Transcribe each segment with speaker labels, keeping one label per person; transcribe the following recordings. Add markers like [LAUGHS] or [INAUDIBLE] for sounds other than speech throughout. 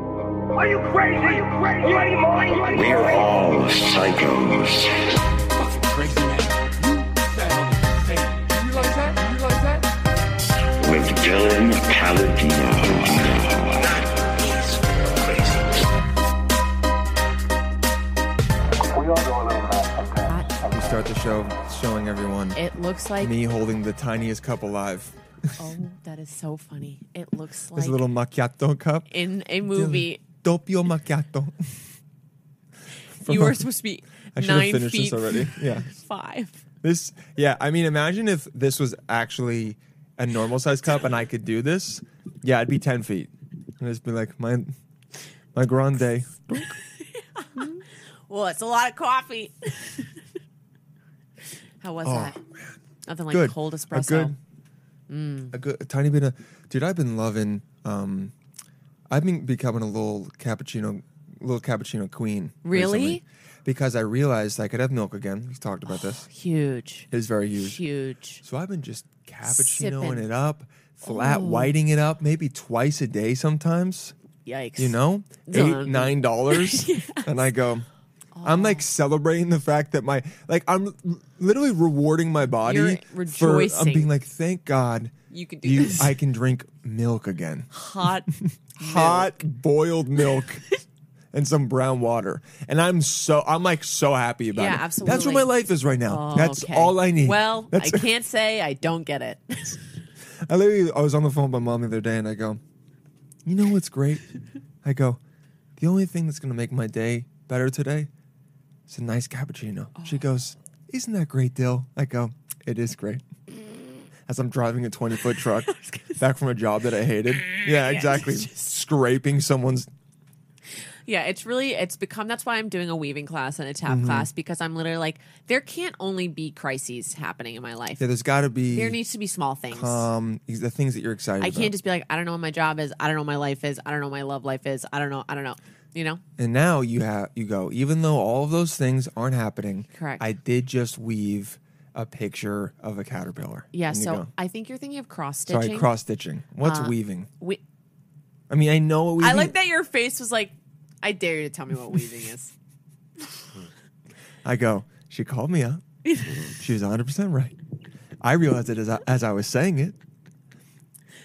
Speaker 1: Are you crazy? Are you crazy? You ain't mind? You ain't
Speaker 2: We're
Speaker 1: mind?
Speaker 2: all psychos. With Dylan Paladino.
Speaker 3: We start the show showing everyone
Speaker 4: It looks like
Speaker 3: me holding the tiniest cup alive.
Speaker 4: oh, that is so funny. It looks like
Speaker 3: This little macchiato cup.
Speaker 4: in a movie.
Speaker 3: Doppio macchiato.
Speaker 4: [LAUGHS] You were supposed to be
Speaker 3: I should have
Speaker 4: nine
Speaker 3: finished
Speaker 4: feet
Speaker 3: this already. Yeah.
Speaker 4: five.
Speaker 3: This, yeah, I mean, imagine if this was actually a normal size cup and I could do this. Yeah, I'd be 10 feet. And just be like, my, my grande.
Speaker 4: Well, it's a lot of coffee. [LAUGHS] How was that? Nothing like
Speaker 3: Oh, good.
Speaker 4: cold
Speaker 3: A
Speaker 4: espresso. Mm.
Speaker 3: good, a good, a tiny bit of, dude, I've been loving, um, I've been becoming a little cappuccino, little cappuccino queen.
Speaker 4: Really?
Speaker 3: recently because I realized I could have milk again. We talked about this.
Speaker 4: Oh, Huge.
Speaker 3: It is very huge.
Speaker 4: Huge.
Speaker 3: So I've been just cappuccinoing
Speaker 4: Sipping.
Speaker 3: it up, flat whiting it up, maybe twice a day sometimes.
Speaker 4: Yikes.
Speaker 3: You know, eight
Speaker 4: Done. [LAUGHS]
Speaker 3: nine dollars, and I go. I'm like celebrating the fact that my like I'm l- literally rewarding my body
Speaker 4: You're
Speaker 3: for I'm
Speaker 4: rejoicing.
Speaker 3: being like thank God
Speaker 4: You could do this.
Speaker 3: I can drink
Speaker 4: [LAUGHS]
Speaker 3: milk again [LAUGHS]
Speaker 4: hot.
Speaker 3: hot boiled milk [LAUGHS] and some brown water. And I'm so I'm like so happy about
Speaker 4: Yeah,
Speaker 3: it. That's
Speaker 4: absolutely.
Speaker 3: what my life is right now.
Speaker 4: Oh,
Speaker 3: That's
Speaker 4: okay.
Speaker 3: all I need.
Speaker 4: Well,
Speaker 3: That's, [LAUGHS]
Speaker 4: I can't say I don't get it. [LAUGHS]
Speaker 3: I literally I was on the phone with my mom the other day and I go, You know
Speaker 4: [LAUGHS]
Speaker 3: what's great? I go, the only thing that's gonna make my day better today is a nice cappuccino.
Speaker 4: Oh.
Speaker 3: She goes, Isn't that great, Dill? I go, It is great. As I'm driving a
Speaker 4: [LAUGHS]
Speaker 3: 20 foot truck back from a job that I hated. Yeah, exactly. Scraping someone's
Speaker 4: Yeah, it's really it's become that's why I'm doing a weaving class and a
Speaker 3: Mm-hmm.
Speaker 4: tap class because I'm literally like there can't only be crises happening in my life.
Speaker 3: Yeah, there's got to be
Speaker 4: There needs to be small things.
Speaker 3: um ex- the things that you're excited.
Speaker 4: I
Speaker 3: about.
Speaker 4: can't just be like I don't know what my job is, I don't know what my life is, I don't know what my love life is, I don't know, I don't know. You know?
Speaker 3: And now you have you go. Even though all of those things aren't happening,
Speaker 4: Correct.
Speaker 3: I did just weave a picture of a caterpillar.
Speaker 4: Yeah,
Speaker 3: And you
Speaker 4: so
Speaker 3: go,
Speaker 4: I think you're thinking of cross stitching.
Speaker 3: sorry, cross stitching. What's weaving?
Speaker 4: we-
Speaker 3: I mean, I know
Speaker 4: [LAUGHS]
Speaker 3: what weaving.
Speaker 4: I like that your face was like I dare you to tell me what weaving is.
Speaker 3: I go. She called
Speaker 4: [LAUGHS]
Speaker 3: me up. she was 100 percent right. I realized it as I, as I was saying it.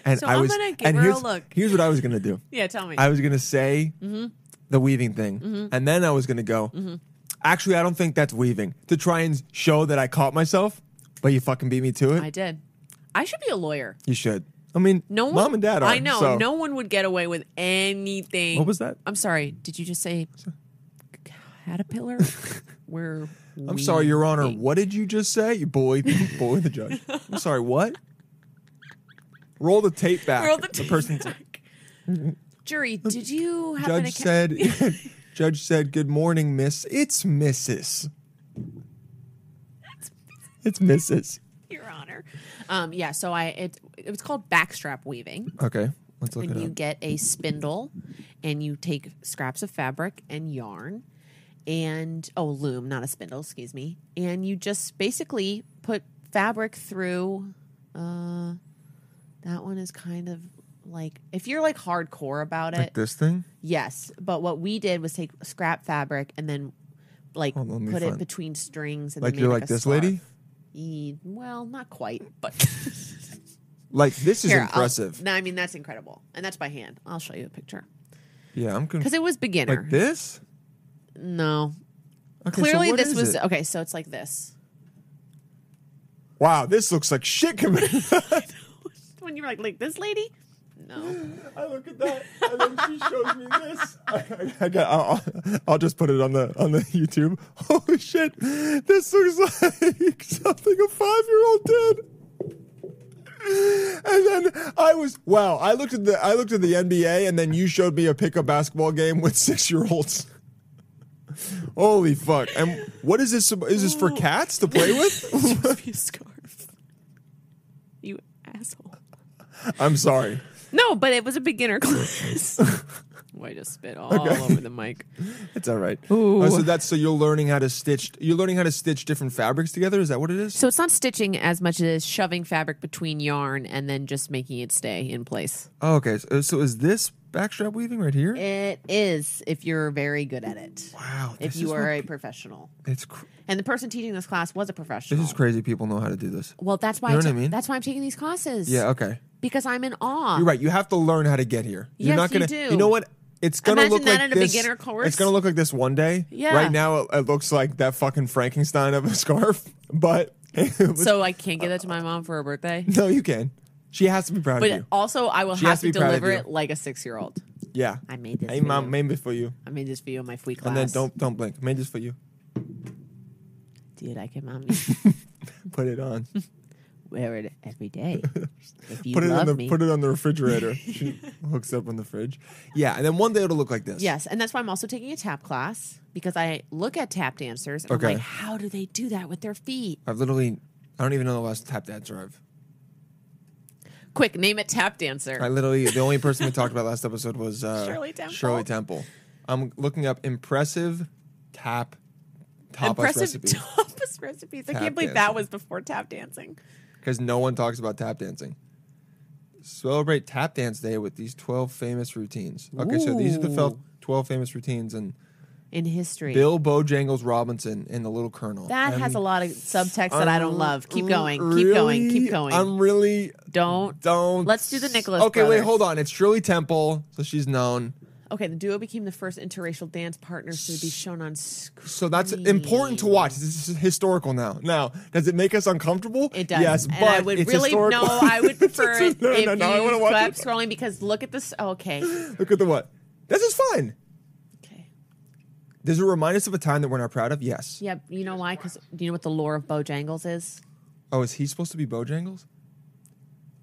Speaker 3: And
Speaker 4: So
Speaker 3: I
Speaker 4: I'm
Speaker 3: was.
Speaker 4: gonna give
Speaker 3: and
Speaker 4: her a
Speaker 3: here's,
Speaker 4: look.
Speaker 3: Here's what I was gonna do.
Speaker 4: Yeah, tell me.
Speaker 3: I was gonna say
Speaker 4: Mm-hmm.
Speaker 3: the weaving thing, and then I was gonna go. Actually, I don't think that's weaving to try and show that I caught myself. But you fucking beat me to it.
Speaker 4: I did. I should be a lawyer.
Speaker 3: you should. I mean,
Speaker 4: No one,
Speaker 3: mom and dad are.
Speaker 4: I know.
Speaker 3: so-
Speaker 4: No one would get away with anything.
Speaker 3: What was that?
Speaker 4: I'm sorry. Did you just say [LAUGHS] caterpillar? We're.
Speaker 3: I'm sorry, Your Honor.
Speaker 4: weaving.
Speaker 3: What did you just say?
Speaker 4: [LAUGHS]
Speaker 3: You bullied, you bullied the judge. I'm sorry. What? Roll the tape back.
Speaker 4: Roll the tape
Speaker 3: person's
Speaker 4: [LAUGHS] Jury, did you happen
Speaker 3: [LAUGHS] judge
Speaker 4: to ca-
Speaker 3: said.
Speaker 4: [LAUGHS]
Speaker 3: judge said, "Good morning, Miss. It's Mrs. It's Mrs.
Speaker 4: Your Honor? Um, yeah. So I it it was called backstrap weaving,
Speaker 3: Okay, let's look
Speaker 4: and
Speaker 3: it
Speaker 4: you
Speaker 3: up.
Speaker 4: get a spindle, and you take scraps of fabric and yarn, and oh loom, not a spindle, excuse me, and you just basically put fabric through. Uh, that one is kind of like if you're like hardcore about it,
Speaker 3: Like this thing.
Speaker 4: Yes, but what we did was take scrap fabric and then like
Speaker 3: Hold on, let me
Speaker 4: put it
Speaker 3: find-
Speaker 4: between strings and
Speaker 3: Like
Speaker 4: then
Speaker 3: you're
Speaker 4: made,
Speaker 3: like
Speaker 4: a
Speaker 3: this
Speaker 4: scarf.
Speaker 3: lady?
Speaker 4: E- well, not quite, but
Speaker 3: Like this is
Speaker 4: Here, I'll-
Speaker 3: impressive.
Speaker 4: No, I mean that's incredible, and that's by hand. I'll show you a picture
Speaker 3: yeah, I'm
Speaker 4: because
Speaker 3: confused.
Speaker 4: it was beginner.
Speaker 3: Like this?
Speaker 4: No,
Speaker 3: Okay, so
Speaker 4: clearly
Speaker 3: what
Speaker 4: this
Speaker 3: is
Speaker 4: was
Speaker 3: it?
Speaker 4: okay. So it's like this.
Speaker 3: Wow, this looks like shit. compared-
Speaker 4: When you were like like this lady, no,
Speaker 3: [LAUGHS] I look at that, and then she shows me this. I, I, got, I'll, I'll- I'll just put it on the on the YouTube. [LAUGHS] Holy shit, this looks like [LAUGHS] something a five year old did. And then I was wow. I looked at the I looked at the NBA, and then you showed me a pickup basketball game with [LAUGHS] six year olds. Holy fuck! And what is this? Is this for cats to play with? [LAUGHS]
Speaker 4: Just be a scarf. You asshole.
Speaker 3: I'm sorry.
Speaker 4: No, but it was a beginner [LAUGHS]
Speaker 3: [LAUGHS]
Speaker 4: class. Why I just spit all over the mic?
Speaker 3: It's all right. Oh, so that's so you're learning how to stitch. You're learning how to stitch different fabrics together. Is that what it is?
Speaker 4: So it's not stitching as much as shoving fabric between yarn and then just making it stay in place.
Speaker 3: Oh, okay. So, so is this backstrap weaving right here?
Speaker 4: It is if you're very good at it.
Speaker 3: wow.
Speaker 4: If
Speaker 3: this
Speaker 4: you
Speaker 3: is
Speaker 4: are
Speaker 3: what
Speaker 4: a
Speaker 3: pe-
Speaker 4: professional.
Speaker 3: it's cr-
Speaker 4: And the person teaching this class was a professional.
Speaker 3: this is crazy. People know how to do this.
Speaker 4: Well, that's why
Speaker 3: You know
Speaker 4: I
Speaker 3: what I
Speaker 4: ta-
Speaker 3: mean?
Speaker 4: that's why I'm taking these classes.
Speaker 3: Yeah. Okay.
Speaker 4: Because I'm in awe.
Speaker 3: You're right. You have to learn how to get here. You're
Speaker 4: Yes,
Speaker 3: not
Speaker 4: you
Speaker 3: gonna.
Speaker 4: do.
Speaker 3: know what? It's gonna
Speaker 4: Imagine
Speaker 3: look
Speaker 4: that in
Speaker 3: like
Speaker 4: a
Speaker 3: this-
Speaker 4: beginner course.
Speaker 3: It's gonna look like this one day.
Speaker 4: Yeah.
Speaker 3: Right now, it, it looks like that fucking Frankenstein of a scarf. [LAUGHS] But
Speaker 4: So I can't give that to my mom for her
Speaker 3: [LAUGHS]
Speaker 4: birthday.
Speaker 3: no, you can. She has to be proud of
Speaker 4: But
Speaker 3: you.
Speaker 4: also I will
Speaker 3: She
Speaker 4: have
Speaker 3: has to
Speaker 4: to
Speaker 3: be proud of
Speaker 4: deliver
Speaker 3: you.
Speaker 4: it like a six year old.
Speaker 3: Yeah.
Speaker 4: I made this
Speaker 3: Hey, mom,
Speaker 4: video.
Speaker 3: made this for you.
Speaker 4: I made this video in my free class.
Speaker 3: And then don't don't blink. Made this for you.
Speaker 4: dude, I can mommy [LAUGHS]
Speaker 3: Put it on.
Speaker 4: wear it every day.
Speaker 3: [LAUGHS]
Speaker 4: If you
Speaker 3: put it
Speaker 4: love
Speaker 3: on the
Speaker 4: me.
Speaker 3: put it on
Speaker 4: [LAUGHS]
Speaker 3: the refrigerator. she hooks up on the fridge. Yeah, and then one day it'll look like this.
Speaker 4: Yes, and that's why I'm also taking a tap class because I look at tap dancers and
Speaker 3: Okay.
Speaker 4: I'm like, how do they do that with their feet?
Speaker 3: I've literally I don't even know the last tap dancer I've.
Speaker 4: Quick, name it tap dancer.
Speaker 3: I literally the only person we talked about last episode was uh,
Speaker 4: Shirley Temple.
Speaker 3: Shirley Temple. I'm looking up impressive tap tapas
Speaker 4: Impressive [LAUGHS]
Speaker 3: recipes
Speaker 4: tapas recipes. I
Speaker 3: Tap
Speaker 4: can't believe
Speaker 3: dancing.
Speaker 4: that was before tap dancing.
Speaker 3: because no one talks about tap dancing. Celebrate Tap Dance Day with these 12 famous routines. Okay, so these are the fel-
Speaker 4: Ooh.
Speaker 3: 12 famous routines and.
Speaker 4: In history.
Speaker 3: Bill Bojangles Robinson in The Little Colonel.
Speaker 4: that has a lot of subtext that I don't
Speaker 3: I'm
Speaker 4: love. Keep going.
Speaker 3: Um, Mm, really-
Speaker 4: keep going. Keep going.
Speaker 3: I'm really
Speaker 4: don't
Speaker 3: don't.
Speaker 4: Let's do the Nicholas
Speaker 3: Okay, wait,
Speaker 4: Brothers.
Speaker 3: hold on. It's Shirley Temple, so she's known.
Speaker 4: Okay, the duo became the first interracial dance partners to be shown on screen.
Speaker 3: So that's important to watch. This is historical now. Now, does it make us uncomfortable?
Speaker 4: It does.
Speaker 3: Yes,
Speaker 4: and
Speaker 3: but
Speaker 4: I would
Speaker 3: it's
Speaker 4: really
Speaker 3: historical.
Speaker 4: no. I
Speaker 3: [LAUGHS]
Speaker 4: would prefer
Speaker 3: It's-
Speaker 4: it
Speaker 3: no,
Speaker 4: if
Speaker 3: no, no, I
Speaker 4: you
Speaker 3: wanna watch
Speaker 4: kept
Speaker 3: it.
Speaker 4: scrolling because look at this. oh, Okay,
Speaker 3: Look at the what. This is fine.
Speaker 4: okay.
Speaker 3: Does it remind us of a time that we're not proud of? Yes.
Speaker 4: Yeah, you know why? Because you know what the lore of Bojangles is?
Speaker 3: Oh, is he supposed to be Bojangles?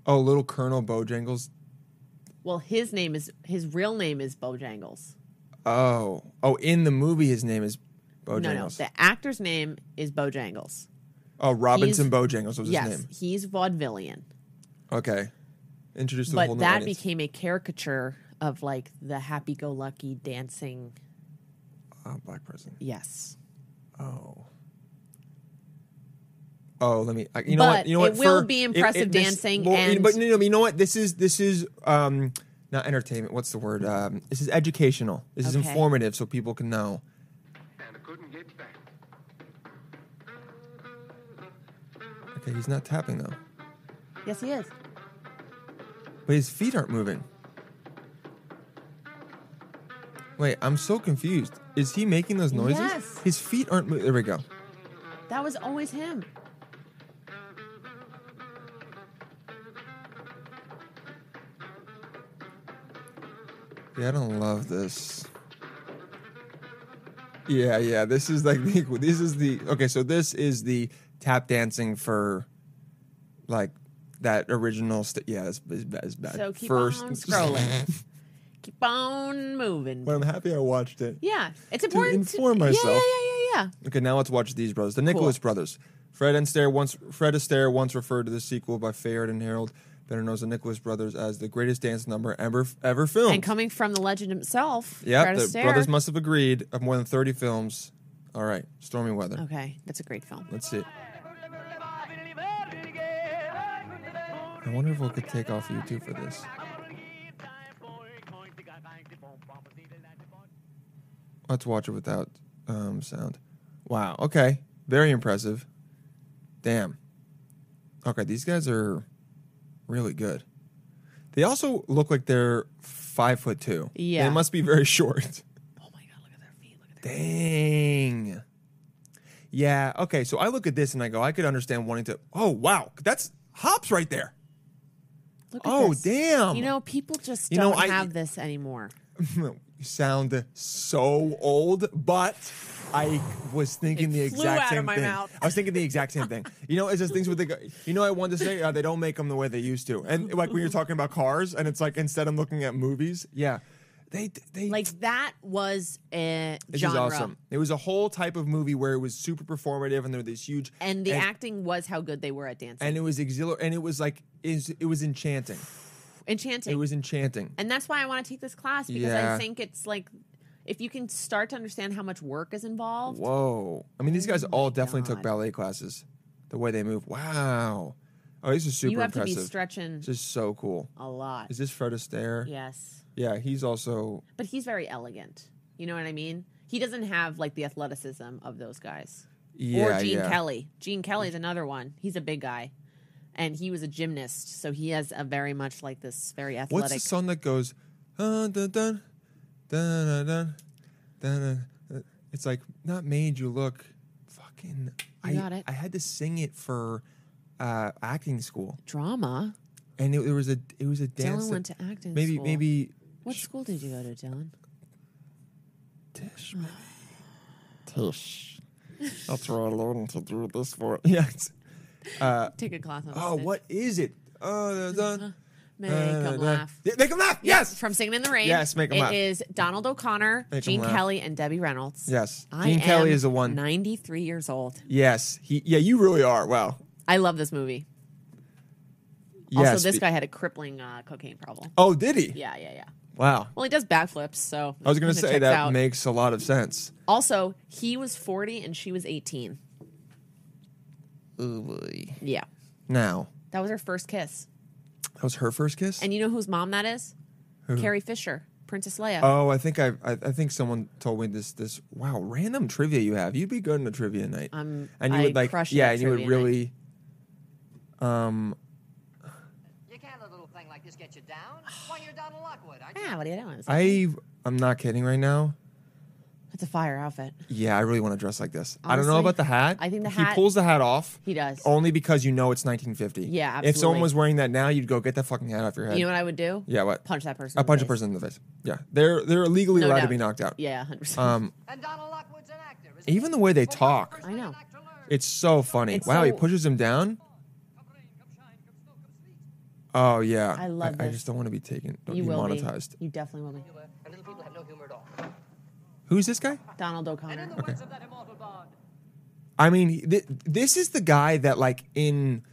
Speaker 3: Oh, Little Colonel Bojangles.
Speaker 4: Well, his name is his real name is Bojangles.
Speaker 3: Oh, oh, in the movie, his name is Bojangles.
Speaker 4: No, no, the actor's name is Bojangles.
Speaker 3: Oh, Robinson
Speaker 4: He's-
Speaker 3: Bojangles was
Speaker 4: yes,
Speaker 3: his name.
Speaker 4: he's vaudevillian,
Speaker 3: Okay. Introduced to the whole
Speaker 4: but
Speaker 3: new
Speaker 4: that
Speaker 3: audience.
Speaker 4: became a caricature of like the happy-go-lucky dancing.
Speaker 3: Ah, black person.
Speaker 4: Yes,
Speaker 3: Oh. Oh, let me. I- You know what?
Speaker 4: But
Speaker 3: You know what?
Speaker 4: it will
Speaker 3: for-
Speaker 4: be impressive
Speaker 3: this-
Speaker 4: dancing
Speaker 3: well,
Speaker 4: and-
Speaker 3: but you know, you know what? This is this is um not entertainment. What's the word? Um, this is educational. This is
Speaker 4: Okay.
Speaker 3: informative, so people can know.
Speaker 1: And I couldn't get back.
Speaker 3: Okay, he's not tapping though,
Speaker 4: yes, he is.
Speaker 3: but his feet aren't moving. Wait, I'm so confused. Is he making those noises?
Speaker 4: Yes.
Speaker 3: His feet aren't moving. There we go.
Speaker 4: That was always him.
Speaker 3: Yeah, I don't love this. Yeah, yeah. This is like the [LAUGHS] this is the okay. So this is the tap dancing for, like, that original. St- yeah, that's, that's bad. It's bad.
Speaker 4: So keep
Speaker 3: First,
Speaker 4: on
Speaker 3: [LAUGHS]
Speaker 4: scrolling. keep on moving.
Speaker 3: but I'm happy I watched it.
Speaker 4: yeah, it's important
Speaker 3: inform
Speaker 4: to, Yeah,
Speaker 3: myself.
Speaker 4: yeah, yeah, yeah, yeah.
Speaker 3: Okay, now let's watch these brothers, the Nicholas brothers. Fred and Astaire once Fred Astaire once referred to the sequel by Fayard and Harold, better known as the Nicholas brothers, as the greatest dance number ever ever filmed.
Speaker 4: And coming from the legend himself,
Speaker 3: Yep,
Speaker 4: Fred
Speaker 3: the
Speaker 4: Astaire.
Speaker 3: brothers must have agreed of more than 30 films. All right, Stormy Weather.
Speaker 4: Okay, that's a great film.
Speaker 3: Let's see. I wonder if we could take off YouTube for this. Let's watch it without um, sound. Wow. Okay. Very impressive. Damn. Okay, these guys are really good. They also look like they're five foot two.
Speaker 4: Yeah.
Speaker 3: They must be very [LAUGHS] short.
Speaker 4: Oh my god, look at their feet. Look at their
Speaker 3: Dang. Yeah. Okay. So I look at this and I go, I could understand wanting to. Oh wow, that's hops right there.
Speaker 4: Look at
Speaker 3: Oh
Speaker 4: this.
Speaker 3: damn.
Speaker 4: You know, people just
Speaker 3: You know,
Speaker 4: don't
Speaker 3: I-
Speaker 4: have this anymore.
Speaker 3: you sound so old, but I was thinking
Speaker 4: It
Speaker 3: the
Speaker 4: flew
Speaker 3: exact
Speaker 4: out of
Speaker 3: same
Speaker 4: my
Speaker 3: thing.
Speaker 4: mouth.
Speaker 3: I was thinking the exact same
Speaker 4: [LAUGHS]
Speaker 3: thing. You know, it's just things with the. go- You know, I wanted to say uh, they don't make them the way they used to, and like when you're talking about cars, and it's like instead I'm looking at movies. Yeah, they they
Speaker 4: Like that was a
Speaker 3: This
Speaker 4: genre,
Speaker 3: is awesome. It was a whole type of movie where it was super performative, and there were these huge
Speaker 4: and the
Speaker 3: and,
Speaker 4: acting was how good they were at dancing.
Speaker 3: and it was exhilarating, and it was like is it was enchanting.
Speaker 4: Enchanting.
Speaker 3: It was enchanting.
Speaker 4: and that's why I want to take this class because
Speaker 3: Yeah.
Speaker 4: I think it's like if you can start to understand how much work is involved.
Speaker 3: Whoa! I mean, these guys all definitely took
Speaker 4: God.
Speaker 3: ballet classes. The way they move, wow! Oh, this is super
Speaker 4: you have
Speaker 3: impressive.
Speaker 4: to be stretching
Speaker 3: this is so cool.
Speaker 4: a lot.
Speaker 3: Is this Fred Astaire?
Speaker 4: yes.
Speaker 3: Yeah, he's also
Speaker 4: But he's very elegant. You know what I mean? He doesn't have like the athleticism of those guys.
Speaker 3: yeah,
Speaker 4: or Gene
Speaker 3: yeah.
Speaker 4: Kelly. Gene Kelly's another one. He's a big guy. And he was a gymnast, so he has a very much like this very
Speaker 3: What's
Speaker 4: athletic.
Speaker 3: the song that goes dun dun dun dun dun dun? dun, dun. It's like not made you look fucking. I
Speaker 4: got it.
Speaker 3: I had to sing it for uh, acting school,
Speaker 4: drama.
Speaker 3: and it, there was a it was a
Speaker 4: Dylan
Speaker 3: dance. that-
Speaker 4: went to acting
Speaker 3: maybe
Speaker 4: school.
Speaker 3: maybe
Speaker 4: What school did you go to, Dylan?
Speaker 3: Tish. maybe.
Speaker 5: [SIGHS] Tish. That's what I learned to do this for.
Speaker 3: Yeah. it's-
Speaker 4: Take a class on
Speaker 3: Oh,
Speaker 4: stage.
Speaker 3: what uh, is it? Oh, dun, dun,
Speaker 4: Make
Speaker 3: dun,
Speaker 4: 'em
Speaker 3: dun.
Speaker 4: laugh.
Speaker 3: Yeah, Make 'em laugh. Yes.
Speaker 4: From Singing in the Rain.
Speaker 3: Yes, make 'em laugh.
Speaker 4: It is Donald O'Connor,
Speaker 3: Make 'em
Speaker 4: Gene
Speaker 3: laugh.
Speaker 4: Kelly, and Debbie Reynolds.
Speaker 3: Yes.
Speaker 4: I
Speaker 3: Gene Kelly
Speaker 4: am
Speaker 3: is the one.
Speaker 4: 93 years old.
Speaker 3: Yes. He. Yeah. You really are. Wow.
Speaker 4: I love this movie.
Speaker 3: Yes.
Speaker 4: also, this
Speaker 3: be-
Speaker 4: guy had a crippling uh, cocaine problem.
Speaker 3: Oh, did he?
Speaker 4: Yeah, yeah, yeah.
Speaker 3: Wow.
Speaker 4: Well, he does backflips, so
Speaker 3: I was gonna
Speaker 4: kinda
Speaker 3: say
Speaker 4: checks
Speaker 3: that
Speaker 4: out.
Speaker 3: makes a lot of sense.
Speaker 4: also, he was 40 and she was 18.
Speaker 5: Oh boy.
Speaker 4: Yeah,
Speaker 3: Now
Speaker 4: that was her first kiss.
Speaker 3: that was her first kiss.
Speaker 4: And you know whose mom that is? Carrie Fisher, Princess Leia.
Speaker 3: oh, I think I, I I think someone told me this this wow random trivia you have. You'd be good in a trivia night.
Speaker 4: I'm-
Speaker 3: and you
Speaker 4: Um, I
Speaker 3: would like
Speaker 4: crush it
Speaker 3: yeah,
Speaker 4: at
Speaker 3: and you would
Speaker 4: trivia night.
Speaker 3: really. Um.
Speaker 6: You can't let a little thing like this get you
Speaker 4: [SIGHS]
Speaker 6: down. Why, you're Donald Lockwood, aren't you?
Speaker 4: ah, what are you doing?
Speaker 3: I I'm not kidding right now.
Speaker 4: That's a fire outfit.
Speaker 3: Yeah, I really want to dress like this. I don't know
Speaker 4: Honestly,
Speaker 3: about the hat.
Speaker 4: I think the
Speaker 3: he
Speaker 4: hat-
Speaker 3: pulls the hat off.
Speaker 4: He does.
Speaker 3: only because you know it's 1950.
Speaker 4: Yeah,
Speaker 3: If someone
Speaker 4: absolutely.
Speaker 3: was wearing that now, you'd go get that fucking hat off your head.
Speaker 4: You know what I would do?
Speaker 3: yeah, what?
Speaker 4: Punch that person.
Speaker 3: I
Speaker 4: in the
Speaker 3: punch a
Speaker 4: face.
Speaker 3: person in the face. Yeah, they're they're illegally
Speaker 4: No
Speaker 3: allowed to
Speaker 4: doubt.
Speaker 3: be knocked out.
Speaker 4: Yeah, 100%.
Speaker 3: Um,
Speaker 6: And Donald Lockwood's an actor, isn't
Speaker 3: even the way they talk,
Speaker 4: I know.
Speaker 3: it's so funny.
Speaker 4: It's
Speaker 3: wow, he
Speaker 4: so-
Speaker 3: pushes him down. Oh yeah,
Speaker 4: I love
Speaker 3: I,
Speaker 4: this.
Speaker 3: just don't want to be taken. Don't
Speaker 4: you
Speaker 3: be
Speaker 4: will
Speaker 3: monetized.
Speaker 4: be. You definitely will be.
Speaker 6: And little people have no humor at all.
Speaker 3: Who's this guy?
Speaker 4: Donald
Speaker 6: And
Speaker 4: O'Connor.
Speaker 6: in the words of that immortal bard,
Speaker 3: I mean, he- thi- this is the guy that like in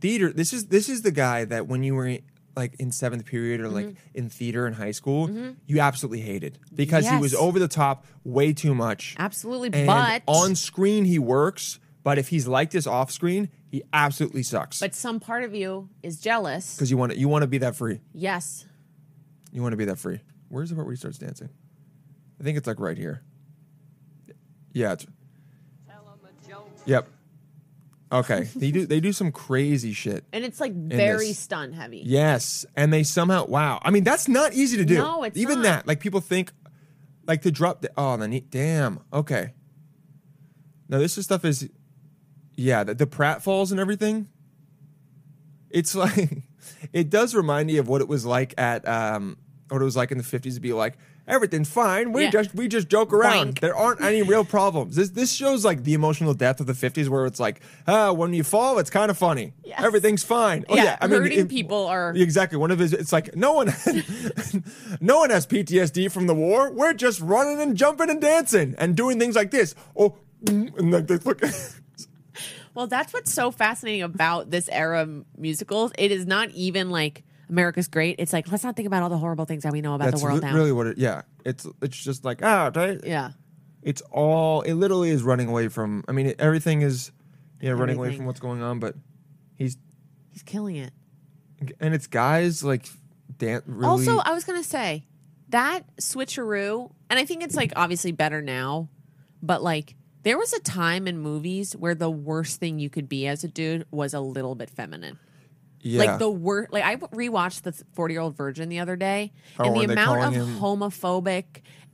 Speaker 3: theater. This is this is the guy that when you were in, like in seventh period or like
Speaker 4: Mm-hmm.
Speaker 3: in theater in high school, you absolutely hated because he was
Speaker 4: Yes.
Speaker 3: over the top way too much.
Speaker 4: Absolutely,
Speaker 3: And
Speaker 4: but
Speaker 3: on screen he works, but if he's like this off screen, he absolutely sucks.
Speaker 4: but some part of you is jealous.
Speaker 3: because you want to you want to be that free.
Speaker 4: Yes,
Speaker 3: You want to be that free. Where's the part where he starts dancing? I think it's like right here. Yeah. It's,
Speaker 6: tell 'em a joke.
Speaker 3: yep. Okay. they do they do some crazy shit.
Speaker 4: and it's like very
Speaker 3: this.
Speaker 4: stun heavy.
Speaker 3: Yes, and they somehow wow. I mean, that's not easy to do.
Speaker 4: No, it's
Speaker 3: even
Speaker 4: not.
Speaker 3: that. Like people think, like to drop. The, oh, the neat. Damn. Okay. No, this is stuff is, yeah, the, the pratfalls and everything. It's [LAUGHS] like, it does remind me of what it was like at um, what it was like in the fifties to be like everything's fine. We
Speaker 4: Yeah.
Speaker 3: just we just joke around.
Speaker 4: Boink.
Speaker 3: There aren't any real problems. This this shows like the emotional depth of the fifties where it's like, ah, when you fall, it's kind of funny.
Speaker 4: Yes.
Speaker 3: Everything's fine. Oh, yeah,
Speaker 4: Yeah,
Speaker 3: I mean,
Speaker 4: hurting people are-
Speaker 3: exactly one of his. It's like no one, [LAUGHS] no one has PTSD from the war. We're just running and jumping and dancing and doing things like this. Oh, mm, and like, like, look. [LAUGHS]
Speaker 4: Well, that's what's so fascinating about this era of musicals. It is not even like America's Great. It's like let's not think about all the horrible things that we know about
Speaker 3: That's
Speaker 4: the world
Speaker 3: re-
Speaker 4: now.
Speaker 3: really what. It, yeah, it's it's just like ah, right?
Speaker 4: yeah,
Speaker 3: It's all. It literally is running away from. I mean, it, everything is, yeah, running away
Speaker 4: Everything.
Speaker 3: from what's going on. But he's
Speaker 4: he's killing it.
Speaker 3: and it's guys like dance. Really,
Speaker 4: Also, I was gonna say that switcheroo, and I think it's like obviously better now, but like there was a time in movies where the worst thing you could be as a dude was a little bit feminine.
Speaker 3: yeah.
Speaker 4: Like the worst. Like I rewatched the Forty Year Old Virgin the other day,
Speaker 3: Oh,
Speaker 4: and the
Speaker 3: and they're
Speaker 4: amount of
Speaker 3: calling him-
Speaker 4: homophobic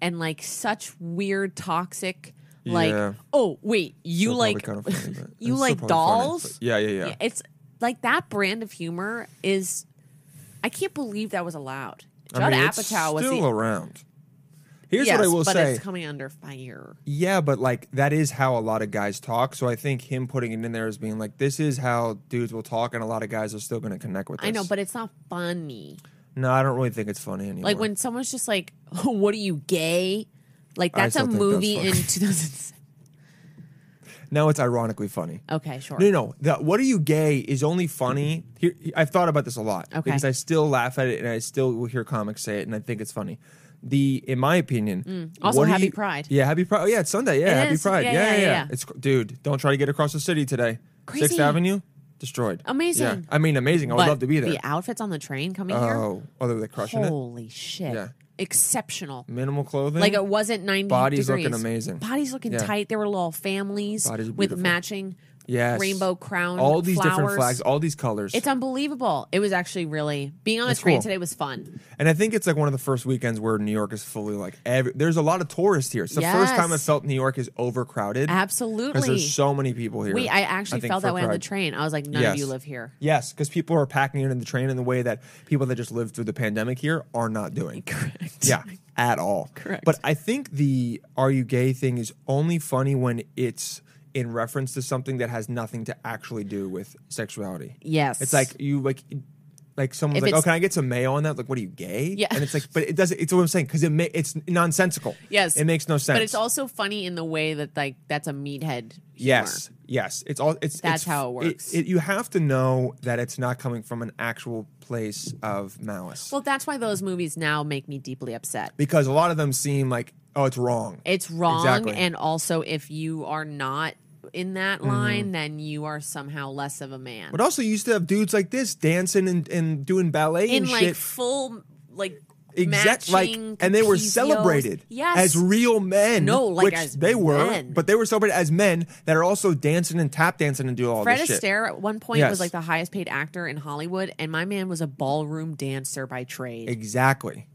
Speaker 4: and like such weird toxic. Like,
Speaker 3: Yeah.
Speaker 4: oh wait, you
Speaker 3: Still
Speaker 4: like [LAUGHS]
Speaker 3: probably kinda funny, but- it's
Speaker 4: you
Speaker 3: still
Speaker 4: like
Speaker 3: probably funny,
Speaker 4: dolls?
Speaker 3: but- yeah, yeah, yeah.
Speaker 4: It's like that brand of humor is. I can't believe that was allowed. Judd
Speaker 3: I mean, it's
Speaker 4: Apatow was
Speaker 3: still
Speaker 4: the,
Speaker 3: around. Here's
Speaker 4: yes,
Speaker 3: what I will
Speaker 4: but
Speaker 3: say.
Speaker 4: it's coming under fire.
Speaker 3: Yeah, but like that is how a lot of guys talk. So I think him putting it in there as being like, this is how dudes will talk, and a lot of guys are still going to connect with. This.
Speaker 4: I know, but it's not funny.
Speaker 3: no, I don't really think it's funny anymore.
Speaker 4: Like when someone's just like, [LAUGHS] oh, "What are you gay?" Like
Speaker 3: I
Speaker 4: that's a
Speaker 3: still think
Speaker 4: movie
Speaker 3: that's funny.
Speaker 4: in [LAUGHS] 2007.
Speaker 3: now it's ironically funny.
Speaker 4: Okay, sure.
Speaker 3: No, no, the, what are you gay is only funny. Here, I've thought about this a lot
Speaker 4: Okay.
Speaker 3: because I still laugh at it, and I still will hear comics say it, and I think it's funny. The, in my opinion,
Speaker 4: Mm. Also,
Speaker 3: what are
Speaker 4: Happy
Speaker 3: you-
Speaker 4: Pride.
Speaker 3: Yeah, happy pride. Oh, yeah, it's Sunday. Yeah,
Speaker 4: It
Speaker 3: happy
Speaker 4: is.
Speaker 3: pride.
Speaker 4: Yeah,
Speaker 3: yeah,
Speaker 4: yeah, yeah.
Speaker 3: It's dude. Don't try to get across the city today.
Speaker 4: Crazy.
Speaker 3: Sixth Avenue. Destroyed.
Speaker 4: Amazing.
Speaker 3: Yeah. I mean, amazing. I would
Speaker 4: But
Speaker 3: love to be there.
Speaker 4: The outfits on the train coming
Speaker 3: oh, other they
Speaker 4: here.
Speaker 3: crushing it.
Speaker 4: Holy shit.
Speaker 3: Yeah.
Speaker 4: Exceptional.
Speaker 3: Minimal clothing.
Speaker 4: Like it wasn't 90
Speaker 3: Bodies
Speaker 4: degrees.
Speaker 3: looking amazing.
Speaker 4: Bodies looking
Speaker 3: Yeah.
Speaker 4: tight. There were little families
Speaker 3: Bodies
Speaker 4: with
Speaker 3: beautiful.
Speaker 4: matching
Speaker 3: yes.
Speaker 4: rainbow crown
Speaker 3: All these different
Speaker 4: flowers.
Speaker 3: flags, all these colors.
Speaker 4: It's unbelievable. It was actually really being on the
Speaker 3: That's
Speaker 4: train
Speaker 3: cool.
Speaker 4: today was fun.
Speaker 3: And I think it's like one of the first weekends where New York is fully like every. There's a lot of tourists here. It's the first time I
Speaker 4: Yes.
Speaker 3: felt New York is overcrowded. Because
Speaker 4: Absolutely.
Speaker 3: there's so many people here.
Speaker 4: we I actually
Speaker 3: think
Speaker 4: felt
Speaker 3: for
Speaker 4: that way on the
Speaker 3: pride.
Speaker 4: train. I was like, none of
Speaker 3: Yes.
Speaker 4: you live here.
Speaker 3: Yes, because people are packing in the train in the way that people that just lived through the pandemic here are not doing.
Speaker 4: Correct.
Speaker 3: Yeah, at all.
Speaker 4: Correct.
Speaker 3: But I think the "Are you gay?" thing is only funny when it's in reference to something that has nothing to actually do with sexuality.
Speaker 4: Yes.
Speaker 3: It's like you like like someone's
Speaker 4: If
Speaker 3: like,
Speaker 4: it's-
Speaker 3: "Oh, can I get some mayo on that?" Like, "What are you gay?"
Speaker 4: Yeah.
Speaker 3: And it's like, but it doesn't. It's what I'm saying because it ma- it's nonsensical.
Speaker 4: Yes.
Speaker 3: It makes no sense.
Speaker 4: But it's also funny in the way that like that's a meathead. Humor.
Speaker 3: Yes, yes. It's all. It's
Speaker 4: That's
Speaker 3: it's-
Speaker 4: how it works.
Speaker 3: It, you have to know that it's not coming from an actual place of malice,
Speaker 4: Well, that's why those movies now make me deeply upset.
Speaker 3: because a lot of them seem like, oh, it's wrong.
Speaker 4: It's wrong,
Speaker 3: Exactly. Mm-hmm.
Speaker 4: and also if you are not in that line, then you are somehow less of a man.
Speaker 3: but also, you used to have dudes like this dancing and, and doing ballet
Speaker 4: in
Speaker 3: and
Speaker 4: like
Speaker 3: shit.
Speaker 4: full like
Speaker 3: Exact, like,
Speaker 4: matching
Speaker 3: and they were
Speaker 4: capricios.
Speaker 3: celebrated
Speaker 4: Yes,
Speaker 3: as real men.
Speaker 4: No, like
Speaker 3: which
Speaker 4: as
Speaker 3: they were,
Speaker 4: men.
Speaker 3: but they were celebrated as men that are also dancing and tap dancing and do all
Speaker 4: Fred
Speaker 3: this shit.
Speaker 4: Astaire at one point was
Speaker 3: Yes.
Speaker 4: like the highest paid actor in Hollywood, and my man was a ballroom dancer by trade.
Speaker 3: Exactly.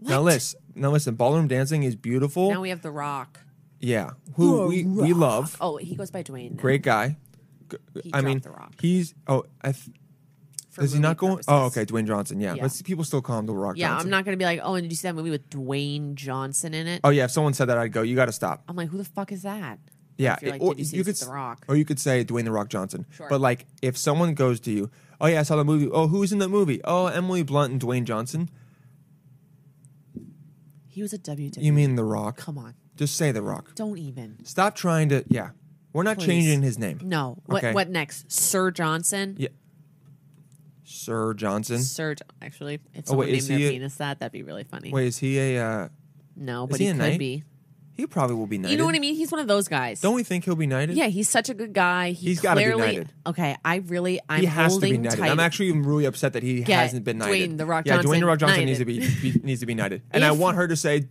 Speaker 3: Now
Speaker 4: What?
Speaker 3: listen, now listen. Ballroom dancing is beautiful.
Speaker 4: Now we have The Rock.
Speaker 3: yeah, who we, we love.
Speaker 4: Oh, he goes by Dwayne. now
Speaker 3: great guy. G-
Speaker 4: He
Speaker 3: I mean,
Speaker 4: dropped The Rock.
Speaker 3: he's oh, I th-
Speaker 4: for
Speaker 3: is he
Speaker 4: movie
Speaker 3: not going?
Speaker 4: purposes.
Speaker 3: Oh, okay, Dwayne Johnson. Yeah,
Speaker 4: Yeah.
Speaker 3: But people still call him the Rock.
Speaker 4: Yeah,
Speaker 3: Johnson.
Speaker 4: I'm not gonna be like, oh, and did you see that movie with Dwayne Johnson in it?
Speaker 3: Oh yeah, if someone said that, I'd go. You got to stop.
Speaker 4: I'm like, who the fuck is that?
Speaker 3: Yeah,
Speaker 4: If you're like,
Speaker 3: or
Speaker 4: did you see
Speaker 3: you
Speaker 4: this
Speaker 3: could
Speaker 4: with
Speaker 3: s-
Speaker 4: The Rock?
Speaker 3: or you could say Dwayne the Rock Johnson.
Speaker 4: Sure.
Speaker 3: But like, if someone goes to you, oh yeah, I saw the movie. Oh, who's in that movie? Oh, Emily Blunt and Dwayne Johnson.
Speaker 4: He was a WWE.
Speaker 3: You mean the Rock?
Speaker 4: Come on,
Speaker 3: Just say the Rock.
Speaker 4: don't even.
Speaker 3: Stop trying to. Yeah, we're not
Speaker 4: Please.
Speaker 3: changing his name.
Speaker 4: No. What?
Speaker 3: Okay.
Speaker 4: What next? Sir Johnson.
Speaker 3: Yeah. Sir Johnson.
Speaker 4: Sir, Jo- actually, if
Speaker 3: Oh,
Speaker 4: someone
Speaker 3: wait,
Speaker 4: named
Speaker 3: is
Speaker 4: their
Speaker 3: he a-
Speaker 4: penis that, that'd be really funny.
Speaker 3: Wait, is he a? Uh,
Speaker 4: no, but
Speaker 3: he
Speaker 4: he,
Speaker 3: a
Speaker 4: could
Speaker 3: knight?
Speaker 4: be.
Speaker 3: he probably will be knighted.
Speaker 4: You know what I mean? He's one of those guys.
Speaker 3: Don't we think he'll be knighted?
Speaker 4: Yeah, he's such a good guy. He
Speaker 3: He's gotta be
Speaker 4: clearly.
Speaker 3: knighted.
Speaker 4: Okay, I really, I'm
Speaker 3: he has to
Speaker 4: holding
Speaker 3: be knighted.
Speaker 4: tight.
Speaker 3: I'm actually even really upset that he
Speaker 4: Get
Speaker 3: hasn't been knighted.
Speaker 4: Dwayne The Rock
Speaker 3: yeah, Dwayne
Speaker 4: Johnson
Speaker 3: the Rock Johnson
Speaker 4: knighted.
Speaker 3: needs to be, be needs to be knighted. And I
Speaker 4: If-
Speaker 3: want her to say,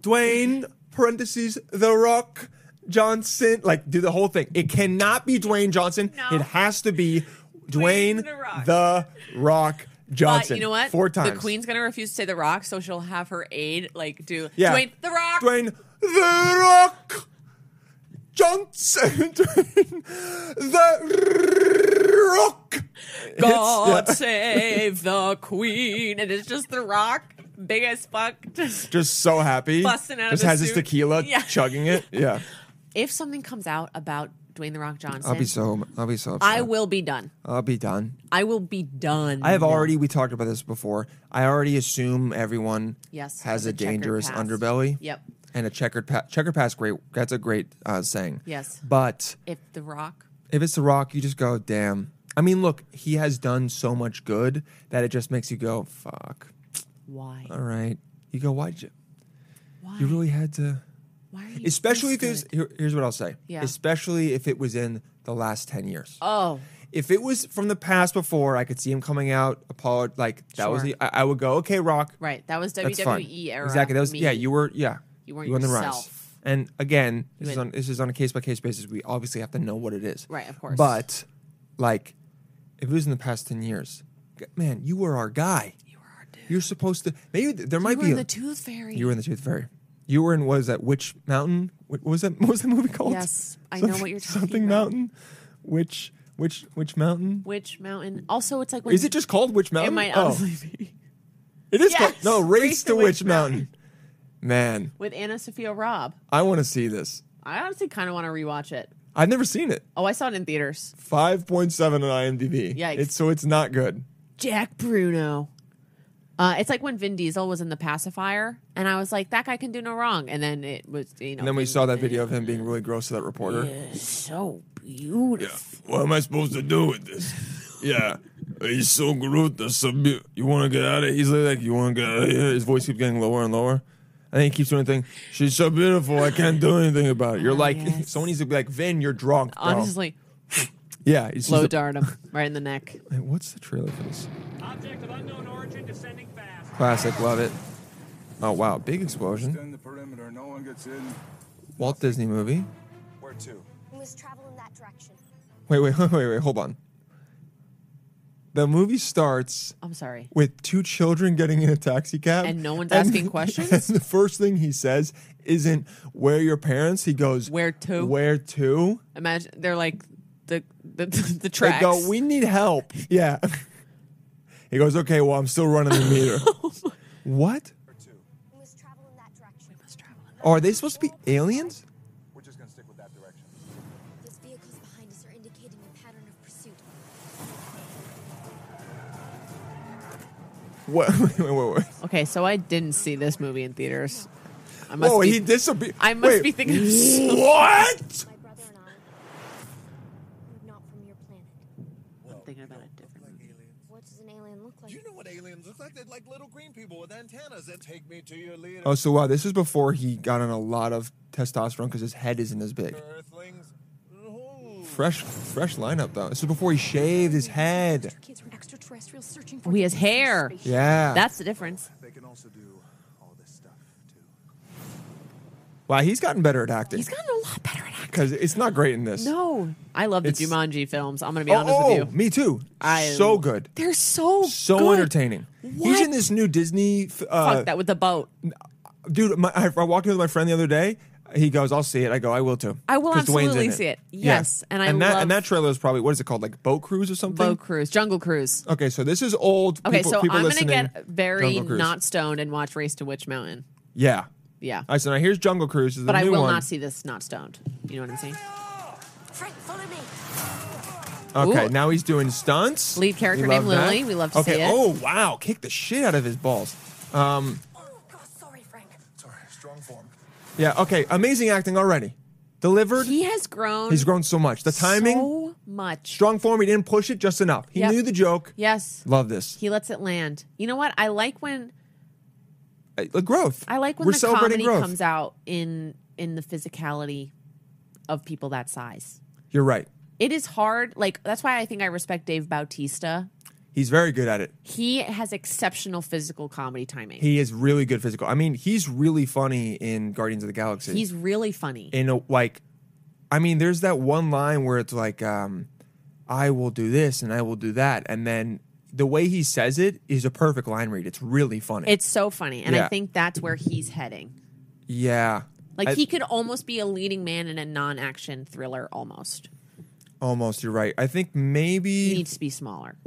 Speaker 3: Dwayne parentheses The Rock Johnson. Like do the whole thing. It cannot be Dwayne Johnson.
Speaker 4: No.
Speaker 3: It has to be
Speaker 4: Dwayne
Speaker 3: Dwayne,
Speaker 4: The Rock.
Speaker 3: the Rock
Speaker 4: But
Speaker 3: Johnson.
Speaker 4: you know what?
Speaker 3: Four times.
Speaker 4: The queen's gonna refuse to say The Rock, so she'll have her aide like do
Speaker 3: Yeah.
Speaker 4: Dwayne The Rock.
Speaker 3: Dwayne The Rock Johnson. [LAUGHS] Dwayne the Rock.
Speaker 4: God
Speaker 3: [LAUGHS]
Speaker 4: save the queen. And it's just The Rock, big as fuck. Just
Speaker 3: just so happy.
Speaker 4: Busting out of
Speaker 3: just
Speaker 4: his
Speaker 3: has his
Speaker 4: suit.
Speaker 3: tequila,
Speaker 4: [LAUGHS] Yeah.
Speaker 3: chugging it. Yeah,
Speaker 4: If something comes out about Dwayne The Rock Johnson,
Speaker 3: I'll be so. I'll be so. Upset.
Speaker 4: I will be done.
Speaker 3: I'll be done.
Speaker 4: I will be done.
Speaker 3: I have already. We talked about this before. I already assume everyone
Speaker 4: Yes,
Speaker 3: has
Speaker 4: has
Speaker 3: a,
Speaker 4: a checkered
Speaker 3: dangerous
Speaker 4: past.
Speaker 3: underbelly.
Speaker 4: Yep.
Speaker 3: And a checkered pa- checkered past. Great. That's a great uh, saying.
Speaker 4: Yes.
Speaker 3: But
Speaker 4: If The Rock,
Speaker 3: if it's The Rock, you just go, damn. I mean, look, he has done so much good that it just makes you go, fuck.
Speaker 4: why?
Speaker 3: All right. You go, why'd you?
Speaker 4: Why?
Speaker 3: You really had to.
Speaker 4: why are you
Speaker 3: especially if
Speaker 4: this
Speaker 3: it's
Speaker 4: good?
Speaker 3: here, here's what I'll say.
Speaker 4: Yeah.
Speaker 3: Especially if it was in the last ten years.
Speaker 4: Oh,
Speaker 3: if it was from the past before, I could see him coming out, apolog like that was
Speaker 4: Sure.
Speaker 3: the I, I would go, okay, Rock,
Speaker 4: right. That was
Speaker 3: that's
Speaker 4: WWE
Speaker 3: fine.
Speaker 4: era.
Speaker 3: Exactly. That was
Speaker 4: me.
Speaker 3: yeah. You were yeah.
Speaker 4: You weren't
Speaker 3: on the rise.
Speaker 4: yourself.
Speaker 3: And again, this
Speaker 4: You
Speaker 3: is
Speaker 4: had-
Speaker 3: on this is on a case by case basis. We obviously have to know what it is.
Speaker 4: Right, of course.
Speaker 3: But like, if it was in the past ten years, g- man, you were our guy.
Speaker 4: You were our dude.
Speaker 3: You're supposed to. Maybe th- there
Speaker 4: You
Speaker 3: might
Speaker 4: were in
Speaker 3: be a-
Speaker 4: the Tooth Fairy.
Speaker 3: you were in the Tooth Fairy. You were in what is that? Witch Mountain? What what was that? [LAUGHS] What was that movie called?
Speaker 4: Yes, I know what you're talking
Speaker 3: Something
Speaker 4: about.
Speaker 3: Mountain. Which which which mountain?
Speaker 4: Witch Mountain. Also, it's like when
Speaker 3: Is it just called Witch Mountain?
Speaker 4: It might
Speaker 3: Oh.
Speaker 4: honestly be
Speaker 3: [LAUGHS]
Speaker 4: [LAUGHS]
Speaker 3: It is
Speaker 4: Yes!
Speaker 3: called No, Race, to Witch, Mountain. Man,
Speaker 4: with Anna Sophia Robb.
Speaker 3: I want to see this.
Speaker 4: I honestly kind of want to rewatch it.
Speaker 3: I've never seen it.
Speaker 4: Oh, I saw it in theaters.
Speaker 3: 5.7 on IMDb.
Speaker 4: Yikes.
Speaker 3: It's so it's not good.
Speaker 4: Jack Bruno. Uh, it's like when Vin Diesel was in the pacifier, and I was like, "That guy can do no wrong." And then it was, you know.
Speaker 3: And then we
Speaker 4: Vin-
Speaker 3: saw that video of him being really gross to that reporter.
Speaker 4: So beautiful.
Speaker 3: What am I supposed to do with this? Yeah. He's so gross. That's so be- you want to get out of here? He's like, you want to get out of here? His voice keeps getting lower and lower. And then he keeps doing the thing. She's so [LAUGHS] beautiful. I can't do anything about it. You're like,
Speaker 4: Oh, yes.
Speaker 3: someone needs to be like, Vin, you're drunk. bro."
Speaker 4: Honestly,
Speaker 3: Yeah, it's
Speaker 4: Low
Speaker 3: just
Speaker 4: dart him [LAUGHS] right in the neck.
Speaker 3: Wait, what's the trailer for this?
Speaker 7: Object of unknown origin descending fast.
Speaker 3: Classic, love it. Oh wow, big explosion.
Speaker 8: Extend the perimeter. No one gets in.
Speaker 3: Walt Disney movie.
Speaker 8: Where to?
Speaker 9: We must travel in that direction.
Speaker 3: Wait, wait, [LAUGHS] wait, wait, wait, hold on. The movie starts
Speaker 4: I'm sorry.
Speaker 3: with two children getting in a taxi cab.
Speaker 4: And no one's
Speaker 3: [LAUGHS] And-
Speaker 4: asking questions?
Speaker 3: and the first thing he says isn't where are your parents. He goes
Speaker 4: Where to?
Speaker 3: Where to?
Speaker 4: Imagine they're like the the [LAUGHS] the
Speaker 3: They
Speaker 4: tracks.
Speaker 3: go. We need help. Yeah. [LAUGHS] he goes. Okay. Well, I'm still running the meter.
Speaker 4: [LAUGHS]
Speaker 3: what?
Speaker 9: We must travel in that direction.
Speaker 3: Oh, are they supposed to be aliens?
Speaker 8: We're just gonna stick with that direction.
Speaker 9: Those vehicles behind us are indicating a pattern of pursuit.
Speaker 3: What? [LAUGHS] wait, wait, wait. wait.
Speaker 4: okay, so I didn't see this movie in theaters. I must
Speaker 3: Whoa,
Speaker 4: be,
Speaker 3: Oh, he disappeared.
Speaker 4: I must be thinking of
Speaker 3: [LAUGHS]
Speaker 4: [LAUGHS] so-
Speaker 3: What?
Speaker 9: My brother and I. We're not from your planet.
Speaker 4: I'm thinking about a different movie.
Speaker 9: What does an alien look like?
Speaker 8: know what aliens look like? They're like little green people with antennas that take me to your leader.
Speaker 3: Oh, so wow, this is before he got on a lot of testosterone because his head isn't as big.
Speaker 8: Earthlings.
Speaker 3: Fresh, fresh lineup though. This is before he shaved his head.
Speaker 10: Kids were extraterrestrials searching
Speaker 4: Oh, he has hair.
Speaker 3: Yeah.
Speaker 4: That's the difference.
Speaker 8: They can also do all this stuff too.
Speaker 3: wow, he's gotten better at acting
Speaker 4: He's gotten a lot better at acting.
Speaker 3: because it's not great in this.
Speaker 4: No, I love the
Speaker 3: It's-
Speaker 4: Jumanji films. I'm gonna be
Speaker 3: Oh,
Speaker 4: honest
Speaker 3: oh,
Speaker 4: with you.
Speaker 3: me too.
Speaker 4: I-
Speaker 3: so good,
Speaker 4: They're so
Speaker 3: so
Speaker 4: good.
Speaker 3: entertaining. He's
Speaker 4: What?
Speaker 3: in this new Disney. f- Uh,
Speaker 4: Fuck that with the boat.
Speaker 3: Dude, my, I, I walked in with my friend the other day. He goes, "I'll see it." I go, "I will too."
Speaker 4: I will
Speaker 3: 'Cause Dwayne's
Speaker 4: absolutely
Speaker 3: in
Speaker 4: see it.
Speaker 3: Yeah.
Speaker 4: Yes, and I
Speaker 3: and that and
Speaker 4: love-
Speaker 3: that trailer is probably what is it called, like Boat Cruise or something?
Speaker 4: Boat cruise, jungle cruise.
Speaker 3: Okay, so this is old.
Speaker 4: Okay,
Speaker 3: people,
Speaker 4: so
Speaker 3: people
Speaker 4: I'm gonna
Speaker 3: listening,
Speaker 4: get very
Speaker 3: Jungle Cruise.
Speaker 4: not stoned and watch Race to Witch Mountain.
Speaker 3: Yeah.
Speaker 4: Yeah,
Speaker 3: All right, so now here's Jungle Cruise. This is
Speaker 4: but
Speaker 3: the
Speaker 4: I
Speaker 3: new
Speaker 4: will
Speaker 3: one.
Speaker 4: not see this not stoned. You know what I'm saying?
Speaker 9: Frank, follow me.
Speaker 3: Okay,
Speaker 4: Ooh.
Speaker 3: now he's doing stunts.
Speaker 4: Lead character
Speaker 3: We love
Speaker 4: named
Speaker 3: that.
Speaker 4: Lily. We love to
Speaker 3: okay.
Speaker 4: see it.
Speaker 3: Oh wow, kick the shit out of his balls. Um,
Speaker 9: Oh, God, sorry, Frank.
Speaker 8: Sorry, strong form.
Speaker 3: yeah. Okay, amazing acting already. Delivered.
Speaker 4: He has grown.
Speaker 3: he's grown so much. The timing,
Speaker 4: so much.
Speaker 3: strong form. He didn't push it just enough. He
Speaker 4: Yep.
Speaker 3: knew the joke.
Speaker 4: Yes,
Speaker 3: Love this.
Speaker 4: he lets it land. You know what? I like when
Speaker 3: Uh, The growth.
Speaker 4: I like when
Speaker 3: We're
Speaker 4: the
Speaker 3: celebrating
Speaker 4: comedy
Speaker 3: growth.
Speaker 4: comes out in in the physicality of people that size.
Speaker 3: You're right.
Speaker 4: It is hard. Like that's why I think I respect Dave Bautista.
Speaker 3: He's very good at it.
Speaker 4: He has exceptional physical comedy timing.
Speaker 3: He is really good physical. I mean, he's really funny in Guardians of the Galaxy.
Speaker 4: He's really funny.
Speaker 3: in a like I mean there's that one line where it's like um I will do this and I will do that and then the way he says it is a perfect line read. It's really funny.
Speaker 4: It's so funny, and
Speaker 3: Yeah.
Speaker 4: I think that's where he's heading.
Speaker 3: yeah.
Speaker 4: Like
Speaker 3: I-
Speaker 4: he could almost be a leading man in a non-action thriller. Almost,
Speaker 3: almost you're right. I think
Speaker 4: he
Speaker 3: maybe
Speaker 4: needs to be smaller.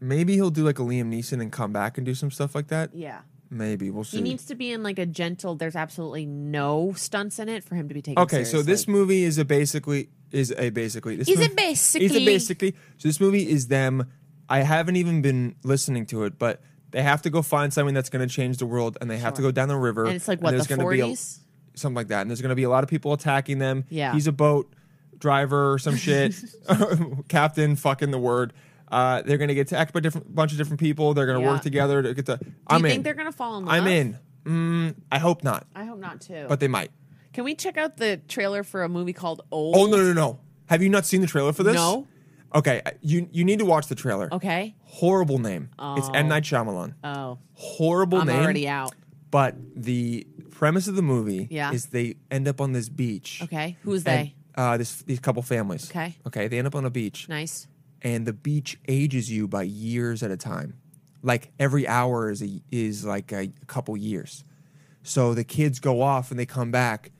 Speaker 3: maybe he'll do like a Liam Neeson and come back and do some stuff like that.
Speaker 4: Yeah,
Speaker 3: Maybe we'll see.
Speaker 4: he needs to be in like a gentle. There's absolutely no stunts in it for him to be taken.
Speaker 3: okay, so this
Speaker 4: seriously.
Speaker 3: movie is a basically is a basically this
Speaker 4: Is
Speaker 3: mov-
Speaker 4: it basically-
Speaker 3: is a basically so this movie is them. I haven't even been listening to it, but they have to go find something that's going to change the world, and they have to go down the river.
Speaker 4: and it's like what
Speaker 3: there's
Speaker 4: the
Speaker 3: gonna be a-
Speaker 4: forties.
Speaker 3: something like that, and there's going to be a lot of people attacking them.
Speaker 4: Yeah.
Speaker 3: he's a boat driver or some shit,
Speaker 4: [LAUGHS]
Speaker 3: [LAUGHS] captain. Fucking the word. Uh, they're going to get attacked by different bunch of different people. They're going to
Speaker 4: Yeah.
Speaker 3: work together to get to.
Speaker 4: Do
Speaker 3: I'm
Speaker 4: you
Speaker 3: in.
Speaker 4: think they're gonna fall in love?
Speaker 3: I'm in. Mm, I hope not,
Speaker 4: I hope not too.
Speaker 3: but they might.
Speaker 4: Can we check out the trailer for a movie called Old?
Speaker 3: Oh no no no! Have you not seen the trailer for this?
Speaker 4: No.
Speaker 3: Okay, I- you you need to watch the trailer.
Speaker 4: Okay.
Speaker 3: Horrible name. It's M Night Shyamalan.
Speaker 4: Oh,
Speaker 3: Horrible
Speaker 4: I'm
Speaker 3: name.
Speaker 4: already out.
Speaker 3: But the premise of the movie
Speaker 4: Yeah.
Speaker 3: is they end up on this beach.
Speaker 4: Okay, who's
Speaker 3: And,
Speaker 4: they?
Speaker 3: uh, this these couple families.
Speaker 4: Okay.
Speaker 3: Okay, they end up on a beach,
Speaker 4: Nice.
Speaker 3: and the beach ages you by years at a time. Like every hour is a, is like a couple years. So the kids go off and they come back.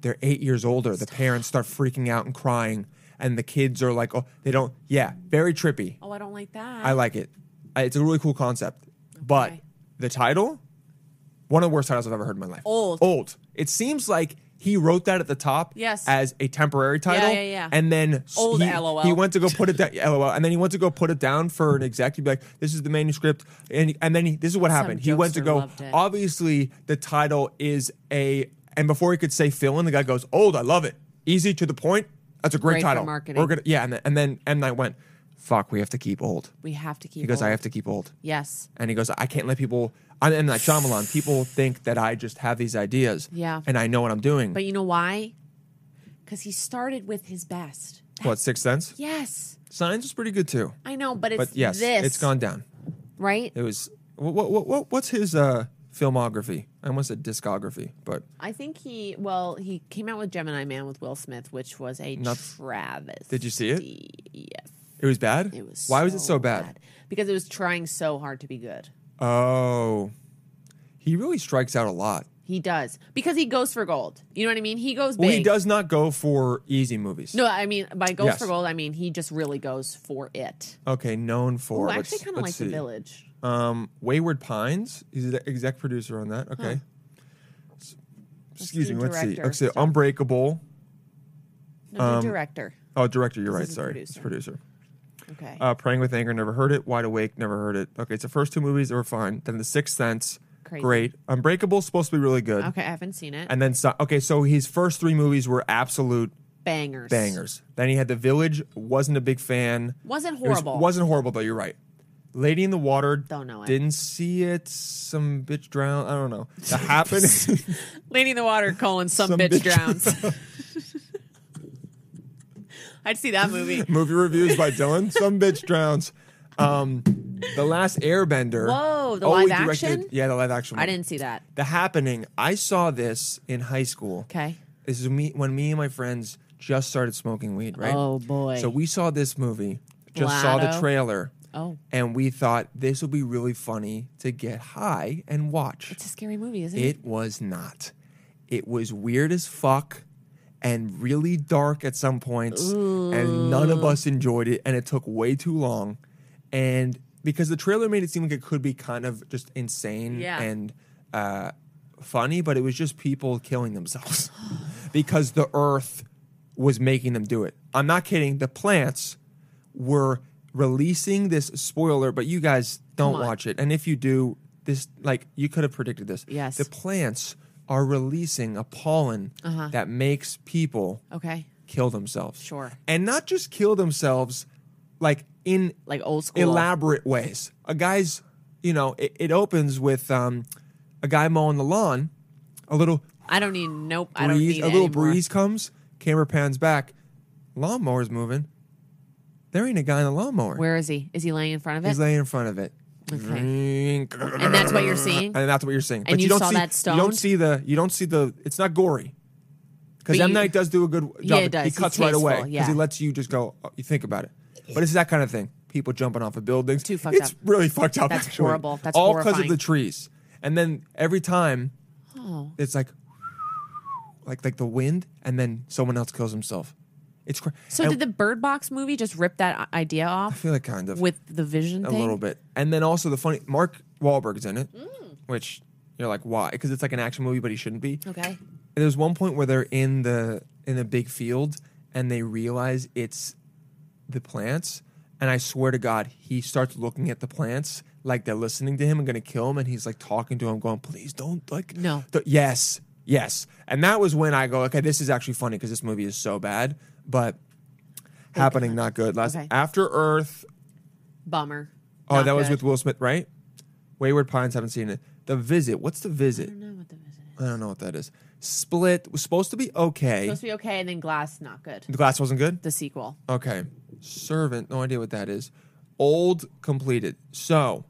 Speaker 3: They're eight years older. The parents start freaking out and crying, and the kids are like, "Oh, they don't." Yeah, very trippy.
Speaker 4: Oh, I don't like that.
Speaker 3: I like it. I- It's a really cool concept. But
Speaker 4: Okay.
Speaker 3: the title, one of the worst titles I've ever heard in my life.
Speaker 4: Old.
Speaker 3: Old. It seems like he wrote that at the top
Speaker 4: Yes.
Speaker 3: as a temporary title.
Speaker 4: yeah, yeah.
Speaker 3: And then s-
Speaker 4: Old
Speaker 3: he,
Speaker 4: LOL.
Speaker 3: he went to go put it down. [LAUGHS] LOL. And then he went to go put it down for an exec. He'd be like, this is the manuscript. And, and then he, this is what happened. He went to
Speaker 4: jokester
Speaker 3: go,
Speaker 4: loved it.
Speaker 3: obviously, the title is a, and before he could say fill in, the guy goes, old, I love it. Easy to the point. That's a great,
Speaker 4: Great for
Speaker 3: title.
Speaker 4: marketing.
Speaker 3: We're gonna, yeah, and then, and then M Night went, "Fuck, we have to keep old."
Speaker 4: we have to keep.
Speaker 3: He goes, I
Speaker 4: Old.
Speaker 3: have to keep old.
Speaker 4: Yes.
Speaker 3: And he goes, I can't let people, I'm M. Night Shyamalan. People think that I just have these ideas.
Speaker 4: Yeah.
Speaker 3: And I know what I'm doing.
Speaker 4: But you know why? Because he started with his best.
Speaker 3: What, Sixth Sense?
Speaker 4: Yes,
Speaker 3: Signs was pretty good too.
Speaker 4: I know, but it's
Speaker 3: But yes,
Speaker 4: this.
Speaker 3: it's gone down.
Speaker 4: right.
Speaker 3: It was what, what, what, what's his uh filmography? I almost said discography, but
Speaker 4: I think he well he came out with Gemini Man with Will Smith, which was a
Speaker 3: Not-
Speaker 4: travesty.
Speaker 3: did you see it?
Speaker 4: Yes,
Speaker 3: It was bad.
Speaker 4: it was.
Speaker 3: Why was it so bad?
Speaker 4: Because it was trying so hard to be good.
Speaker 3: Oh, he really strikes out a lot.
Speaker 4: He does because he goes for gold. You know what I mean? He goes big.
Speaker 3: Well, he does not go for easy movies.
Speaker 4: No, I mean by goes
Speaker 3: Yes.
Speaker 4: for gold, I mean he just really goes for it.
Speaker 3: Okay, known for.
Speaker 4: Ooh, I
Speaker 3: let's-
Speaker 4: actually kind of like
Speaker 3: let's
Speaker 4: the
Speaker 3: see.
Speaker 4: village.
Speaker 3: Um, Wayward Pines. He's the exec producer on that. Okay. S- Excuse
Speaker 4: do
Speaker 3: me. Let's see.
Speaker 4: director
Speaker 3: Let's see.
Speaker 4: stuff.
Speaker 3: Unbreakable.
Speaker 4: No, no, director.
Speaker 3: Oh, director. You're
Speaker 4: This
Speaker 3: right.
Speaker 4: is a
Speaker 3: Sorry,
Speaker 4: producer.
Speaker 3: it's producer.
Speaker 4: Okay.
Speaker 3: Uh, Praying with Anger. Never heard it. Wide Awake. Never heard it. Okay, it's the first two movies that were fine. Then The Sixth Sense.
Speaker 4: Crazy.
Speaker 3: Great. Unbreakable supposed to be really good.
Speaker 4: okay, I haven't seen it.
Speaker 3: Mm-hmm. And then so- okay, so his first three movies were absolute
Speaker 4: bangers.
Speaker 3: bangers. Then he had The Village. Wasn't a big fan.
Speaker 4: Wasn't
Speaker 3: It was-
Speaker 4: horrible.
Speaker 3: wasn't horrible though. You're right. Lady in the Water.
Speaker 4: Don't know it.
Speaker 3: Didn't see it. Some bitch drowned.
Speaker 4: [LAUGHS]
Speaker 3: I don't know. The happening.
Speaker 4: Lady in the Water, colon, some,
Speaker 3: Some
Speaker 4: bitch,
Speaker 3: bitch
Speaker 4: [LAUGHS] drowns. I'd see that movie.
Speaker 3: Movie reviews by Dylan. Some bitch drowns. Um, the Last Airbender.
Speaker 4: Whoa, the
Speaker 3: he
Speaker 4: live action?
Speaker 3: Yeah, the live action.
Speaker 4: I
Speaker 3: one.
Speaker 4: didn't see that.
Speaker 3: The Happening. I saw this in high school.
Speaker 4: Okay.
Speaker 3: This is me when me and my friends just started smoking weed, right?
Speaker 4: Oh, boy.
Speaker 3: So we saw this movie. Just saw the
Speaker 4: Blotto.
Speaker 3: trailer.
Speaker 4: Oh.
Speaker 3: And we thought this will be really funny to get high and watch.
Speaker 4: It's a scary movie, isn't it?
Speaker 3: It was not. It was weird as fuck and really dark at some points, and none of us enjoyed it, and it took way too long. And because the trailer made it seem like it could be kind of just insane
Speaker 4: Yeah.
Speaker 3: and uh, funny, but it was just people killing themselves [LAUGHS] because the earth was making them do it. I'm not kidding. The plants were releasing this spoiler, but you guys don't
Speaker 4: on.
Speaker 3: watch it. And if you do, this like you could have predicted this.
Speaker 4: Yes.
Speaker 3: The plants are releasing a pollen that makes people
Speaker 4: Uh-huh. Okay.
Speaker 3: kill themselves.
Speaker 4: Sure.
Speaker 3: And not just kill themselves like in
Speaker 4: Like old school.
Speaker 3: elaborate ways. A guy's, you know, it, it opens with um, a guy mowing the lawn, a little
Speaker 4: I don't need, nope. I don't
Speaker 3: breeze,
Speaker 4: need
Speaker 3: a little
Speaker 4: any more.
Speaker 3: breeze comes, camera pans back, lawnmower's moving. There ain't a guy in the lawnmower.
Speaker 4: Where is he? Is he laying in front of it?
Speaker 3: He's laying in front of it.
Speaker 4: and that's what you're seeing?
Speaker 3: and that's what you're seeing.
Speaker 4: And
Speaker 3: but you,
Speaker 4: you
Speaker 3: don't
Speaker 4: saw
Speaker 3: see
Speaker 4: that
Speaker 3: you don't
Speaker 4: stoned?
Speaker 3: see the you don't see the it's not gory. Because
Speaker 4: But
Speaker 3: M
Speaker 4: you-
Speaker 3: Night does do a good job.
Speaker 4: Yeah, it
Speaker 3: He-
Speaker 4: does.
Speaker 3: He
Speaker 4: He's
Speaker 3: cuts right away
Speaker 4: tasteful, yeah.
Speaker 3: he lets you just go. oh, you think about it, but it's that kind of thing. People jumping off of buildings.
Speaker 4: Too fucked
Speaker 3: it's
Speaker 4: up.
Speaker 3: really fucked up.
Speaker 4: That's
Speaker 3: actually.
Speaker 4: horrible. That's
Speaker 3: all because of
Speaker 4: horrifying.
Speaker 3: the trees. And then every time,
Speaker 4: Oh.
Speaker 3: it's like, like like the wind, and then someone else kills himself. It's cra-
Speaker 4: So
Speaker 3: and
Speaker 4: did the Bird Box movie just rip that i- idea
Speaker 3: I
Speaker 4: off
Speaker 3: feel like kind of
Speaker 4: with the vision
Speaker 3: a
Speaker 4: thing?
Speaker 3: little bit. And then also the funny Mark Wahlberg's in it,
Speaker 4: Mm.
Speaker 3: which you're like, why? Because it's like an action movie, but he shouldn't be.
Speaker 4: Okay.
Speaker 3: And there's one point where they're in the in a big field and they realize it's the plants. And I swear to God, he starts looking at the plants like they're listening to him and gonna kill him. And he's like talking to him, going, "Please don't like."
Speaker 4: No.
Speaker 3: th- yes. Yes. And that was when I go, okay, this is actually funny because this movie is so bad, but happening not good. Last
Speaker 4: Okay.
Speaker 3: After Earth,
Speaker 4: Bummer.
Speaker 3: Oh,
Speaker 4: Not
Speaker 3: that was
Speaker 4: good.
Speaker 3: with Will Smith, right? Wayward Pines. Haven't seen it. The Visit. What's the Visit?
Speaker 4: I
Speaker 3: I
Speaker 4: don't know what the vision is.
Speaker 3: don't know, what that is. Split was supposed to be okay.
Speaker 4: Supposed to be okay, and then Glass, not good.
Speaker 3: the glass wasn't good.
Speaker 4: The sequel.
Speaker 3: Okay. Servant. No idea what that is. Old completed. So.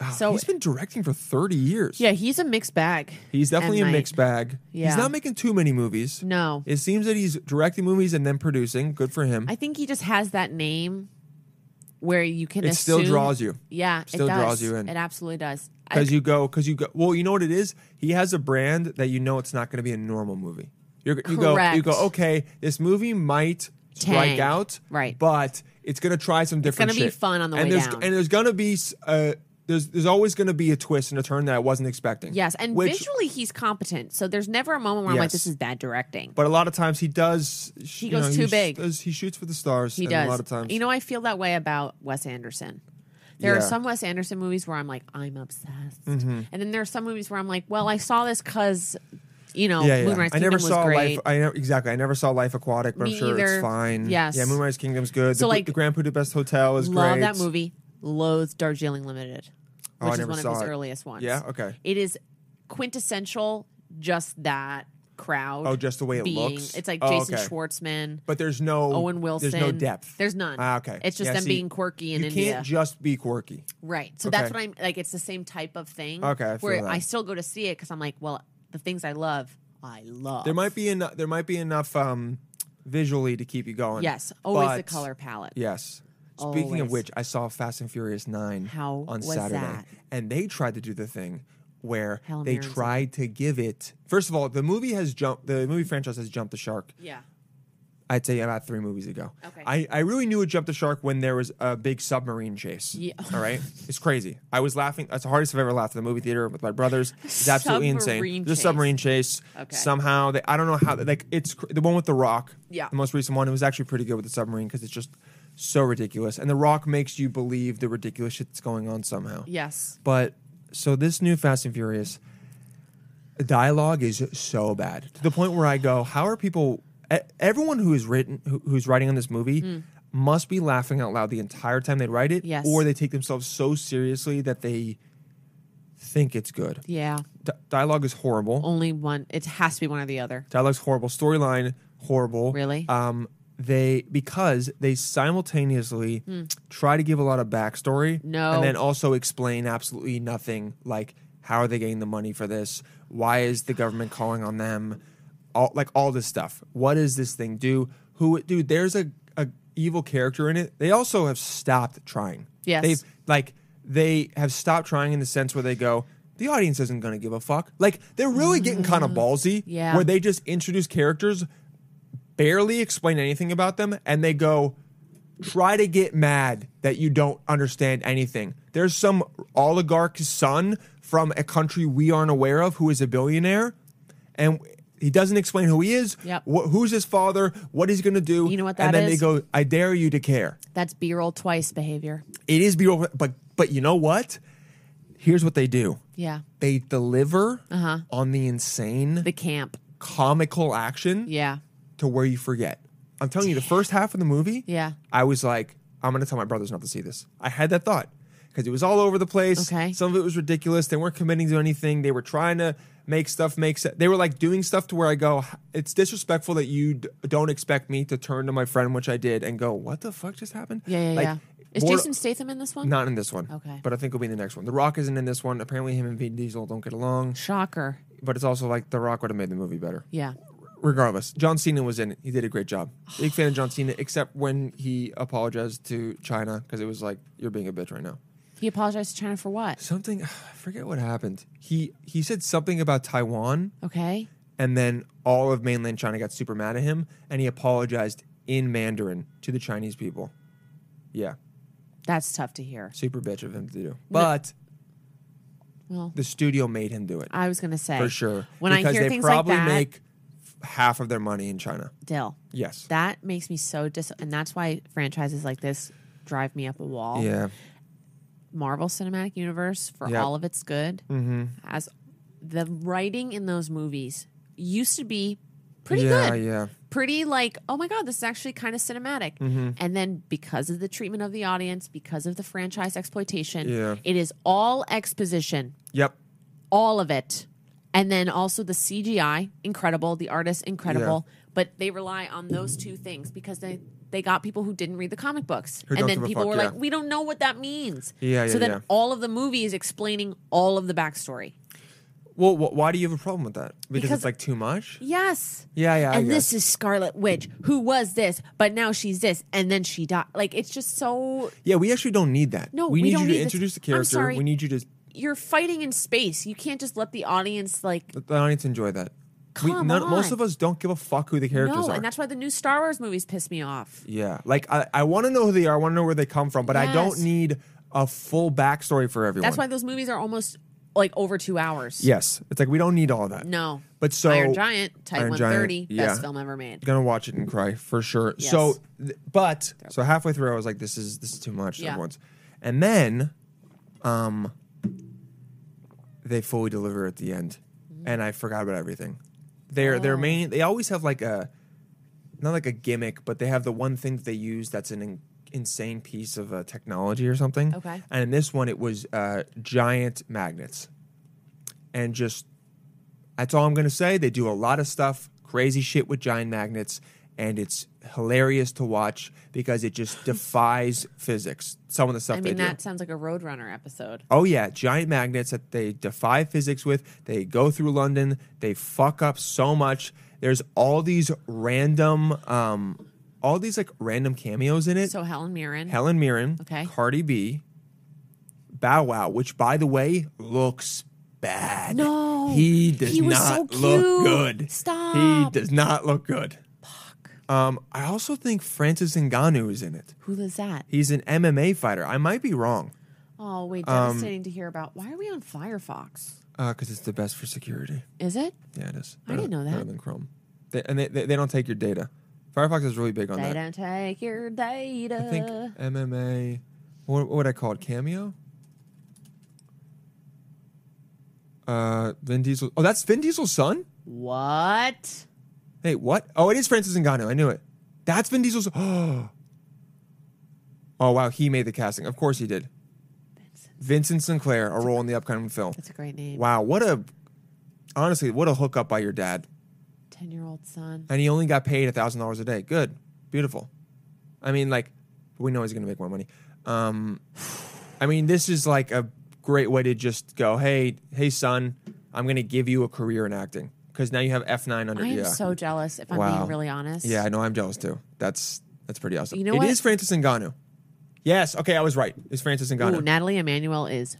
Speaker 3: Ah,
Speaker 4: Hmm. So-
Speaker 3: he's been directing for thirty years.
Speaker 4: Yeah, he's a mixed bag.
Speaker 3: He's definitely
Speaker 4: M.
Speaker 3: a
Speaker 4: Night.
Speaker 3: mixed bag. He's
Speaker 4: Yeah.
Speaker 3: not making too many movies.
Speaker 4: No.
Speaker 3: It seems that he's directing movies and then producing. Good for him.
Speaker 4: I think he just has that name where you can.
Speaker 3: It still
Speaker 4: assume-
Speaker 3: draws you.
Speaker 4: Yeah,
Speaker 3: Still
Speaker 4: it does.
Speaker 3: draws you in.
Speaker 4: It absolutely does. I-
Speaker 3: Because you go, because you go. Well, you know what it is. He has a brand that you know it's not going to be a normal movie. You're, you go, you
Speaker 4: Correct.
Speaker 3: go. Okay, this movie might strike
Speaker 4: Tank.
Speaker 3: out,
Speaker 4: Right.
Speaker 3: But it's going to try some different.
Speaker 4: gonna be
Speaker 3: shit.
Speaker 4: fun on the
Speaker 3: and
Speaker 4: way
Speaker 3: there's,
Speaker 4: down.
Speaker 3: And there's going to be s- uh, there's there's always going to be a twist and a turn that I wasn't expecting.
Speaker 4: yes, and
Speaker 3: which,
Speaker 4: visually he's competent. So there's never a moment where I'm
Speaker 3: Yes.
Speaker 4: like, this is bad directing.
Speaker 3: But a lot of times he does. He
Speaker 4: goes too big.
Speaker 3: Does, he shoots for the stars.
Speaker 4: he
Speaker 3: and
Speaker 4: does.
Speaker 3: a lot of times.
Speaker 4: You know, I feel that way about Wes Anderson. There are
Speaker 3: Yeah. Mm-hmm.
Speaker 4: some Wes Anderson movies where I'm like, I'm obsessed, and then there are some movies where I'm like, well, I saw this because, you know,
Speaker 3: yeah, yeah.
Speaker 4: Oh, Moonrise
Speaker 3: I
Speaker 4: Kingdom
Speaker 3: never
Speaker 4: was
Speaker 3: saw
Speaker 4: great.
Speaker 3: Life. I never, exactly. I never saw Life Aquatic, but I'm
Speaker 4: Me
Speaker 3: sure it's
Speaker 4: either.
Speaker 3: fine.
Speaker 4: Yes.
Speaker 3: Yeah, Moonrise Kingdom's good.
Speaker 4: So,
Speaker 3: the,
Speaker 4: like,
Speaker 3: the Grand Budapest Hotel is
Speaker 4: Love
Speaker 3: great.
Speaker 4: that movie. Loathe Darjeeling Limited,
Speaker 3: Oh, I
Speaker 4: which is
Speaker 3: never
Speaker 4: one of
Speaker 3: saw
Speaker 4: his
Speaker 3: it.
Speaker 4: earliest ones.
Speaker 3: Yeah, okay.
Speaker 4: It is quintessential, just that crowd.
Speaker 3: Oh, just the way it
Speaker 4: being,
Speaker 3: looks?
Speaker 4: It's like
Speaker 3: Oh,
Speaker 4: Jason
Speaker 3: okay.
Speaker 4: Schwartzman,
Speaker 3: But there's no
Speaker 4: Owen Wilson.
Speaker 3: There's no depth.
Speaker 4: There's none.
Speaker 3: Ah, okay.
Speaker 4: It's just
Speaker 3: Yeah,
Speaker 4: them
Speaker 3: see,
Speaker 4: being quirky in
Speaker 3: you
Speaker 4: India.
Speaker 3: can't just be quirky.
Speaker 4: Right. So
Speaker 3: Okay.
Speaker 4: that's what I'm like. It's the same type of thing.
Speaker 3: Okay, I feel
Speaker 4: where
Speaker 3: that.
Speaker 4: I still go to see it because I'm like, well, the things I love, I love.
Speaker 3: There might be enough. There might be enough um, visually to keep you going.
Speaker 4: yes, always the
Speaker 3: but-
Speaker 4: color palette.
Speaker 3: Yes. Speaking of
Speaker 4: Always.
Speaker 3: which, I saw Fast and Furious Nine
Speaker 4: How
Speaker 3: on
Speaker 4: was
Speaker 3: Saturday,
Speaker 4: that?
Speaker 3: and they tried to do the thing where
Speaker 4: Hail
Speaker 3: they
Speaker 4: Marys.
Speaker 3: tried to give it. First of all, the movie has jumped. The movie franchise has jumped the shark.
Speaker 4: Yeah.
Speaker 3: I'd say about three movies ago.
Speaker 4: Okay.
Speaker 3: I, I really knew it jumped the shark when there was a big submarine chase.
Speaker 4: Yeah.
Speaker 3: All right. It's crazy. I was laughing. That's the hardest I've ever laughed at the movie theater with my brothers.
Speaker 4: [LAUGHS]
Speaker 3: It's absolutely
Speaker 4: Submarine
Speaker 3: insane. The
Speaker 4: chase.
Speaker 3: submarine chase.
Speaker 4: Okay.
Speaker 3: Somehow they I don't know how like it's cr- the one with the rock.
Speaker 4: Yeah.
Speaker 3: The most recent one. It was actually pretty good with the submarine because it's just so ridiculous. And the rock makes you believe the ridiculous shit that's going on somehow.
Speaker 4: Yes.
Speaker 3: But so this new Fast and Furious dialogue is so bad to the point where I go, how are people? e- Everyone who is written, who, who's writing on this movie, must be laughing out loud the entire time they write it,
Speaker 4: Yes.
Speaker 3: or they take themselves so seriously that they think it's good.
Speaker 4: Yeah.
Speaker 3: D- dialogue is horrible.
Speaker 4: Only one. It has to be one or the other.
Speaker 3: Dialogue's horrible. Storyline horrible.
Speaker 4: Really?
Speaker 3: Um, they because they simultaneously try to give a lot of backstory.
Speaker 4: Hmm. No.
Speaker 3: And then also explain absolutely nothing. Like how are they getting the money for this? Why is the government calling on them? All like all this stuff. What does this thing do? Who dude? There's a, a evil character in it. They also have stopped trying.
Speaker 4: Yes.
Speaker 3: They've like they have stopped trying in the sense where they go. The audience isn't going to give a fuck. Like they're really getting kind of ballsy.
Speaker 4: Mm-hmm. Yeah.
Speaker 3: Where they just introduce characters, barely explain anything about them, and they go, try to get mad that you don't understand anything. There's some oligarch's son from a country we aren't aware of who is a billionaire, and he doesn't explain who he is,
Speaker 4: Yep.
Speaker 3: wh- who's his father, what he's going to do.
Speaker 4: You know what
Speaker 3: And
Speaker 4: that
Speaker 3: then
Speaker 4: is?
Speaker 3: they go, I dare you to care.
Speaker 4: That's B-roll twice behavior.
Speaker 3: It is beautiful, but but you know what? Here's what they do.
Speaker 4: Yeah.
Speaker 3: They deliver on the insane,
Speaker 4: Uh-huh. The camp.
Speaker 3: comical action
Speaker 4: Yeah.
Speaker 3: to where you forget. I'm telling you, the first half of the movie,
Speaker 4: Yeah.
Speaker 3: I was like, I'm gonna tell my brothers not to see this. I had that thought because it was all over the place.
Speaker 4: Okay.
Speaker 3: some of it was ridiculous. They weren't committing to anything. They were trying to make stuff make sense. They were like doing stuff to where I go, it's disrespectful that you d- don't expect me to turn to my friend, which I did, and go, what the fuck just happened?
Speaker 4: Yeah. Yeah.
Speaker 3: Like,
Speaker 4: yeah. Is
Speaker 3: more-
Speaker 4: Jason Statham in this one?
Speaker 3: Not in this one.
Speaker 4: Okay.
Speaker 3: But I think it'll be in the next one. The Rock isn't in this one. Apparently, him and Vin Diesel don't get along.
Speaker 4: Shocker.
Speaker 3: But it's also like The Rock would have made the movie better
Speaker 4: Yeah.
Speaker 3: regardless, John Cena was in it. He did a
Speaker 4: [SIGHS]
Speaker 3: great job. Big fan of John Cena, except when he apologized to China because it was like you're being a bitch right now.
Speaker 4: He apologized to China for what?
Speaker 3: Something [SIGHS] I forget what happened. He he said something about Taiwan,
Speaker 4: Okay.
Speaker 3: and then all of mainland China got super mad at him, and he apologized in Mandarin to the Chinese people. Yeah,
Speaker 4: That's tough to hear.
Speaker 3: super bitch of him to do, but
Speaker 4: Well,
Speaker 3: the studio made him do it
Speaker 4: I was gonna say
Speaker 3: for sure
Speaker 4: When I
Speaker 3: because
Speaker 4: hear
Speaker 3: they
Speaker 4: things like
Speaker 3: probably
Speaker 4: that,
Speaker 3: make f- half of their money in China.
Speaker 4: Dill.
Speaker 3: Yes.
Speaker 4: That makes me so dis, and that's why franchises like this drive me up a wall.
Speaker 3: yeah.
Speaker 4: Marvel Cinematic Universe for
Speaker 3: Yep. Mm-hmm.
Speaker 4: all of its good has the writing in those movies used to be pretty
Speaker 3: yeah.
Speaker 4: good.
Speaker 3: Yeah.
Speaker 4: Pretty like, oh my god, this is actually kind of cinematic.
Speaker 3: Mm-hmm.
Speaker 4: And then because of the treatment of the audience, because of the franchise exploitation,
Speaker 3: Yeah.
Speaker 4: it is all exposition,
Speaker 3: Yep.
Speaker 4: all of it. And then also the CGI, incredible, the artists incredible, but they rely on those two things because they they got people who didn't read the comic books.
Speaker 3: Who
Speaker 4: and
Speaker 3: don't
Speaker 4: then
Speaker 3: give a
Speaker 4: people
Speaker 3: fuck,
Speaker 4: were like,
Speaker 3: yeah.
Speaker 4: we don't know what that means.
Speaker 3: Yeah,
Speaker 4: so
Speaker 3: yeah,
Speaker 4: then
Speaker 3: yeah.
Speaker 4: all of the movie is explaining all of the backstory.
Speaker 3: Well, wh- why do you have a problem with that? Because,
Speaker 4: Because-
Speaker 3: it's like too much.
Speaker 4: Yes.
Speaker 3: Yeah, yeah, I
Speaker 4: And this
Speaker 3: guess.
Speaker 4: is Scarlet Witch, who was this, but now she's this, and then she died. Like it's just so
Speaker 3: Yeah, we actually don't need that.
Speaker 4: No,
Speaker 3: we,
Speaker 4: we
Speaker 3: need
Speaker 4: don't
Speaker 3: you
Speaker 4: need
Speaker 3: to
Speaker 4: this.
Speaker 3: introduce the
Speaker 4: I'm
Speaker 3: character.
Speaker 4: sorry.
Speaker 3: We need you to
Speaker 4: you're fighting in space. You can't just let the audience like
Speaker 3: let the audience enjoy that.
Speaker 4: Come on.
Speaker 3: Most of us don't give a fuck who the characters
Speaker 4: no,
Speaker 3: are.
Speaker 4: and that's why the new Star Wars movies piss me off.
Speaker 3: yeah, like I, I want to know who they are. I want to know where they come from, but I don't
Speaker 4: Yes.
Speaker 3: need a full backstory for everyone.
Speaker 4: That's why those movies are almost like over two hours.
Speaker 3: Yes, it's like we don't need all that.
Speaker 4: No.
Speaker 3: but so
Speaker 4: Iron Giant, Type
Speaker 3: Iron
Speaker 4: One
Speaker 3: Giant,
Speaker 4: Thirty,
Speaker 3: yeah.
Speaker 4: best film ever made.
Speaker 3: gonna watch it and cry for sure.
Speaker 4: Yes.
Speaker 3: So, th- but so halfway through, I was like, "This is this is too much."
Speaker 4: Yeah.
Speaker 3: Everyone's, and then, um, they fully deliver at the end,
Speaker 4: Mm-hmm.
Speaker 3: and I forgot about everything. Their
Speaker 4: Oh.
Speaker 3: their main they always have like a not like a gimmick, but they have the one thing that they use that's an in- insane piece of uh, technology or something.
Speaker 4: Okay.
Speaker 3: and in this one, it was uh, giant magnets, and just That's all I'm going to say. They do a lot of stuff, crazy shit with giant magnets, and it's hilarious to watch because it
Speaker 4: [LAUGHS]
Speaker 3: just defies physics. Some of the stuff
Speaker 4: I mean,
Speaker 3: they do.
Speaker 4: that sounds like a Roadrunner episode.
Speaker 3: Oh yeah, giant magnets that they defy physics with. They go through London. They fuck up so much. There's all these random, um, all these like random cameos in it.
Speaker 4: So Helen Mirren.
Speaker 3: Helen Mirren,
Speaker 4: Okay.
Speaker 3: Cardi B, Bow Wow, which by the way looks bad.
Speaker 4: No,
Speaker 3: he does
Speaker 4: he was so
Speaker 3: not look
Speaker 4: cute.
Speaker 3: good.
Speaker 4: Stop.
Speaker 3: He does not look good. Fuck. Um, I also think Francis Ngannou is in it.
Speaker 4: Who is that?
Speaker 3: He's an MMA fighter. I might be wrong.
Speaker 4: Oh, wait,
Speaker 3: Um,
Speaker 4: devastating to hear about. Why are we on Firefox?
Speaker 3: because Uh, it's the best for security.
Speaker 4: Is it?
Speaker 3: Yeah, it is.
Speaker 4: I didn't know that.
Speaker 3: Better than Chrome. They, and they, they, they don't take your data. Firefox is really big on
Speaker 4: They
Speaker 3: that.
Speaker 4: don't take your data.
Speaker 3: I think MMA. What, what would I call it? Cameo. Uh, Vin Diesel. Oh, that's Vin Diesel's son.
Speaker 4: what?
Speaker 3: Hey, what? Oh, it is Francis Ngannou. I knew it. That's Vin Diesel's. [GASPS] Oh. Oh wow, he made the casting. Of course he did. Vincent Sinclair, a role in the upcoming film.
Speaker 4: That's a great name.
Speaker 3: Wow, what a honestly, what a hookup by your dad.
Speaker 4: 10 year old son.
Speaker 3: and he only got paid thousand dollars a day. Good, beautiful. I mean, like, we know he's gonna make more money. Um, I mean, this is like a great way to just go, hey, hey, son, I'm gonna give you a career in acting because now you have F nine under.
Speaker 4: I am
Speaker 3: yeah.
Speaker 4: so jealous, if I'm
Speaker 3: Wow.
Speaker 4: being really honest.
Speaker 3: yeah, I know. I'm jealous too. That's that's pretty awesome.
Speaker 4: You know
Speaker 3: It
Speaker 4: what?
Speaker 3: is Francis Ngannou. Yes. Okay, I was right. It's Francis Ngannou.
Speaker 4: Ooh, Natalie Emanuel is.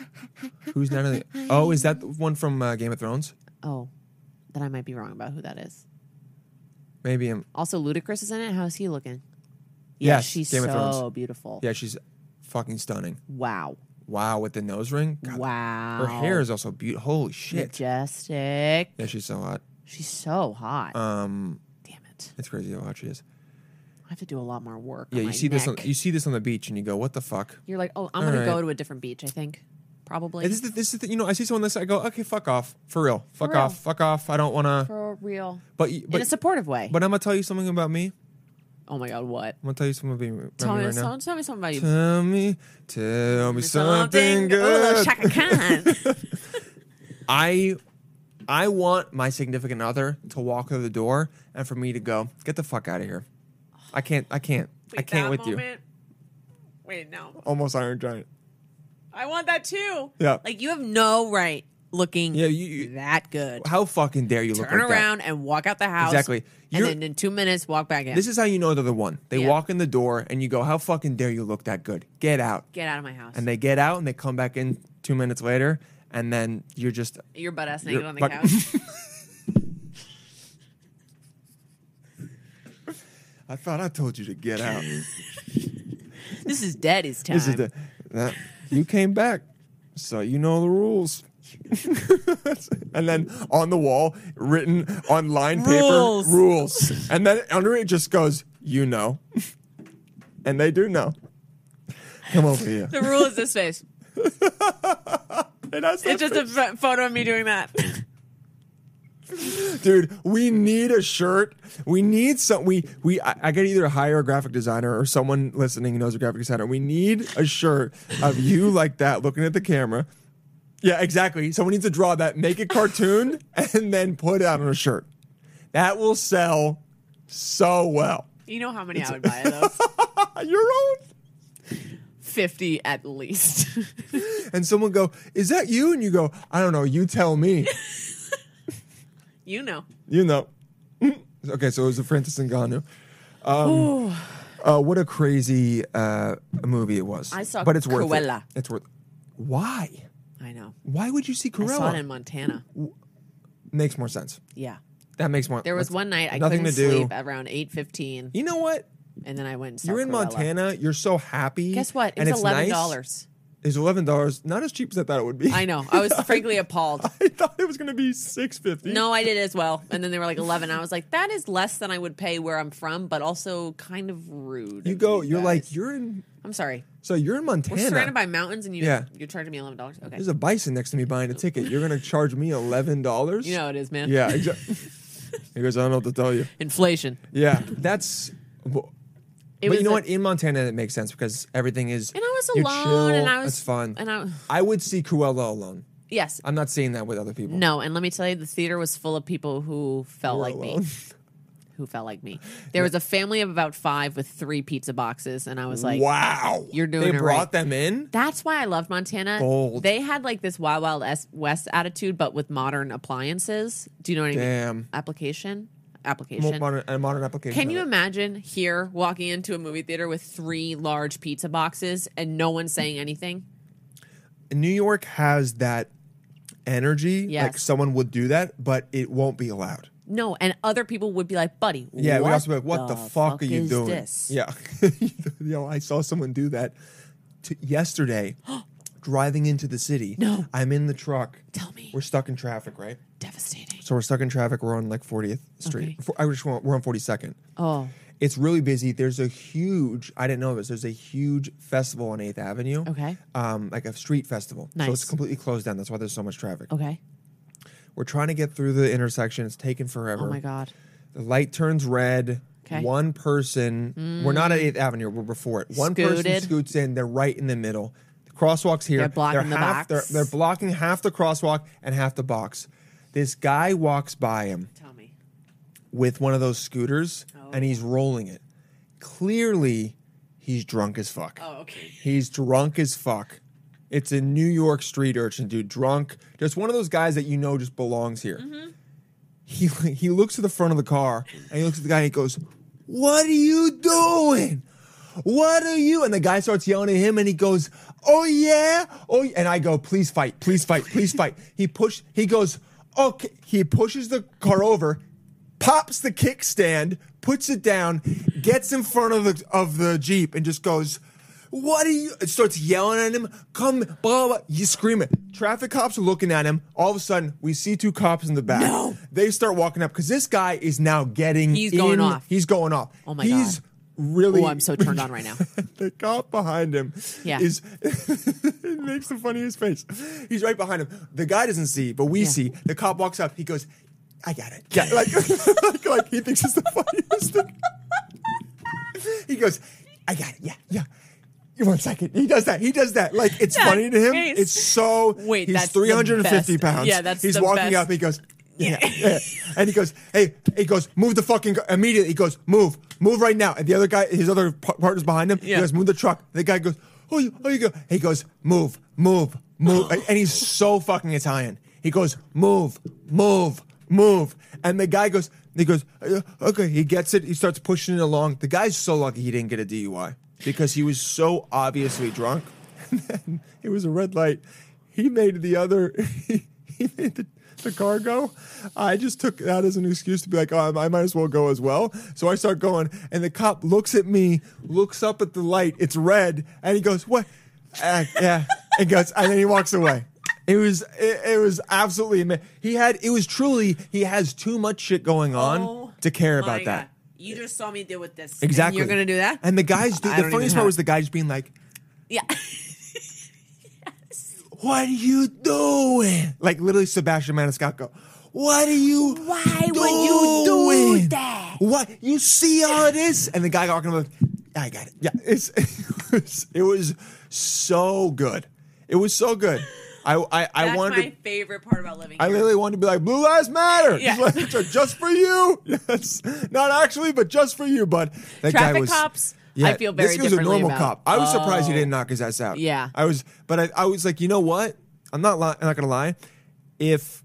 Speaker 4: [LAUGHS]
Speaker 3: Who's Natalie? Oh, is that the one from uh, Game of Thrones?
Speaker 4: Oh, that I might be wrong about who that is.
Speaker 3: Maybe um, him.
Speaker 4: Also, Ludacris is in it. How's he looking? Yeah,
Speaker 3: Yes,
Speaker 4: she's
Speaker 3: Game
Speaker 4: so
Speaker 3: of Thrones.
Speaker 4: beautiful.
Speaker 3: Yeah, she's fucking stunning.
Speaker 4: Wow.
Speaker 3: Wow, with the nose ring. God,
Speaker 4: wow.
Speaker 3: Her hair is also beautiful. Holy shit.
Speaker 4: majestic.
Speaker 3: Yeah, she's so hot.
Speaker 4: She's so hot.
Speaker 3: Um,
Speaker 4: Damn it.
Speaker 3: it's crazy how hot she is.
Speaker 4: I have to do a lot more work.
Speaker 3: Yeah,
Speaker 4: on
Speaker 3: you
Speaker 4: my
Speaker 3: see this. On,
Speaker 4: neck.
Speaker 3: you see this on the beach, and you go, "What the fuck?"
Speaker 4: You're like, oh, I'm
Speaker 3: All
Speaker 4: gonna
Speaker 3: right.
Speaker 4: go to a different beach. I think, probably.
Speaker 3: And this is the, this is the, you know, I see someone this, I go, "Okay, fuck off, for real, fuck
Speaker 4: real.
Speaker 3: off, fuck off." I don't want to.
Speaker 4: for real,
Speaker 3: But you-
Speaker 4: in
Speaker 3: but
Speaker 4: a supportive way.
Speaker 3: but I'm gonna tell you something about me. I'm
Speaker 4: oh my god, what?
Speaker 3: gonna tell you something about me, about
Speaker 4: Tell
Speaker 3: me
Speaker 4: me,
Speaker 3: right
Speaker 4: tell,
Speaker 3: now.
Speaker 4: tell me something about you.
Speaker 3: Tell me, tell me something
Speaker 4: Ooh,
Speaker 3: good.
Speaker 4: Shaka Khan.
Speaker 3: [LAUGHS] I I want my significant other to walk through the door and for me to go, "Get the fuck out of here." I can't. I can't. I can't with you.
Speaker 4: Wait, no,
Speaker 3: Almost Iron Giant.
Speaker 4: I want that too.
Speaker 3: Yeah.
Speaker 4: like you have no right looking
Speaker 3: Yeah, you- you-
Speaker 4: that good.
Speaker 3: How fucking dare you look
Speaker 4: Turn
Speaker 3: like that?
Speaker 4: around and walk out the house.
Speaker 3: Exactly.
Speaker 4: And
Speaker 3: You're-
Speaker 4: then in two minutes, walk back in.
Speaker 3: This is how you know they're the one. They
Speaker 4: Yeah.
Speaker 3: walk in the door and you go, "How fucking dare you look that good? Get out!"
Speaker 4: Get out of my house.
Speaker 3: And they get out and they come back in two minutes later, and then you're just
Speaker 4: Your butt ass
Speaker 3: you're
Speaker 4: naked on the
Speaker 3: fuck- [LAUGHS]
Speaker 4: couch.
Speaker 3: I thought I told you to get out.
Speaker 4: [LAUGHS] this is daddy's time.
Speaker 3: this is the that, you came back, so you know the rules. [LAUGHS] and then on the wall, written on line
Speaker 4: Rules.
Speaker 3: paper, rules. And then under it just goes, "You know," and they do know. Come over here.
Speaker 4: The rule is this
Speaker 3: [LAUGHS]
Speaker 4: face.
Speaker 3: And that's
Speaker 4: It's
Speaker 3: the
Speaker 4: just a ph- photo of me doing that. [LAUGHS]
Speaker 3: dude we need a shirt we need some we we i, I gotta either hire a graphic designer or someone listening who knows a graphic designer we need a shirt of you [LAUGHS] like that looking at the camera yeah exactly someone needs to draw that make it cartoon [LAUGHS] and then put it out on a shirt that will sell so well
Speaker 4: You know how many I would buy of those?
Speaker 3: [LAUGHS] your own
Speaker 4: 50 at least. [LAUGHS]
Speaker 3: and someone go is that you and you go i don't know you tell me
Speaker 4: you know.
Speaker 3: You know. Mm. okay, so it was a Francis Ngannou. Um, uh, what a crazy uh, movie it was.
Speaker 4: I saw
Speaker 3: but it's worth
Speaker 4: Cruella.
Speaker 3: It. It's worth. Why?
Speaker 4: I know.
Speaker 3: Why would you see
Speaker 4: I saw it
Speaker 3: Cruella?
Speaker 4: in Montana.
Speaker 3: Makes more sense.
Speaker 4: Yeah.
Speaker 3: That makes more.
Speaker 4: There was
Speaker 3: that's
Speaker 4: one night I
Speaker 3: nothing
Speaker 4: couldn't
Speaker 3: to do.
Speaker 4: sleep around 8.15
Speaker 3: You know what?
Speaker 4: and then I went and saw
Speaker 3: You're in
Speaker 4: Cruella.
Speaker 3: Montana. You're so happy.
Speaker 4: Guess what? It
Speaker 3: and
Speaker 4: was
Speaker 3: it's nice.
Speaker 4: $11.
Speaker 3: It's eleven dollars. Not as cheap as I thought it would be.
Speaker 4: I know. I was frankly appalled.
Speaker 3: [LAUGHS] I thought it was going to be six fifty.
Speaker 4: No, I did as well. And then they were like 11. I was like, that is less than I would pay where I'm from, but also kind of rude.
Speaker 3: You
Speaker 4: of
Speaker 3: go. You're like
Speaker 4: guys.
Speaker 3: you're in.
Speaker 4: I'm sorry.
Speaker 3: So you're in
Speaker 4: We're
Speaker 3: Montana.
Speaker 4: surrounded by mountains and you,
Speaker 3: Yeah.
Speaker 4: you're charging me $11. Okay.
Speaker 3: There's a bison next to me buying a ticket. You're going to charge me eleven dollars?
Speaker 4: You know how it is, man.
Speaker 3: Yeah, exactly.
Speaker 4: [LAUGHS]
Speaker 3: he goes, I don't know what to tell you.
Speaker 4: Inflation.
Speaker 3: Yeah, that's. But
Speaker 4: It
Speaker 3: you know
Speaker 4: a-
Speaker 3: what? In Montana, it makes sense because everything is.
Speaker 4: And I was
Speaker 3: you're
Speaker 4: alone,
Speaker 3: chill,
Speaker 4: and I was
Speaker 3: It's fun.
Speaker 4: And I,
Speaker 3: I would see Cruella alone.
Speaker 4: Yes.
Speaker 3: I'm not seeing that with other people.
Speaker 4: No, and let me tell you, the theater was full of people who felt
Speaker 3: You're
Speaker 4: like [LAUGHS]
Speaker 3: alone.
Speaker 4: me. Who felt like
Speaker 3: [LAUGHS]
Speaker 4: me. There was a family of about five with three pizza boxes, and I was like,
Speaker 3: wow.
Speaker 4: you're doing
Speaker 3: They
Speaker 4: it
Speaker 3: brought
Speaker 4: right.
Speaker 3: them in?
Speaker 4: That's why I love Montana.
Speaker 3: Bold.
Speaker 4: They had like this Wild Wild Es- West attitude, but with modern appliances. Do you know what I mean?
Speaker 3: Damn.
Speaker 4: Application?
Speaker 3: Mo-
Speaker 4: Application.
Speaker 3: Modern, a modern application.
Speaker 4: Can
Speaker 3: of
Speaker 4: you
Speaker 3: it.
Speaker 4: imagine here walking into a movie theater with three large pizza boxes and no one saying anything?
Speaker 3: New York has that energy. Like
Speaker 4: Yes.
Speaker 3: someone would do that, but it won't be allowed.
Speaker 4: No, and other people would be like, "Buddy,
Speaker 3: Yeah,
Speaker 4: what
Speaker 3: we'd also be like, "What the, fuck, are you
Speaker 4: is
Speaker 3: doing?"
Speaker 4: This?
Speaker 3: Yeah, [LAUGHS] yo, I saw someone do that t-
Speaker 4: [GASPS]
Speaker 3: yesterday, driving into the city.
Speaker 4: No.
Speaker 3: I'm in the truck.
Speaker 4: Tell me.
Speaker 3: we're stuck in traffic, right?
Speaker 4: Devastating.
Speaker 3: So we're stuck in traffic. We're on like 40th Street.
Speaker 4: Okay.
Speaker 3: For- I just want, we're on 42nd.
Speaker 4: Oh,
Speaker 3: It's really busy. There's a huge. I didn't know this. There's a huge festival on Eighth Avenue.
Speaker 4: Okay.
Speaker 3: Um, like a street festival. So it's
Speaker 4: Nice. Oh.
Speaker 3: completely closed down. That's why there's so much traffic.
Speaker 4: okay.
Speaker 3: We're trying to get through the intersection. It's taking forever.
Speaker 4: Oh my god.
Speaker 3: The light turns red.
Speaker 4: Okay.
Speaker 3: One person, we're not at 8th Avenue, we're before it. One person
Speaker 4: Scooted.
Speaker 3: scoots in, they're right in the middle. The crosswalk's here.
Speaker 4: They're blocking the box.
Speaker 3: half, They're, they're blocking half the crosswalk and half the box. This guy walks by him
Speaker 4: Tell me.
Speaker 3: with one of those scooters
Speaker 4: Oh.
Speaker 3: and he's rolling it. Clearly, he's drunk as fuck.
Speaker 4: Oh, okay.
Speaker 3: He's drunk as fuck. It's a New York street urchin, dude. Drunk. Just one of those guys that you know just belongs here. He he looks at the front of the car and he looks at the guy and he goes, What are you doing? What are you? And the guy starts yelling at him and he goes, Oh yeah. Oh yeah." and I go, please fight, please fight, please fight. [LAUGHS] He push he goes, okay. He pushes the car over, pops the kickstand, puts it down, gets in front of the of the Jeep and just goes, what are you? It starts yelling at him. Come, blah, blah. You screaming. Traffic cops are looking at him. All of a sudden, we see two cops in the back. They start walking up because this guy is now getting.
Speaker 4: He's going
Speaker 3: in-
Speaker 4: off.
Speaker 3: He's going off.
Speaker 4: Oh my
Speaker 3: he's
Speaker 4: God.
Speaker 3: Really,
Speaker 4: Oh, I'm so turned on right
Speaker 3: [LAUGHS]
Speaker 4: now.
Speaker 3: the cop behind him
Speaker 4: Yeah.
Speaker 3: is [LAUGHS] it makes the funniest face. He's right behind him. The guy doesn't see, but we
Speaker 4: Yeah.
Speaker 3: see. The cop walks up. He goes, "I got it." Yeah, [LAUGHS] like, like like he thinks it's the funniest thing. [LAUGHS] he goes, "I got it." Yeah, yeah. One second. He does that. He does that. Like it's
Speaker 4: That
Speaker 3: funny to him.
Speaker 4: face.
Speaker 3: It's so.
Speaker 4: Wait,
Speaker 3: he's
Speaker 4: that's the
Speaker 3: 350
Speaker 4: best.
Speaker 3: pounds.
Speaker 4: Yeah, that's
Speaker 3: He's
Speaker 4: the
Speaker 3: walking
Speaker 4: best.
Speaker 3: up. He goes. Yeah, yeah. And he goes, hey, he goes, move the fucking car. immediately. He goes, move, move right now. And the other guy, his other par- partner's behind him. He
Speaker 4: Yeah.
Speaker 3: goes, move the truck. The guy goes, oh, you, oh, you go. He goes, move, move, move. And- and he's so fucking Italian. He goes, move, move, move. And the guy goes, he goes, "Uh, okay. He gets it. He starts pushing it along. The guy's so lucky he didn't get a DUI because he was so obviously drunk. [LAUGHS] And then it was a red light. He made the other. [LAUGHS] he made the, the car go. I just took that as an excuse to be like, oh, I might as well go as well. So I start going, and the cop looks at me, looks up at the light, it's red, and he goes, what? Uh, yeah, and goes, and then he walks away. It was it, it was absolutely ama- he had it was truly he has too much shit going on to care about
Speaker 4: Oh My
Speaker 3: that
Speaker 4: God. You just saw me deal with this. and
Speaker 3: exactly
Speaker 4: you're gonna do that?
Speaker 3: and the guys the,
Speaker 4: I
Speaker 3: the
Speaker 4: don't even
Speaker 3: funniest part
Speaker 4: have-
Speaker 3: was the guy just being like
Speaker 4: yeah.
Speaker 3: what are you doing? Like literally Sebastian Maniscalco. What are you?
Speaker 4: Why would you do
Speaker 3: doing?
Speaker 4: that?
Speaker 3: What you see all this? And the guy walking up, I got it. Yeah, it's [LAUGHS] it was, it was so good. It was so good. I I, I
Speaker 4: That's
Speaker 3: wanted
Speaker 4: my
Speaker 3: to.
Speaker 4: favorite part about living.
Speaker 3: I
Speaker 4: here.
Speaker 3: literally wanted to be like Blue Lives Matter,
Speaker 4: Yeah.
Speaker 3: [LAUGHS] Just like, just for you. [LAUGHS] Yes, not actually, but just for you, bud. That guy
Speaker 4: Traffic
Speaker 3: was,
Speaker 4: cops, I feel
Speaker 3: this
Speaker 4: very
Speaker 3: was a
Speaker 4: differently
Speaker 3: normal
Speaker 4: about.
Speaker 3: cop. I was surprised he
Speaker 4: Oh.
Speaker 3: didn't knock his ass out.
Speaker 4: Yeah.
Speaker 3: I was, but I, I was like, you know what? I'm not. Li- I'm not gonna lie. If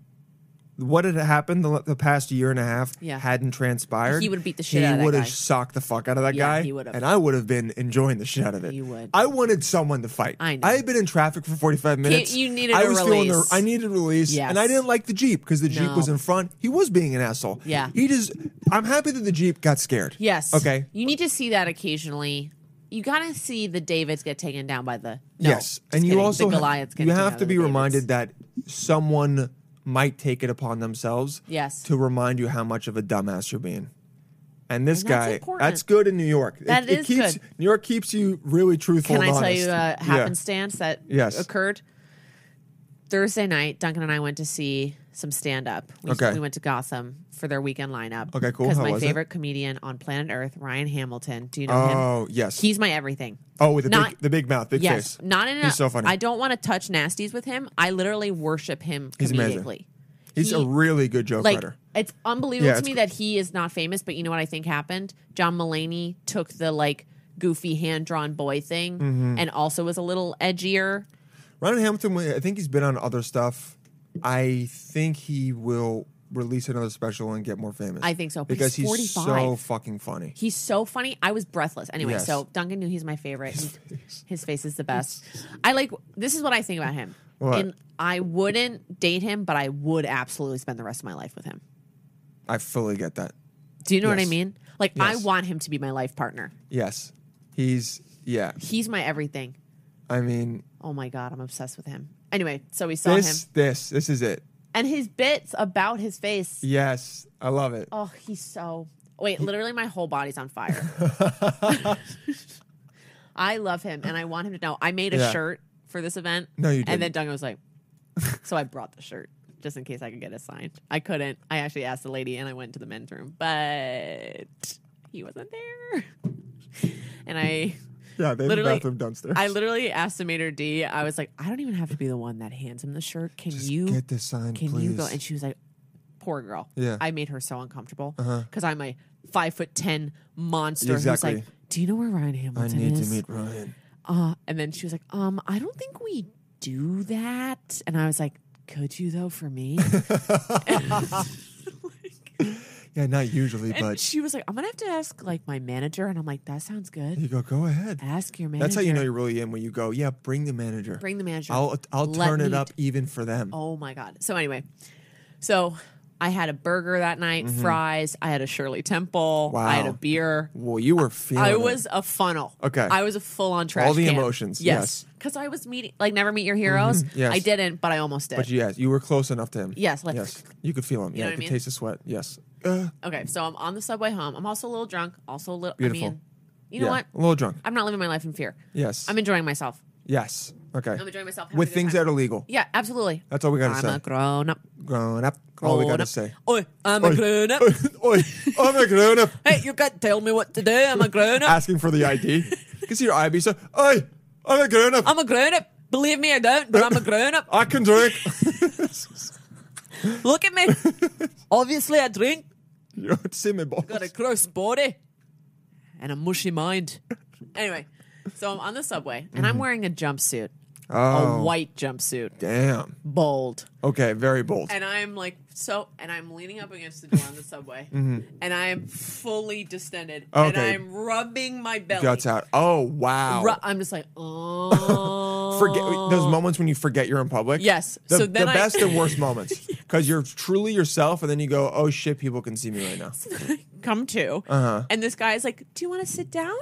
Speaker 3: what had happened the, the past year and a half
Speaker 4: Yeah.
Speaker 3: hadn't transpired,
Speaker 4: He would've beat the shit out of
Speaker 3: He
Speaker 4: that
Speaker 3: would
Speaker 4: guy.
Speaker 3: have socked the fuck out of that
Speaker 4: Yeah,
Speaker 3: guy.
Speaker 4: he would've.
Speaker 3: and I would have been enjoying the shit out of it.
Speaker 4: You would.
Speaker 3: I wanted someone to fight.
Speaker 4: I know.
Speaker 3: I had been in traffic for 45 minutes.
Speaker 4: you needed
Speaker 3: I
Speaker 4: a
Speaker 3: was feeling the.
Speaker 4: release.
Speaker 3: I needed release,
Speaker 4: Yes.
Speaker 3: and I didn't like the jeep because the jeep
Speaker 4: No.
Speaker 3: was in front. He was being an asshole.
Speaker 4: Yeah.
Speaker 3: He just. I'm happy that the jeep got scared.
Speaker 4: Yes.
Speaker 3: Okay.
Speaker 4: You need to see that occasionally. You gotta see the Davids get taken down by the no,
Speaker 3: yes,
Speaker 4: just
Speaker 3: and you
Speaker 4: kidding.
Speaker 3: also
Speaker 4: the
Speaker 3: ha-
Speaker 4: Goliaths. get
Speaker 3: you
Speaker 4: taken
Speaker 3: have
Speaker 4: down
Speaker 3: to
Speaker 4: by
Speaker 3: be
Speaker 4: the
Speaker 3: reminded
Speaker 4: Davids.
Speaker 3: that someone might take it upon themselves.
Speaker 4: Yes.
Speaker 3: To remind you how much of a dumbass you're being. And this
Speaker 4: And that's
Speaker 3: guy,
Speaker 4: important.
Speaker 3: that's good in New York. That
Speaker 4: That
Speaker 3: is it,
Speaker 4: is
Speaker 3: keeps,
Speaker 4: good.
Speaker 3: New York keeps you really truthful.
Speaker 4: Can I
Speaker 3: and
Speaker 4: tell
Speaker 3: honest.
Speaker 4: you uh, a
Speaker 3: Yeah.
Speaker 4: happenstance that
Speaker 3: Yes.
Speaker 4: occurred? Thursday night, Duncan and I went to see some stand up. We,
Speaker 3: Okay.
Speaker 4: we went to Gotham for their weekend lineup.
Speaker 3: Okay, cool.
Speaker 4: Because
Speaker 3: How
Speaker 4: my
Speaker 3: was it?
Speaker 4: favorite comedian on planet Earth, Ryan Hamilton. Do you know him?
Speaker 3: Oh yes.
Speaker 4: He's my everything.
Speaker 3: oh with the
Speaker 4: not-
Speaker 3: big the big mouth, big
Speaker 4: yes,
Speaker 3: face.
Speaker 4: not in a,
Speaker 3: He's so funny.
Speaker 4: I don't want to touch nasties with him. I literally worship him
Speaker 3: He's amazing.
Speaker 4: comedically.
Speaker 3: He's a
Speaker 4: he-
Speaker 3: really good joke
Speaker 4: Like
Speaker 3: writer.
Speaker 4: it's unbelievable
Speaker 3: Yeah,
Speaker 4: to
Speaker 3: it's
Speaker 4: me
Speaker 3: cr-
Speaker 4: that he is not famous. But you know what I think happened? John Mulaney took the like goofy hand drawn boy thing,
Speaker 3: Mm-hmm.
Speaker 4: and also was a little edgier.
Speaker 3: Ryan Hamilton, I think he's been on other stuff. I think he will release another special and get more famous.
Speaker 4: I think so, but
Speaker 3: because
Speaker 4: he's
Speaker 3: he's so
Speaker 4: 45.
Speaker 3: fucking funny.
Speaker 4: He's so funny. I was breathless. Anyway,
Speaker 3: Yes.
Speaker 4: so Duncan knew he's my
Speaker 3: [LAUGHS]
Speaker 4: favorite. His, his face is the best. I like. This is what I think about him.
Speaker 3: What?
Speaker 4: I wouldn't date him, but I would absolutely spend the rest of my life with him.
Speaker 3: I fully get that.
Speaker 4: Do you know what I
Speaker 3: Yes.
Speaker 4: mean? Like,
Speaker 3: Yes.
Speaker 4: I want him to be my life partner.
Speaker 3: Yes, he's yeah.
Speaker 4: He's my everything.
Speaker 3: I mean,
Speaker 4: Oh my god, I'm obsessed with him. Anyway, so we saw
Speaker 3: this,
Speaker 4: him
Speaker 3: this, this is it.
Speaker 4: and his bits about his face.
Speaker 3: Yes, I love it.
Speaker 4: Oh, he's so. Wait, literally, my whole body's on fire. [LAUGHS] I love him, and I want him to know. I made a
Speaker 3: Yeah.
Speaker 4: shirt for this event.
Speaker 3: No, you
Speaker 4: And then
Speaker 3: didn't.
Speaker 4: Duncan was like, [LAUGHS] "So I brought the shirt just in case I could get it signed. I couldn't. I actually asked the lady, and I went to the men's room, but he wasn't there. [LAUGHS] And I
Speaker 3: Yeah, they
Speaker 4: literally-
Speaker 3: dumpster.
Speaker 4: I literally asked the Mater D. I was like, I don't even have to be the one that hands him the shirt. Can
Speaker 3: Just
Speaker 4: you
Speaker 3: get this signed,
Speaker 4: Can you go?
Speaker 3: please.
Speaker 4: And she was like, poor girl.
Speaker 3: Yeah. Uh-huh.
Speaker 4: I made her so uncomfortable because I'm a five foot ten monster
Speaker 3: Exactly.
Speaker 4: who's like, do you know where Ryan
Speaker 3: I
Speaker 4: Hamilton
Speaker 3: need
Speaker 4: is?
Speaker 3: to meet Ryan.
Speaker 4: uh, and then she was like, um, I don't think we do that. And I was like, could you though for
Speaker 3: [LAUGHS]
Speaker 4: me?
Speaker 3: Yeah, not usually,
Speaker 4: and
Speaker 3: but
Speaker 4: she was like, I'm gonna have to ask like my manager. And I'm like, that sounds good.
Speaker 3: you go. Go ahead.
Speaker 4: Ask your manager.
Speaker 3: That's how you know you're really in when you go. Yeah, bring the manager.
Speaker 4: Bring the manager.
Speaker 3: I'll I'll
Speaker 4: Let
Speaker 3: turn it
Speaker 4: me-
Speaker 3: up even for them.
Speaker 4: Oh my god. So anyway, so I had a burger that night, fries. I had a Shirley Temple. I had a
Speaker 3: Mm-hmm. Wow.
Speaker 4: beer.
Speaker 3: Well, you were feeling.
Speaker 4: I
Speaker 3: it.
Speaker 4: was a funnel.
Speaker 3: Okay.
Speaker 4: I was a full on trash.
Speaker 3: All the
Speaker 4: can.
Speaker 3: emotions, yes. Mm-hmm.
Speaker 4: Because I was meeting like never meet your heroes.
Speaker 3: yes.
Speaker 4: I didn't, but I almost did.
Speaker 3: But yes, you were close enough to him.
Speaker 4: Yes, like-
Speaker 3: yes, you could feel him.
Speaker 4: know
Speaker 3: yeah,
Speaker 4: what I
Speaker 3: you could
Speaker 4: mean?
Speaker 3: taste the sweat. Yes, uh,
Speaker 4: okay, so I'm on the subway home. I'm also a little drunk. Also a little.
Speaker 3: Beautiful.
Speaker 4: I mean, you know
Speaker 3: yeah,
Speaker 4: what?
Speaker 3: A little drunk.
Speaker 4: I'm not living my life in fear.
Speaker 3: Yes,
Speaker 4: I'm enjoying myself.
Speaker 3: yes. Okay,
Speaker 4: I'm enjoying myself, having a
Speaker 3: with
Speaker 4: good
Speaker 3: things
Speaker 4: time.
Speaker 3: that are legal.
Speaker 4: Yeah, absolutely.
Speaker 3: That's all we gotta
Speaker 4: I'm
Speaker 3: say.
Speaker 4: a grown up.
Speaker 3: Grown up. all we
Speaker 4: grown
Speaker 3: gotta
Speaker 4: up.
Speaker 3: say.
Speaker 4: Oi, I'm a
Speaker 3: Oi.
Speaker 4: grown up.
Speaker 3: [LAUGHS] Oi, I'm a grown up.
Speaker 4: hey, you can't tell me what to do. I'm a
Speaker 3: [LAUGHS]
Speaker 4: grown up.
Speaker 3: Asking for the ID. You can see your eye be so. Oi, I'm a grown up.
Speaker 4: I'm a grown up. Believe me, I don't, but I'm a grown up.
Speaker 3: I can drink. [LAUGHS]
Speaker 4: Look at me. Obviously, I drink.
Speaker 3: you don't see me, boss.
Speaker 4: Got a gross body and a mushy mind. Anyway, so I'm on the subway and I'm wearing a jumpsuit, a
Speaker 3: Mm-hmm. Oh,
Speaker 4: white jumpsuit,
Speaker 3: damn.
Speaker 4: bold.
Speaker 3: Okay, very bold.
Speaker 4: And I'm like, so, and I'm leaning up against the door on the
Speaker 3: [LAUGHS]
Speaker 4: subway and I'm fully distended and
Speaker 3: Mm-hmm. Okay.
Speaker 4: I'm rubbing my belly.
Speaker 3: Guts out. Oh wow.
Speaker 4: Ru- I'm just like, oh.
Speaker 3: [LAUGHS] forget those moments when you forget you're in public.
Speaker 4: Yes.
Speaker 3: The,
Speaker 4: So then
Speaker 3: the
Speaker 4: I- [LAUGHS]
Speaker 3: best and worst moments because you're truly yourself, and then you go, "Oh shit, people can see me
Speaker 4: [LAUGHS]
Speaker 3: right now."
Speaker 4: come to.
Speaker 3: Uh-huh.
Speaker 4: And this guy's like, Do you want to sit
Speaker 3: [LAUGHS]
Speaker 4: down?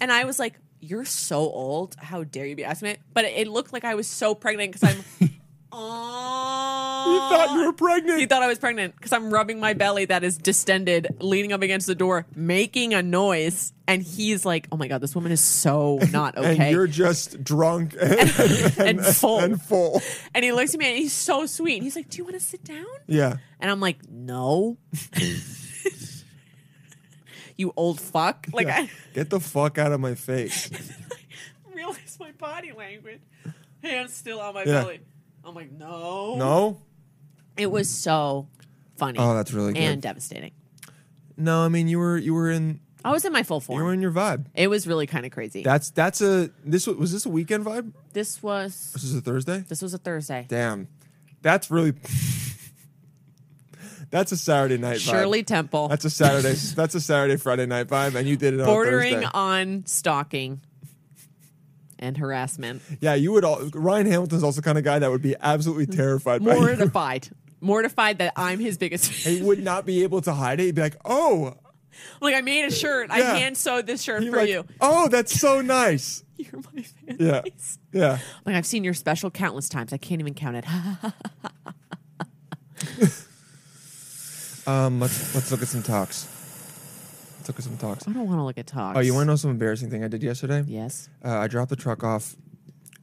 Speaker 4: and I was like, You're so old. How dare you be asking me? But it looked like I was so pregnant because
Speaker 3: [LAUGHS]
Speaker 4: I'm. Oh.
Speaker 3: You thought you were pregnant.
Speaker 4: He thought I was pregnant because I'm rubbing my belly that is distended, leaning up against the door, making a noise. And he's like, Oh my God, this woman is so not okay.
Speaker 3: [LAUGHS] And you're just drunk and,
Speaker 4: [LAUGHS] And [LAUGHS] full.
Speaker 3: and full.
Speaker 4: And he looks at me and he's so sweet. He's like, Do you want to sit down?
Speaker 3: Yeah.
Speaker 4: And I'm like, No. you old fuck. Like,
Speaker 3: Yeah.
Speaker 4: I. [LAUGHS]
Speaker 3: Get the fuck out of my face.
Speaker 4: realize my body language. Hands still on my
Speaker 3: Yeah.
Speaker 4: belly. I'm like, no.
Speaker 3: No.
Speaker 4: It was so funny.
Speaker 3: Oh, that's really good.
Speaker 4: And devastating.
Speaker 3: No, I mean you were you were in
Speaker 4: I was in my full
Speaker 3: you
Speaker 4: form.
Speaker 3: were in your vibe.
Speaker 4: it was really kind of crazy.
Speaker 3: That's that's a this was was this a weekend vibe?
Speaker 4: this was
Speaker 3: This is a Thursday.
Speaker 4: this was a Thursday.
Speaker 3: Damn, that's really [LAUGHS] that's a Saturday night. vibe.
Speaker 4: Shirley Temple
Speaker 3: That's a Saturday. that's a Saturday Friday night vibe, and you did it on
Speaker 4: bordering
Speaker 3: Thursday.
Speaker 4: on stalking and harassment.
Speaker 3: Yeah, you would. All, Ryan Hamilton's also the kind of guy that would be absolutely terrified. by you.
Speaker 4: Mortified. Mortified that I'm his biggest
Speaker 3: [LAUGHS] He
Speaker 4: fan. [LAUGHS]
Speaker 3: would not be able to hide it. He'd be like, "Oh,
Speaker 4: like I made a shirt. I
Speaker 3: Yeah.
Speaker 4: hand sewed this shirt
Speaker 3: He'd be
Speaker 4: for
Speaker 3: like,
Speaker 4: you.
Speaker 3: Oh, that's so nice.
Speaker 4: [LAUGHS] You're my fan.
Speaker 3: Yeah,
Speaker 4: base.
Speaker 3: yeah.
Speaker 4: Like I've seen your special countless times. I can't even count [LAUGHS] it.
Speaker 3: Um, let's let's look at some talks. Let's look at some talks.
Speaker 4: I don't want to look at talks.
Speaker 3: Oh, you want to know some embarrassing thing I did yesterday?
Speaker 4: Yes.
Speaker 3: uh, I dropped the truck off,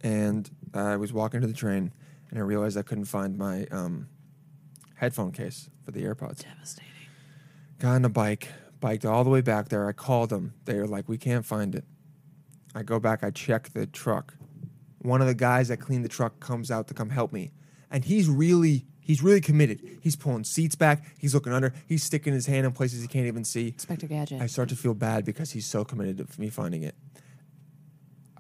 Speaker 3: and I was walking to the train, and I realized I couldn't find my um, headphone case for the AirPods.
Speaker 4: Devastating.
Speaker 3: Got on a bike, biked all the way back there. I called them. They were like, we can't find it. I go back, I check the truck. One of the guys that cleaned the truck comes out to come help me. And he's really, he's really committed. He's pulling seats back, he's looking under, he's sticking his hand in places he can't even see.
Speaker 4: Inspector Gadget.
Speaker 3: I start to feel bad because he's so committed to me finding it.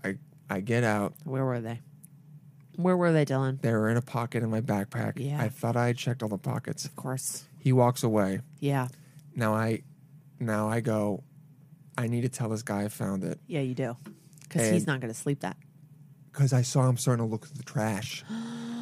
Speaker 3: I I get out.
Speaker 4: Where were they? Where were they, Dylan?
Speaker 3: They were in a pocket in my backpack.
Speaker 4: Yeah.
Speaker 3: I thought I had checked all the pockets.
Speaker 4: Of course.
Speaker 3: He walks away.
Speaker 4: Yeah.
Speaker 3: Now I now I go, I need to tell this guy I found it.
Speaker 4: Yeah, you do. Because he's
Speaker 3: And-
Speaker 4: not going to sleep that.
Speaker 3: Because I saw him starting to look through the trash.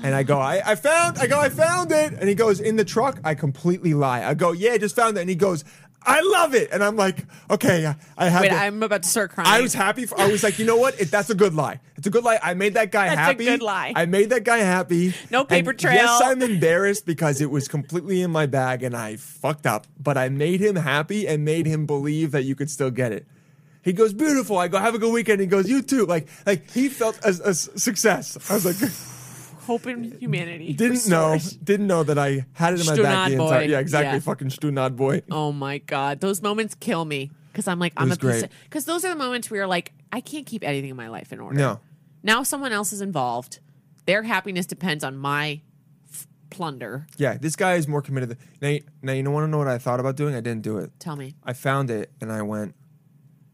Speaker 3: And I go, I, I found, I go, I found it. And he goes, in the truck, I completely lie. I go, yeah, I just found it. And he goes, I love it. And I'm like, okay, I- I have
Speaker 4: Wait,
Speaker 3: to-
Speaker 4: I'm about to start crying.
Speaker 3: I was happy. For, I was like, you know what? It, that's a good lie. It's a good lie. I made that guy
Speaker 4: That's a
Speaker 3: happy.
Speaker 4: good lie.
Speaker 3: I made that guy happy.
Speaker 4: No
Speaker 3: And
Speaker 4: paper trail.
Speaker 3: Yes, I'm embarrassed because it was completely in my bag and I fucked up. But I made him happy and made him believe that you could still get it. He goes, beautiful. I go, have a good weekend. He goes, you too. Like, like he felt a, a s- success. I was like, [LAUGHS]
Speaker 4: Hope in humanity.
Speaker 3: didn't know, didn't know that I had it in my
Speaker 4: Stunad
Speaker 3: bag the entire.
Speaker 4: boy.
Speaker 3: Yeah, exactly.
Speaker 4: Yeah.
Speaker 3: Fucking stunad boy.
Speaker 4: Oh my god, those moments kill me because I'm like I'm
Speaker 3: was
Speaker 4: a piece
Speaker 3: great.
Speaker 4: because those are the moments where you're like I can't keep anything in my life in order.
Speaker 3: No.
Speaker 4: now someone else is involved. Their happiness depends on my f- plunder.
Speaker 3: Yeah, this guy is more committed. Than, now, you- now you don't want to know what I thought about doing. I didn't do it.
Speaker 4: Tell me,
Speaker 3: I found it and I went,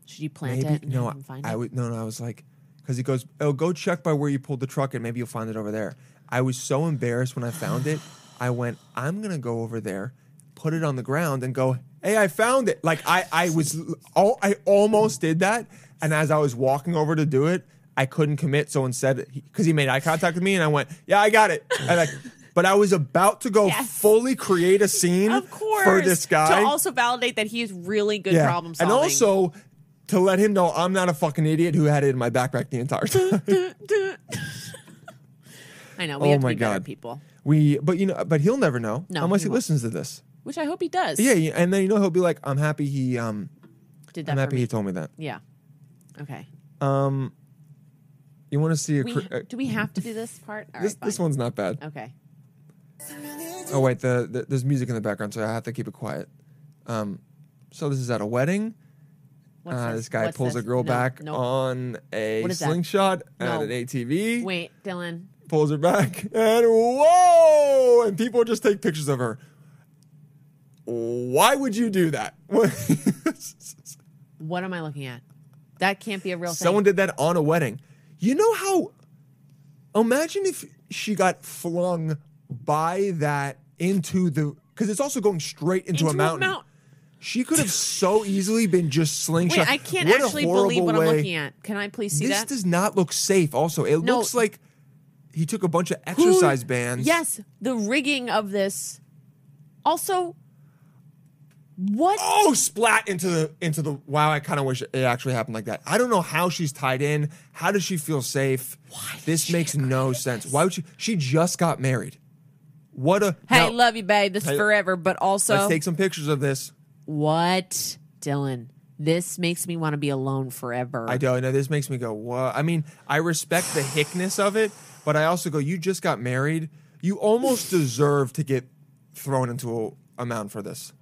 Speaker 4: should you plant
Speaker 3: maybe
Speaker 4: it? And
Speaker 3: no.
Speaker 4: have them find
Speaker 3: I,
Speaker 4: it?
Speaker 3: would no, no. I was like, because he goes, oh, go check by where you pulled the truck and maybe you'll find it over there. I was so embarrassed when I
Speaker 4: [SIGHS]
Speaker 3: found it. I went, I'm gonna go over there, put it on the ground, and go, hey, I found it. Like I, I was, all, I almost did that, and as I was walking over to do it, I couldn't commit. So instead, because he made eye contact with me, and I went, yeah, I got it.
Speaker 4: [LAUGHS]
Speaker 3: And like, but I was about to go
Speaker 4: Yes.
Speaker 3: fully create a scene
Speaker 4: of course
Speaker 3: [LAUGHS] for this guy
Speaker 4: to also validate that he is really good problem solving. [LAUGHS]
Speaker 3: and also to let him know I'm not a fucking idiot who had it in my backpack the entire [LAUGHS] time.
Speaker 4: I know we
Speaker 3: Oh
Speaker 4: have to
Speaker 3: my
Speaker 4: be better
Speaker 3: God.
Speaker 4: people,
Speaker 3: we, but you know, but he'll never know
Speaker 4: No,
Speaker 3: unless
Speaker 4: he
Speaker 3: he,
Speaker 4: won't.
Speaker 3: listens to this.
Speaker 4: which I hope he does.
Speaker 3: Yeah, yeah, and then you know he'll be like, "I'm happy he, um,
Speaker 4: did
Speaker 3: I'm
Speaker 4: that for
Speaker 3: happy
Speaker 4: me.
Speaker 3: he told me that."
Speaker 4: yeah. Okay.
Speaker 3: You want to see a?
Speaker 4: We,
Speaker 3: cr- uh,
Speaker 4: do we have to do this part? All right,
Speaker 3: this this
Speaker 4: fine.
Speaker 3: one's not bad.
Speaker 4: Okay.
Speaker 3: Oh wait, the, the there's music in the background, so I have to keep it quiet. Um, so this is at a wedding.
Speaker 4: What's
Speaker 3: uh,
Speaker 4: this?
Speaker 3: this? guy
Speaker 4: What's
Speaker 3: pulls
Speaker 4: this?
Speaker 3: a girl
Speaker 4: No,
Speaker 3: back
Speaker 4: nope.
Speaker 3: on a
Speaker 4: What is that?
Speaker 3: slingshot at
Speaker 4: No.
Speaker 3: an ATV.
Speaker 4: Wait, Dylan.
Speaker 3: pulls her back, and whoa! And people just take pictures of her. Why would you do that? [LAUGHS]
Speaker 4: What am I looking at? That can't be a real
Speaker 3: Someone
Speaker 4: thing.
Speaker 3: did that on a wedding. You know how? Imagine if she got flung by that into the because it's also going straight into,
Speaker 4: Into
Speaker 3: a mountain. She could have so easily been just slingshot.
Speaker 4: Wait, I can't
Speaker 3: What a
Speaker 4: actually believe
Speaker 3: horrible
Speaker 4: what
Speaker 3: way.
Speaker 4: I'm looking at. Can I please see
Speaker 3: This
Speaker 4: that?
Speaker 3: does not look safe. Also, it
Speaker 4: No.
Speaker 3: looks like he took a bunch of
Speaker 4: Who-
Speaker 3: exercise bands.
Speaker 4: Yes, the rigging of this. Also, what?
Speaker 3: oh splat into the into the wow i kind of wish it actually happened like that i don't know how she's tied in how does she feel safe Why this makes no sense why would she she just got married what a
Speaker 4: hey,
Speaker 3: now,
Speaker 4: love you, babe. This is
Speaker 3: Hey,
Speaker 4: forever, but also
Speaker 3: let's take some pictures of this
Speaker 4: what, Dylan? This makes me want to be alone forever.
Speaker 3: i don't know this makes me go what i mean i respect the hickness of it but i also go you just got married you almost deserve to get thrown into a, a mound for this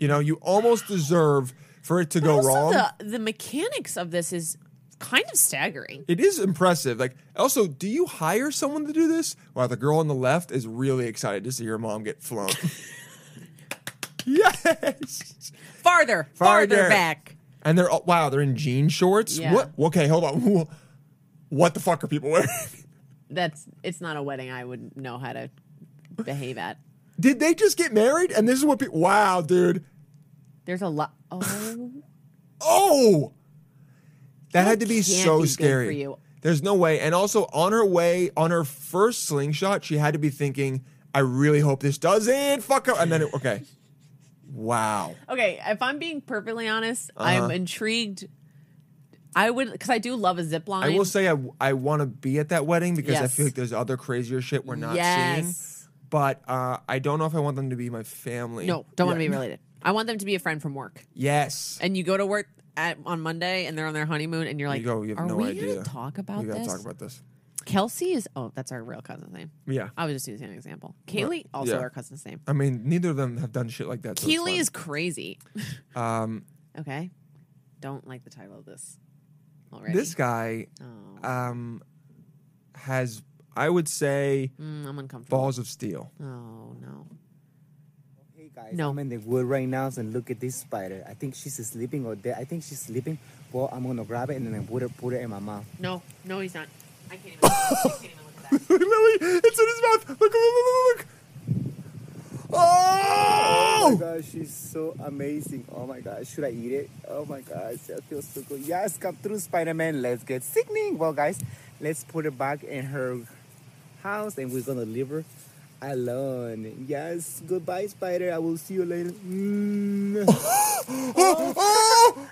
Speaker 3: you know you almost deserve for it to go
Speaker 4: also,
Speaker 3: wrong
Speaker 4: The, the mechanics of this is kind of staggering.
Speaker 3: It is impressive. Like, also, do you hire someone to do this? Wow, the girl on the left is really excited to see her mom get flown. yes.
Speaker 4: Farther, farther,
Speaker 3: Farther.
Speaker 4: back.
Speaker 3: And they're all, wow, they're in jean shorts.
Speaker 4: Yeah.
Speaker 3: What? Okay, hold on. What the fuck are people wearing? [LAUGHS]
Speaker 4: That's it's not a wedding I would know how to behave at.
Speaker 3: Did they just get married? And this is what people. Wow, dude.
Speaker 4: There's a lot. Oh.
Speaker 3: Oh, that had to
Speaker 4: can't
Speaker 3: be so
Speaker 4: be good
Speaker 3: scary.
Speaker 4: for you.
Speaker 3: There's no way. And also, on her way, on her first slingshot, she had to be thinking, "I really hope this doesn't fuck up." And then, it, okay, wow,
Speaker 4: Okay, if I'm being perfectly honest,
Speaker 3: Uh-huh.
Speaker 4: I'm intrigued. I would because I do love a zip line.
Speaker 3: I will say I I want to be at that wedding because I
Speaker 4: Yes.
Speaker 3: feel like there's other crazier shit we're not
Speaker 4: Yes.
Speaker 3: seeing. But uh, I don't know if I want them to be my family.
Speaker 4: no, don't want to be related. I want them to be a friend from work.
Speaker 3: Yes.
Speaker 4: And you go to work at on Monday, and they're on their honeymoon, and you're like,
Speaker 3: you go. You have
Speaker 4: "Are
Speaker 3: no
Speaker 4: we
Speaker 3: idea.
Speaker 4: gonna talk about
Speaker 3: you gotta
Speaker 4: this?
Speaker 3: talk about this.
Speaker 4: Kelsey is oh, that's our real cousin's name.
Speaker 3: Yeah.
Speaker 4: I was just using an example. Kaylee, also
Speaker 3: yeah.
Speaker 4: our cousin's name.
Speaker 3: I mean, neither of them have done shit like that. so it's
Speaker 4: Keely
Speaker 3: fine.
Speaker 4: is crazy.
Speaker 3: Um,
Speaker 4: [LAUGHS] Okay. Don't like the title of this already.
Speaker 3: this guy
Speaker 4: Oh.
Speaker 3: um, has, I would say,
Speaker 4: Mm, I'm uncomfortable.
Speaker 3: balls of steel. [LAUGHS]
Speaker 4: Oh no.
Speaker 11: Hey guys,
Speaker 4: No.
Speaker 11: I'm in the wood right now, and look at this spider. I think she's sleeping or dead. I think she's sleeping. Well, I'm gonna grab it and then I put it, put it in my mouth.
Speaker 4: No, no, he's not. I can't even, I can't even look at that.
Speaker 3: Lily, it's in his mouth. Look, look, look, look, look.
Speaker 11: Oh
Speaker 3: Oh!
Speaker 11: my gosh, she's so amazing. Oh my gosh, should I eat it? Oh my gosh, that feels so good. Yes, come through, Spider Man. Let's get sickening. Well, guys, let's put her back in her house and we're gonna leave her alone. Yes, goodbye, Spider. I will see you later. Mm.
Speaker 3: Oh, oh!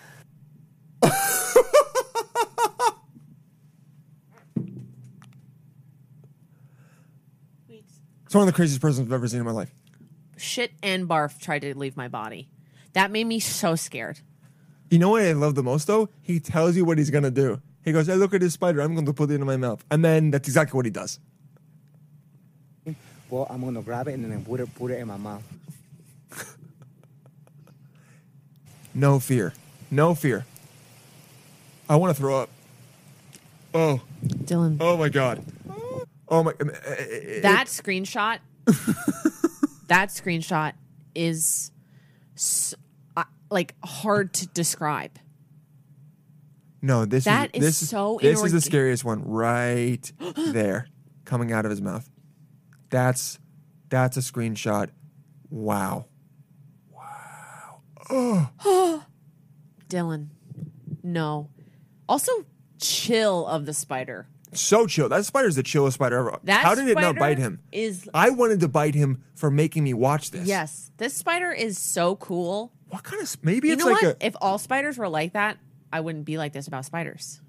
Speaker 4: Wait.
Speaker 3: It's one of the craziest persons I've ever seen in my life.
Speaker 4: [LAUGHS] Shit and barf tried to leave my body. That made me so scared.
Speaker 3: You know what I love the most though? He tells you what he's gonna do. He goes, "Hey, look at this spider. I'm going to put it in my mouth," and then that's exactly what he does.
Speaker 11: Well, I'm gonna grab it and then I put it, put it in my mouth.
Speaker 3: No fear. No fear. I want to throw up. Oh,
Speaker 4: Dylan,
Speaker 3: oh my god. Oh my.
Speaker 4: that screenshot, [LAUGHS] that screenshot is s uh, like hard to describe.
Speaker 3: No, this
Speaker 4: That
Speaker 3: is
Speaker 4: is
Speaker 3: this
Speaker 4: so
Speaker 3: this is the
Speaker 4: inorga-
Speaker 3: scariest one
Speaker 4: [GASPS]
Speaker 3: right there, coming out of his mouth. That's that's a screenshot. Wow.
Speaker 4: Dylan, no. Also, chill of the spider.
Speaker 3: So chill. That spider's the chillest spider ever.
Speaker 4: That
Speaker 3: How did it not
Speaker 4: spider
Speaker 3: bite him?
Speaker 4: is-
Speaker 3: I wanted to bite him for making me watch this.
Speaker 4: Yes, this spider is so cool.
Speaker 3: What kind of? s- Maybe
Speaker 4: You
Speaker 3: it's
Speaker 4: know
Speaker 3: like
Speaker 4: what?
Speaker 3: a.
Speaker 4: if all spiders were like that, I wouldn't be like this about spiders.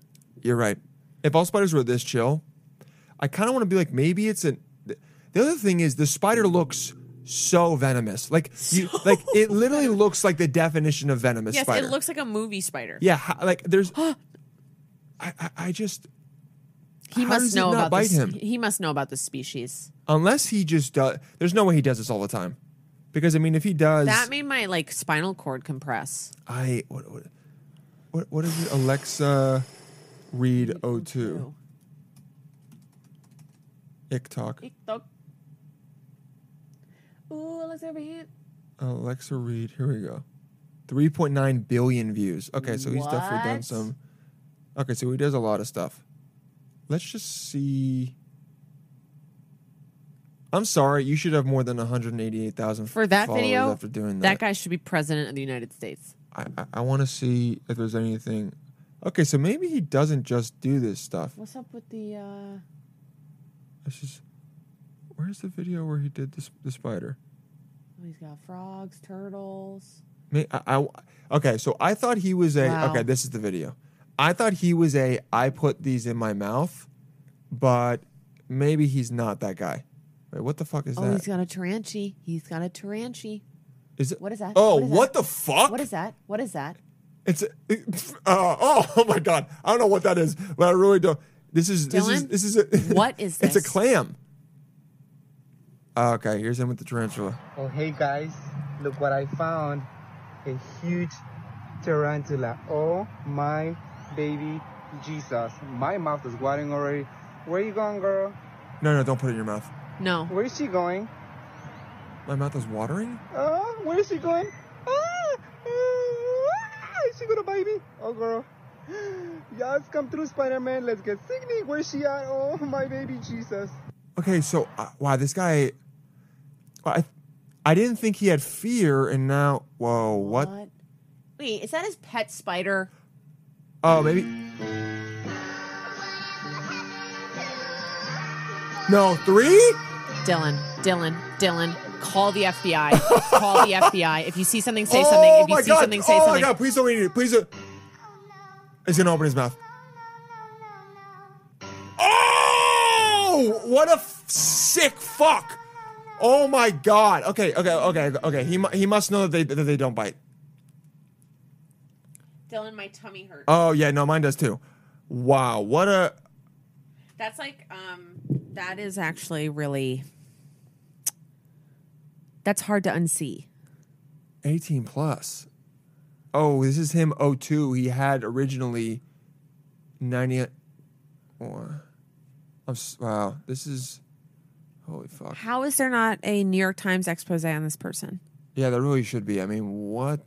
Speaker 3: You're right. If all spiders were this chill, I kind of want to be like maybe it's an. th- The other thing is the spider looks so venomous. Like you, like
Speaker 4: [LAUGHS]
Speaker 3: it literally looks like the definition of venomous
Speaker 4: Yes,
Speaker 3: spider.
Speaker 4: it looks like a movie spider.
Speaker 3: Yeah, ho- like there's. [GASPS] I, I I just
Speaker 4: he
Speaker 3: how does
Speaker 4: must
Speaker 3: it
Speaker 4: know
Speaker 3: not
Speaker 4: about
Speaker 3: bite
Speaker 4: this.
Speaker 3: him?
Speaker 4: He must know about the species.
Speaker 3: unless he just does. There's no way he does this all the time, because I mean, if he does,
Speaker 4: That made my like spinal cord compress.
Speaker 3: I what what what, what is it? Alexa, read O2. Ick talk.
Speaker 4: TikTok. Ooh, let's have a hint.
Speaker 3: Alexa, read. Here we go. 3.9 billion views. Okay, so he's definitely done
Speaker 4: What?
Speaker 3: some. Okay, so he does a lot of stuff. Let's just see. I'm sorry, you should have more than 188,000
Speaker 4: For that
Speaker 3: followers
Speaker 4: video,
Speaker 3: after doing
Speaker 4: that guy should be president of the United States.
Speaker 3: I, I, I want to see if there's anything. Okay, so maybe he doesn't just do this stuff.
Speaker 4: What's up with the? uh
Speaker 3: This is. Where's the video where he did this the spider?
Speaker 4: He's got frogs, turtles.
Speaker 3: May, I, I- okay, so I thought he was a.
Speaker 4: Wow.
Speaker 3: Okay, this is the video. I thought he was a. I put these in my mouth, but maybe he's not that guy. Wait, what the fuck is
Speaker 4: Oh,
Speaker 3: that?
Speaker 4: he's got a taranchi. He's got a taranchi.
Speaker 3: Is it?
Speaker 4: what is that?
Speaker 3: Oh,
Speaker 4: What is
Speaker 3: what
Speaker 4: that?
Speaker 3: the fuck?
Speaker 4: What is that? What is that?
Speaker 3: It's uh, oh, [LAUGHS] oh my god! I don't know what that is, but I really don't. This is
Speaker 4: Dylan,
Speaker 3: this is this is a, [LAUGHS]
Speaker 4: what is
Speaker 3: It's
Speaker 4: this?
Speaker 3: a clam. Uh, Okay, here's him with the tarantula.
Speaker 11: Oh, hey guys, look what I found. A huge tarantula. Oh my baby Jesus. My mouth is watering already. Where you going, girl?
Speaker 3: No, no, don't put it in your mouth.
Speaker 4: No.
Speaker 11: Where is she going?
Speaker 3: My mouth is watering.
Speaker 11: Oh, where is she going? Ah, ah, is she gonna bite me? Oh, girl. [GASPS] Yes, come through, Spider Man. Let's get sickening. Where is she at? Oh, my baby Jesus.
Speaker 3: Okay, so uh, wow, this guy. I, I didn't think he had fear, and now whoa, what?
Speaker 4: Wait, is that his pet spider?
Speaker 3: Oh, maybe. No, three.
Speaker 4: Dylan, Dylan, Dylan, call the
Speaker 3: [LAUGHS]
Speaker 4: FBI. call the FBI. If you see something, say something. If you
Speaker 3: Oh my
Speaker 4: see
Speaker 3: God.
Speaker 4: something, say
Speaker 3: oh
Speaker 4: something.
Speaker 3: my god! Please don't eat it. Please. Don't. He's gonna open his mouth. Oh! What a f- sick fuck! Oh my god! Okay, okay, okay, okay. He mu- he must know that they that they don't bite.
Speaker 4: Dylan, my tummy hurts.
Speaker 3: Oh yeah, no, mine does too. Wow, what a
Speaker 4: That's like um that is actually really that's hard to unsee.
Speaker 3: 18 plus. Oh, this is him 02. He had originally 90. Oh, I'm, s- wow, this is. Holy fuck.
Speaker 4: How is there not a New York Times expose on this person?
Speaker 3: Yeah, there really should be. I mean, what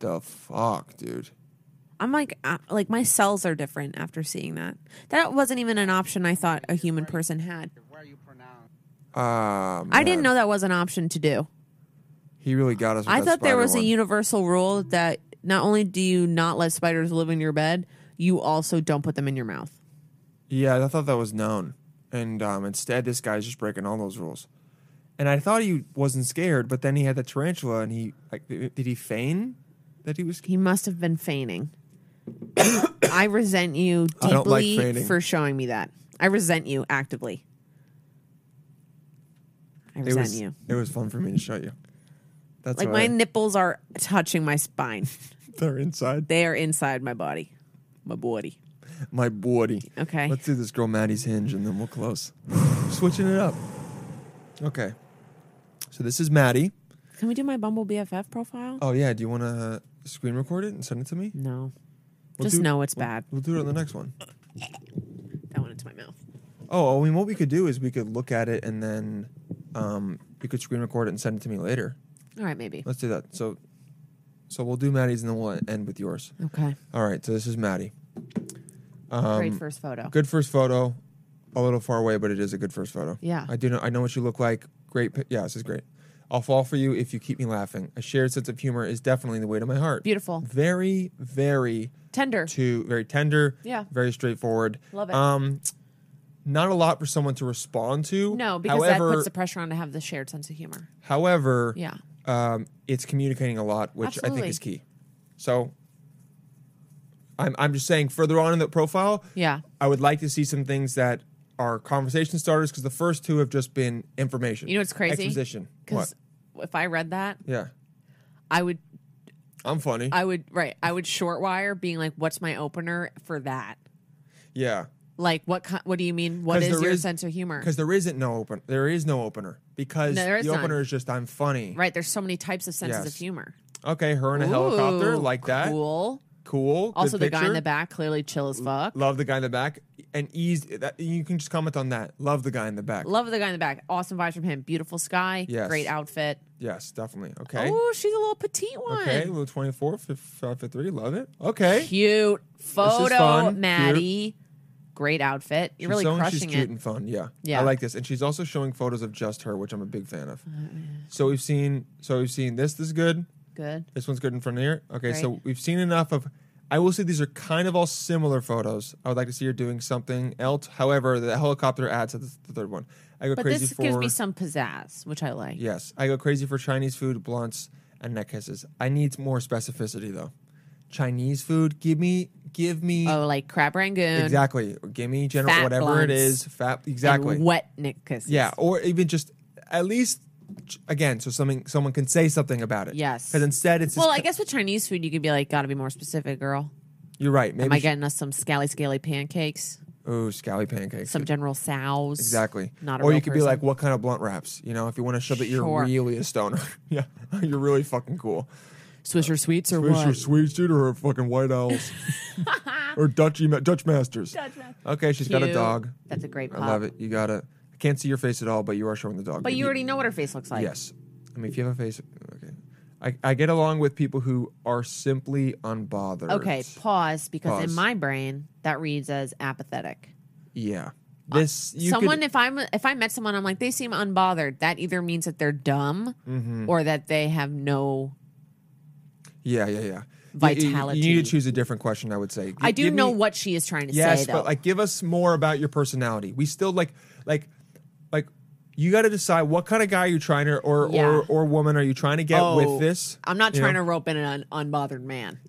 Speaker 3: the fuck, dude?
Speaker 4: I'm like uh, like my cells are different after seeing that. That wasn't even an option I thought a human person had.
Speaker 3: Ah,
Speaker 4: I didn't
Speaker 3: man.
Speaker 4: know that was an option to do.
Speaker 3: He really got us. With
Speaker 4: I
Speaker 3: that
Speaker 4: thought there
Speaker 3: spider
Speaker 4: was
Speaker 3: one.
Speaker 4: a universal rule that not only do you not let spiders live in your bed, you also don't put them in your mouth.
Speaker 3: Yeah, I thought that was known. And um, instead, this guy's just breaking all those rules. And I thought he wasn't scared, but then he had the tarantula, and he like, did did he feign that he was?
Speaker 4: He must have been feigning. [COUGHS] I resent you
Speaker 3: I don't like
Speaker 4: deeply
Speaker 3: feigning.
Speaker 4: for showing me that. I resent you actively. I
Speaker 3: It
Speaker 4: resent
Speaker 3: was.
Speaker 4: you.
Speaker 3: It was fun for me to show you. That's
Speaker 4: Like
Speaker 3: why
Speaker 4: my
Speaker 3: [LAUGHS]
Speaker 4: nipples are touching my spine.
Speaker 3: they're inside
Speaker 4: They are inside my body. My body.
Speaker 3: my body.
Speaker 4: Okay.
Speaker 3: Let's do this girl Maddie's hinge, and then we'll close. Switching it up. Okay. So this is Maddie.
Speaker 4: Can we do my Bumble BFF profile?
Speaker 3: Oh yeah, do you want to screen record it and send it to me?
Speaker 4: No.
Speaker 3: We'll
Speaker 4: Just
Speaker 3: do-
Speaker 4: know it's
Speaker 3: we'll-
Speaker 4: bad.
Speaker 3: We'll do it on the next one.
Speaker 4: That went into my mouth.
Speaker 3: Oh, I mean, what we could do is we could look at it and then um, you could screen record it and send it to me later.
Speaker 4: All right, maybe.
Speaker 3: Let's do that. So, so we'll do Maddie's and then we'll end with yours.
Speaker 4: Okay.
Speaker 3: All right. So this is Maddie.
Speaker 4: Great
Speaker 3: um,
Speaker 4: first photo.
Speaker 3: Good first photo. A little far away, but it is a good first photo.
Speaker 4: Yeah.
Speaker 3: I do know. I know what you look like. Great. pi- Yeah, this is great. I'll fall for you if you keep me laughing. A shared sense of humor is definitely the way to my heart.
Speaker 4: Beautiful.
Speaker 3: Very, very
Speaker 4: Tender.
Speaker 3: to very tender.
Speaker 4: Yeah.
Speaker 3: Very straightforward.
Speaker 4: Love it.
Speaker 3: Um, not a lot for someone to respond to.
Speaker 4: No, because
Speaker 3: however,
Speaker 4: that puts the pressure on to have the shared sense of humor.
Speaker 3: However,
Speaker 4: Yeah.
Speaker 3: um, it's communicating a lot, which I think
Speaker 4: Absolutely.
Speaker 3: is key. So, I'm I'm just saying further on in the profile,
Speaker 4: Yeah.
Speaker 3: I would like to see some things that are conversation starters because the first two have just been information.
Speaker 4: You know what's crazy?
Speaker 3: Exposition. What?
Speaker 4: Because if I read that,
Speaker 3: Yeah,
Speaker 4: I would,
Speaker 3: I'm funny.
Speaker 4: I would, right, I would short wire being like, "What's my opener for that?
Speaker 3: yeah,
Speaker 4: Like, what? ki- What do you mean? What
Speaker 3: 'Cause
Speaker 4: is
Speaker 3: there
Speaker 4: your
Speaker 3: is-
Speaker 4: sense of humor?
Speaker 3: because there isn't no open. There is no opener because
Speaker 4: No, there is
Speaker 3: the
Speaker 4: none.
Speaker 3: opener is just I'm funny.
Speaker 4: Right? There's so many types of senses
Speaker 3: Yes.
Speaker 4: of humor.
Speaker 3: Okay, her in a helicopter
Speaker 4: Ooh,
Speaker 3: like that.
Speaker 4: Cool.
Speaker 3: Cool. Good
Speaker 4: Also, the guy in
Speaker 3: picture.
Speaker 4: the back clearly chill as fuck.
Speaker 3: Love the guy in the back and ease. That, you can just comment on that. Love the guy in the back.
Speaker 4: Love the guy in the back. Awesome vibes from him. Beautiful sky.
Speaker 3: Yes.
Speaker 4: Great outfit.
Speaker 3: Yes, definitely. Okay.
Speaker 4: Oh, she's a little petite one.
Speaker 3: Okay, little 24, fif- five for three. Love it. Okay.
Speaker 4: Cute photo,
Speaker 3: fun. Cute.
Speaker 4: Maddie. Great outfit. You're really
Speaker 3: she's showing
Speaker 4: crushing
Speaker 3: she's cute
Speaker 4: it.
Speaker 3: and fun. Yeah.
Speaker 4: Yeah. Oh,
Speaker 3: I like this. And she's also showing photos of just her, which I'm a big fan of. So we've seen so we've seen this this is good.
Speaker 4: Good.
Speaker 3: This one's good in front of here. Okay, so
Speaker 4: Right.
Speaker 3: we've seen enough of I will say these are kind of all similar photos. I would like to see her doing something else. However, the helicopter adds to the, the third one. I go
Speaker 4: But
Speaker 3: crazy
Speaker 4: this
Speaker 3: for
Speaker 4: gives me some pizzazz, which I like.
Speaker 3: Yes, I go crazy for Chinese food, blunts, and neck kisses. I need more specificity though. Chinese food, give me, give me
Speaker 4: Oh, like crab rangoon.
Speaker 3: exactly. Give me general
Speaker 4: Fat
Speaker 3: whatever it
Speaker 4: blunts.
Speaker 3: is. Fat
Speaker 4: and
Speaker 3: exactly.
Speaker 4: wet Nick kisses.
Speaker 3: yeah, or even just at least again, so something someone can say something about it.
Speaker 4: Yes.
Speaker 3: because instead it's just,
Speaker 4: Well, I guess with Chinese food, you could be like, gotta be more specific, girl.
Speaker 3: you're right. Maybe
Speaker 4: Am I getting us some scally scaly pancakes?
Speaker 3: oh scally pancakes.
Speaker 4: Some general sows?
Speaker 3: exactly.
Speaker 4: Not a
Speaker 3: or
Speaker 4: real
Speaker 3: you could be
Speaker 4: person.
Speaker 3: like, what kind of blunt wraps? You know, if you want to show that you're
Speaker 4: Sure.
Speaker 3: really a stoner. [LAUGHS] yeah, you're really fucking cool.
Speaker 4: Swisher sweets or
Speaker 3: Fish
Speaker 4: what?
Speaker 3: or sweets, dude, or fucking
Speaker 4: [LAUGHS]
Speaker 3: white owls, or Dutch Dutch masters. Okay, she's got a
Speaker 4: Cute.
Speaker 3: dog.
Speaker 4: That's a great
Speaker 3: I
Speaker 4: pop.
Speaker 3: love it. You got it. I can't see your face at all, but you are showing the dog.
Speaker 4: But
Speaker 3: If
Speaker 4: you already know what her face looks like.
Speaker 3: Yes, I mean if you have a face. Okay, I, I get along with people who are simply unbothered.
Speaker 4: Okay, pause because in
Speaker 3: Pause.
Speaker 4: my brain that reads as apathetic.
Speaker 3: Yeah. This you
Speaker 4: someone
Speaker 3: Could,
Speaker 4: if I'm if I met someone I'm like they seem unbothered. That either means that they're dumb
Speaker 3: Mm-hmm.
Speaker 4: or that they have no
Speaker 3: yeah, yeah, yeah. You- you-
Speaker 4: Vitality.
Speaker 3: You, need to choose a different question. I would say.
Speaker 4: I do
Speaker 3: Give me-
Speaker 4: know what she is trying to
Speaker 3: yes,
Speaker 4: say though.
Speaker 3: but like give us more about your personality. We still like like like you got to decide what kind of guy you're trying to or
Speaker 4: Yeah.
Speaker 3: or or woman are you trying to get with this?
Speaker 4: Oh, I'm not
Speaker 3: you
Speaker 4: trying
Speaker 3: know?
Speaker 4: to rope in an un- unbothered man.
Speaker 3: [LAUGHS]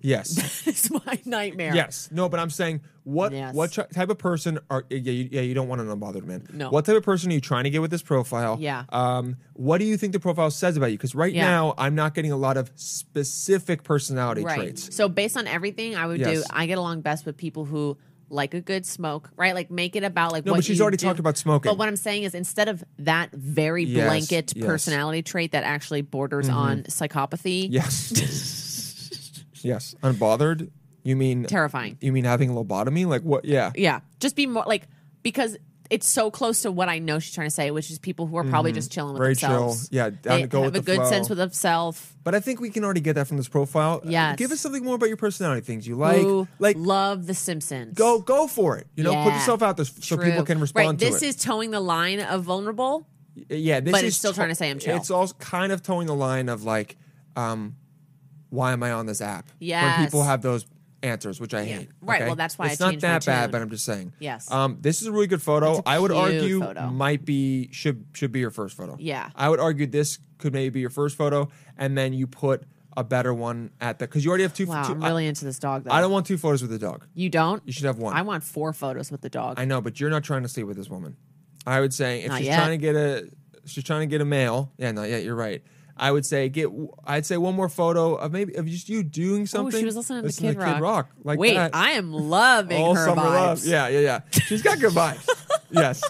Speaker 4: [LAUGHS]
Speaker 3: Yes.
Speaker 4: it's my nightmare.
Speaker 3: Yes. No, but I'm saying what
Speaker 4: Yes.
Speaker 3: what chi- type of person are yeah you, yeah you don't want an unbothered man.
Speaker 4: No.
Speaker 3: What type of person are you trying to get with this profile?
Speaker 4: Yeah.
Speaker 3: Um. What do you think the profile says about you? Because right
Speaker 4: Yeah.
Speaker 3: now I'm not getting a lot of specific personality
Speaker 4: Right.
Speaker 3: traits.
Speaker 4: So based on everything I would
Speaker 3: Yes.
Speaker 4: do, I get along best with people who like a good smoke, right? Like make it about like
Speaker 3: No,
Speaker 4: what
Speaker 3: but she's
Speaker 4: you
Speaker 3: already
Speaker 4: do.
Speaker 3: talked about smoking.
Speaker 4: But what I'm saying is instead of that very
Speaker 3: Yes,
Speaker 4: blanket
Speaker 3: yes. Mm-hmm.
Speaker 4: personality trait that actually borders on psychopathy,
Speaker 3: Yes.
Speaker 4: [LAUGHS]
Speaker 3: yes. Unbothered? You mean
Speaker 4: terrifying.
Speaker 3: You mean having lobotomy? Like what? Yeah.
Speaker 4: Yeah. Just be more like because it's so close to what I know she's trying to say, which is people who are probably just chilling with
Speaker 3: Mm-hmm. Very chill.
Speaker 4: themselves.
Speaker 3: Yeah, down
Speaker 4: They
Speaker 3: to go
Speaker 4: have
Speaker 3: with
Speaker 4: a
Speaker 3: the
Speaker 4: good
Speaker 3: flow.
Speaker 4: sense with themselves.
Speaker 3: But I think we can already get that from this profile. Uh,
Speaker 4: Yes.
Speaker 3: Give us something more about your personality, things you like.
Speaker 4: who
Speaker 3: like
Speaker 4: love the Simpsons.
Speaker 3: go go for it. You know, put
Speaker 4: Yeah.
Speaker 3: yourself out there s- so people
Speaker 4: True.
Speaker 3: can respond
Speaker 4: right,
Speaker 3: to
Speaker 4: this
Speaker 3: it.
Speaker 4: is towing the line of vulnerable.
Speaker 3: Uh, yeah, this
Speaker 4: but
Speaker 3: is
Speaker 4: it's still trying to say I'm chill.
Speaker 3: It's also kind of towing the line of like, um, why am I on this app?
Speaker 4: Yes.
Speaker 3: When people have those answers, which I hate.
Speaker 4: Right,
Speaker 3: okay?
Speaker 4: well, that's why I
Speaker 3: it's not
Speaker 4: changed my
Speaker 3: that bad,
Speaker 4: tune.
Speaker 3: but I'm just saying.
Speaker 4: Yes.
Speaker 3: Um, this is a really good photo.
Speaker 4: It's a
Speaker 3: I would
Speaker 4: cute
Speaker 3: argue
Speaker 4: photo.
Speaker 3: might be should should be your first photo.
Speaker 4: Yeah.
Speaker 3: I would argue this could maybe be your first photo, and then you put a better one at the because you already have two.
Speaker 4: Wow,
Speaker 3: two-
Speaker 4: I'm
Speaker 3: I-
Speaker 4: really into this dog though.
Speaker 3: I don't want two photos with the dog.
Speaker 4: You don't?
Speaker 3: You should have one.
Speaker 4: I want four photos with the dog.
Speaker 3: I know, but you're not trying to sleep with this woman. I would say if
Speaker 4: Not
Speaker 3: she's
Speaker 4: yet.
Speaker 3: trying to get a she's trying to get a male. Yeah, not yet. You're right. I would say get. I'd say one more photo of maybe of just you doing
Speaker 4: oh,
Speaker 3: something.
Speaker 4: she was listening to
Speaker 3: Listen
Speaker 4: Kid, Rock.
Speaker 3: like
Speaker 4: Wait,
Speaker 3: that.
Speaker 4: I am loving
Speaker 3: all
Speaker 4: her
Speaker 3: summer
Speaker 4: vibes.
Speaker 3: love. Yeah, yeah, yeah. She's got
Speaker 4: [LAUGHS]
Speaker 3: good vibes. yes,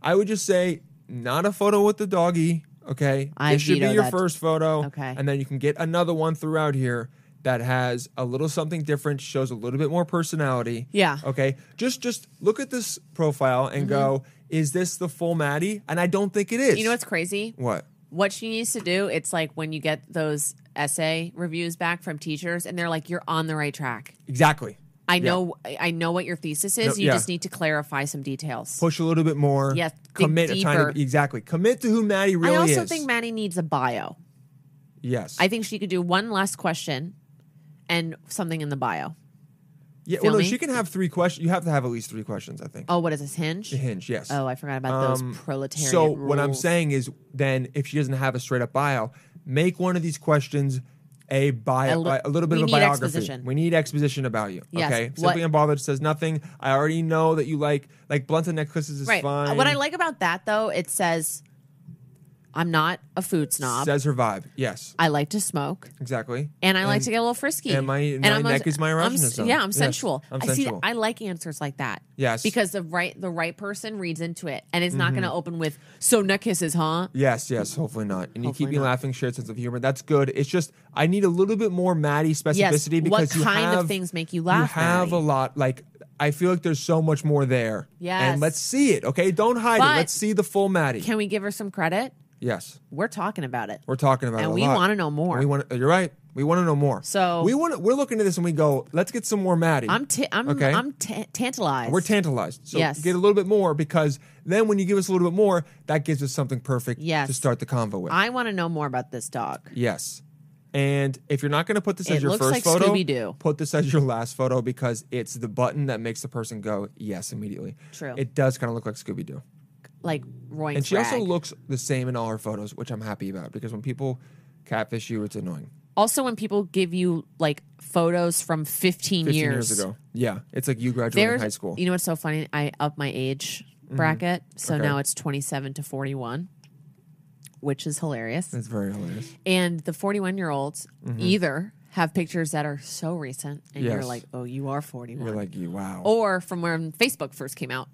Speaker 3: I would just say not a photo with the doggy. Okay,
Speaker 4: I
Speaker 3: this should be
Speaker 4: veto
Speaker 3: your
Speaker 4: that.
Speaker 3: first photo.
Speaker 4: Okay.
Speaker 3: and then you can get another one throughout here that has a little something different, shows a little bit more personality.
Speaker 4: Yeah. Mm-hmm.
Speaker 3: Okay, just just look at this profile and go, is this the full Maddie? And I don't think it is.
Speaker 4: You know what's crazy?
Speaker 3: what?
Speaker 4: What she needs to do, it's like when you get those essay reviews back from teachers and they're like, You're on the right track.
Speaker 3: Exactly.
Speaker 4: I
Speaker 3: Yeah.
Speaker 4: know I know what your thesis is.
Speaker 3: No,
Speaker 4: you
Speaker 3: yeah.
Speaker 4: just need to clarify some details.
Speaker 3: Push a little bit more.
Speaker 4: Yeah, dig
Speaker 3: Commit a tiny
Speaker 4: deeper.
Speaker 3: bit. Exactly. Commit to who Maddie really
Speaker 4: I
Speaker 3: is.
Speaker 4: also think Maddie needs a bio.
Speaker 3: Yes.
Speaker 4: I think she could do one last question and something in the bio.
Speaker 3: Yeah, well, no,
Speaker 4: Feel me?
Speaker 3: she can have three questions. You have to have at least three questions, I think.
Speaker 4: Oh, what is this? Hinge?
Speaker 3: Hinge, yes.
Speaker 4: Oh, I forgot about those
Speaker 3: Um,
Speaker 4: proletarian
Speaker 3: So what I'm
Speaker 4: rules.
Speaker 3: saying is, then if she doesn't have a straight up bio, make one of these questions a bio,
Speaker 4: A
Speaker 3: a,
Speaker 4: li-
Speaker 3: little bit
Speaker 4: we
Speaker 3: of
Speaker 4: need
Speaker 3: a biography.
Speaker 4: exposition.
Speaker 3: We need exposition about you.
Speaker 4: Yes,
Speaker 3: Okay,
Speaker 4: what-
Speaker 3: simply unbothered says nothing. I already know that you like like blunt and necklaces is
Speaker 4: Right.
Speaker 3: fine.
Speaker 4: What I like about that though, it says, "I'm not a food snob.
Speaker 3: says her vibe. Yes,
Speaker 4: I like to smoke,
Speaker 3: exactly.
Speaker 4: and I like to get a little frisky.
Speaker 3: and my- my
Speaker 4: a-
Speaker 3: neck is my
Speaker 4: I'm
Speaker 3: erogenous
Speaker 4: s-
Speaker 3: zone.
Speaker 4: Yeah, I'm
Speaker 3: Yes,
Speaker 4: sensual.
Speaker 3: I'm
Speaker 4: I
Speaker 3: sensual.
Speaker 4: see. I like answers like that.
Speaker 3: Yes. Mm-hmm.
Speaker 4: because the right the right person reads into it, and it's not going to open with "so neck kisses, huh?"
Speaker 3: Yes, yes, hopefully not. And you keep
Speaker 4: Hopefully
Speaker 3: me
Speaker 4: not.
Speaker 3: laughing, shared sense of humor. That's good. It's just I need a little bit more Maddie specificity
Speaker 4: Yes, what
Speaker 3: because you
Speaker 4: kind of
Speaker 3: have,
Speaker 4: things make you laugh,
Speaker 3: You have a
Speaker 4: Maddie?
Speaker 3: lot. Like I feel like there's so much more there.
Speaker 4: Yes.
Speaker 3: and let's see it. Okay, don't hide
Speaker 4: But-
Speaker 3: it. Let's see the full Maddie.
Speaker 4: Can we give her some credit?
Speaker 3: yes,
Speaker 4: We're talking about it.
Speaker 3: we're talking about
Speaker 4: And
Speaker 3: it a
Speaker 4: we
Speaker 3: lot.
Speaker 4: wanna know more.
Speaker 3: We want. You're right. We want to know more.
Speaker 4: So-
Speaker 3: we want. We're looking at this and we go. Let's get some more Maddie.
Speaker 4: I'm t- I'm
Speaker 3: Okay.
Speaker 4: I'm t- tantalized.
Speaker 3: We're tantalized. So
Speaker 4: Yes.
Speaker 3: get a little bit more because then when you give us a little bit more, that gives us something perfect
Speaker 4: Yes.
Speaker 3: to start the convo with.
Speaker 4: I want to know more about this dog.
Speaker 3: Yes. And if you're not going to put this
Speaker 4: It
Speaker 3: as your
Speaker 4: looks
Speaker 3: first
Speaker 4: like
Speaker 3: photo,
Speaker 4: Scooby-Doo.
Speaker 3: put this as your last photo because it's the button that makes the person go yes immediately.
Speaker 4: True.
Speaker 3: It does kind of look like Scooby Doo.
Speaker 4: Like Roy
Speaker 3: And she also looks the same in all her photos, which I'm happy about because when people catfish you, it's annoying.
Speaker 4: Also, when people give you like photos from 15,
Speaker 3: 15 years, ago. Yeah. It's like you graduated
Speaker 4: there's
Speaker 3: high school. Mm-hmm.
Speaker 4: You know what's so funny? I up my age bracket, so
Speaker 3: Okay.
Speaker 4: now it's twenty seven to forty one, which is hilarious.
Speaker 3: That's very hilarious.
Speaker 4: And the forty one year olds either have pictures that are so recent, and you're
Speaker 3: Mm-hmm. Yes.
Speaker 4: like, oh, you are forty
Speaker 3: You're
Speaker 4: one,
Speaker 3: like, you wow.
Speaker 4: or from when Facebook first came out.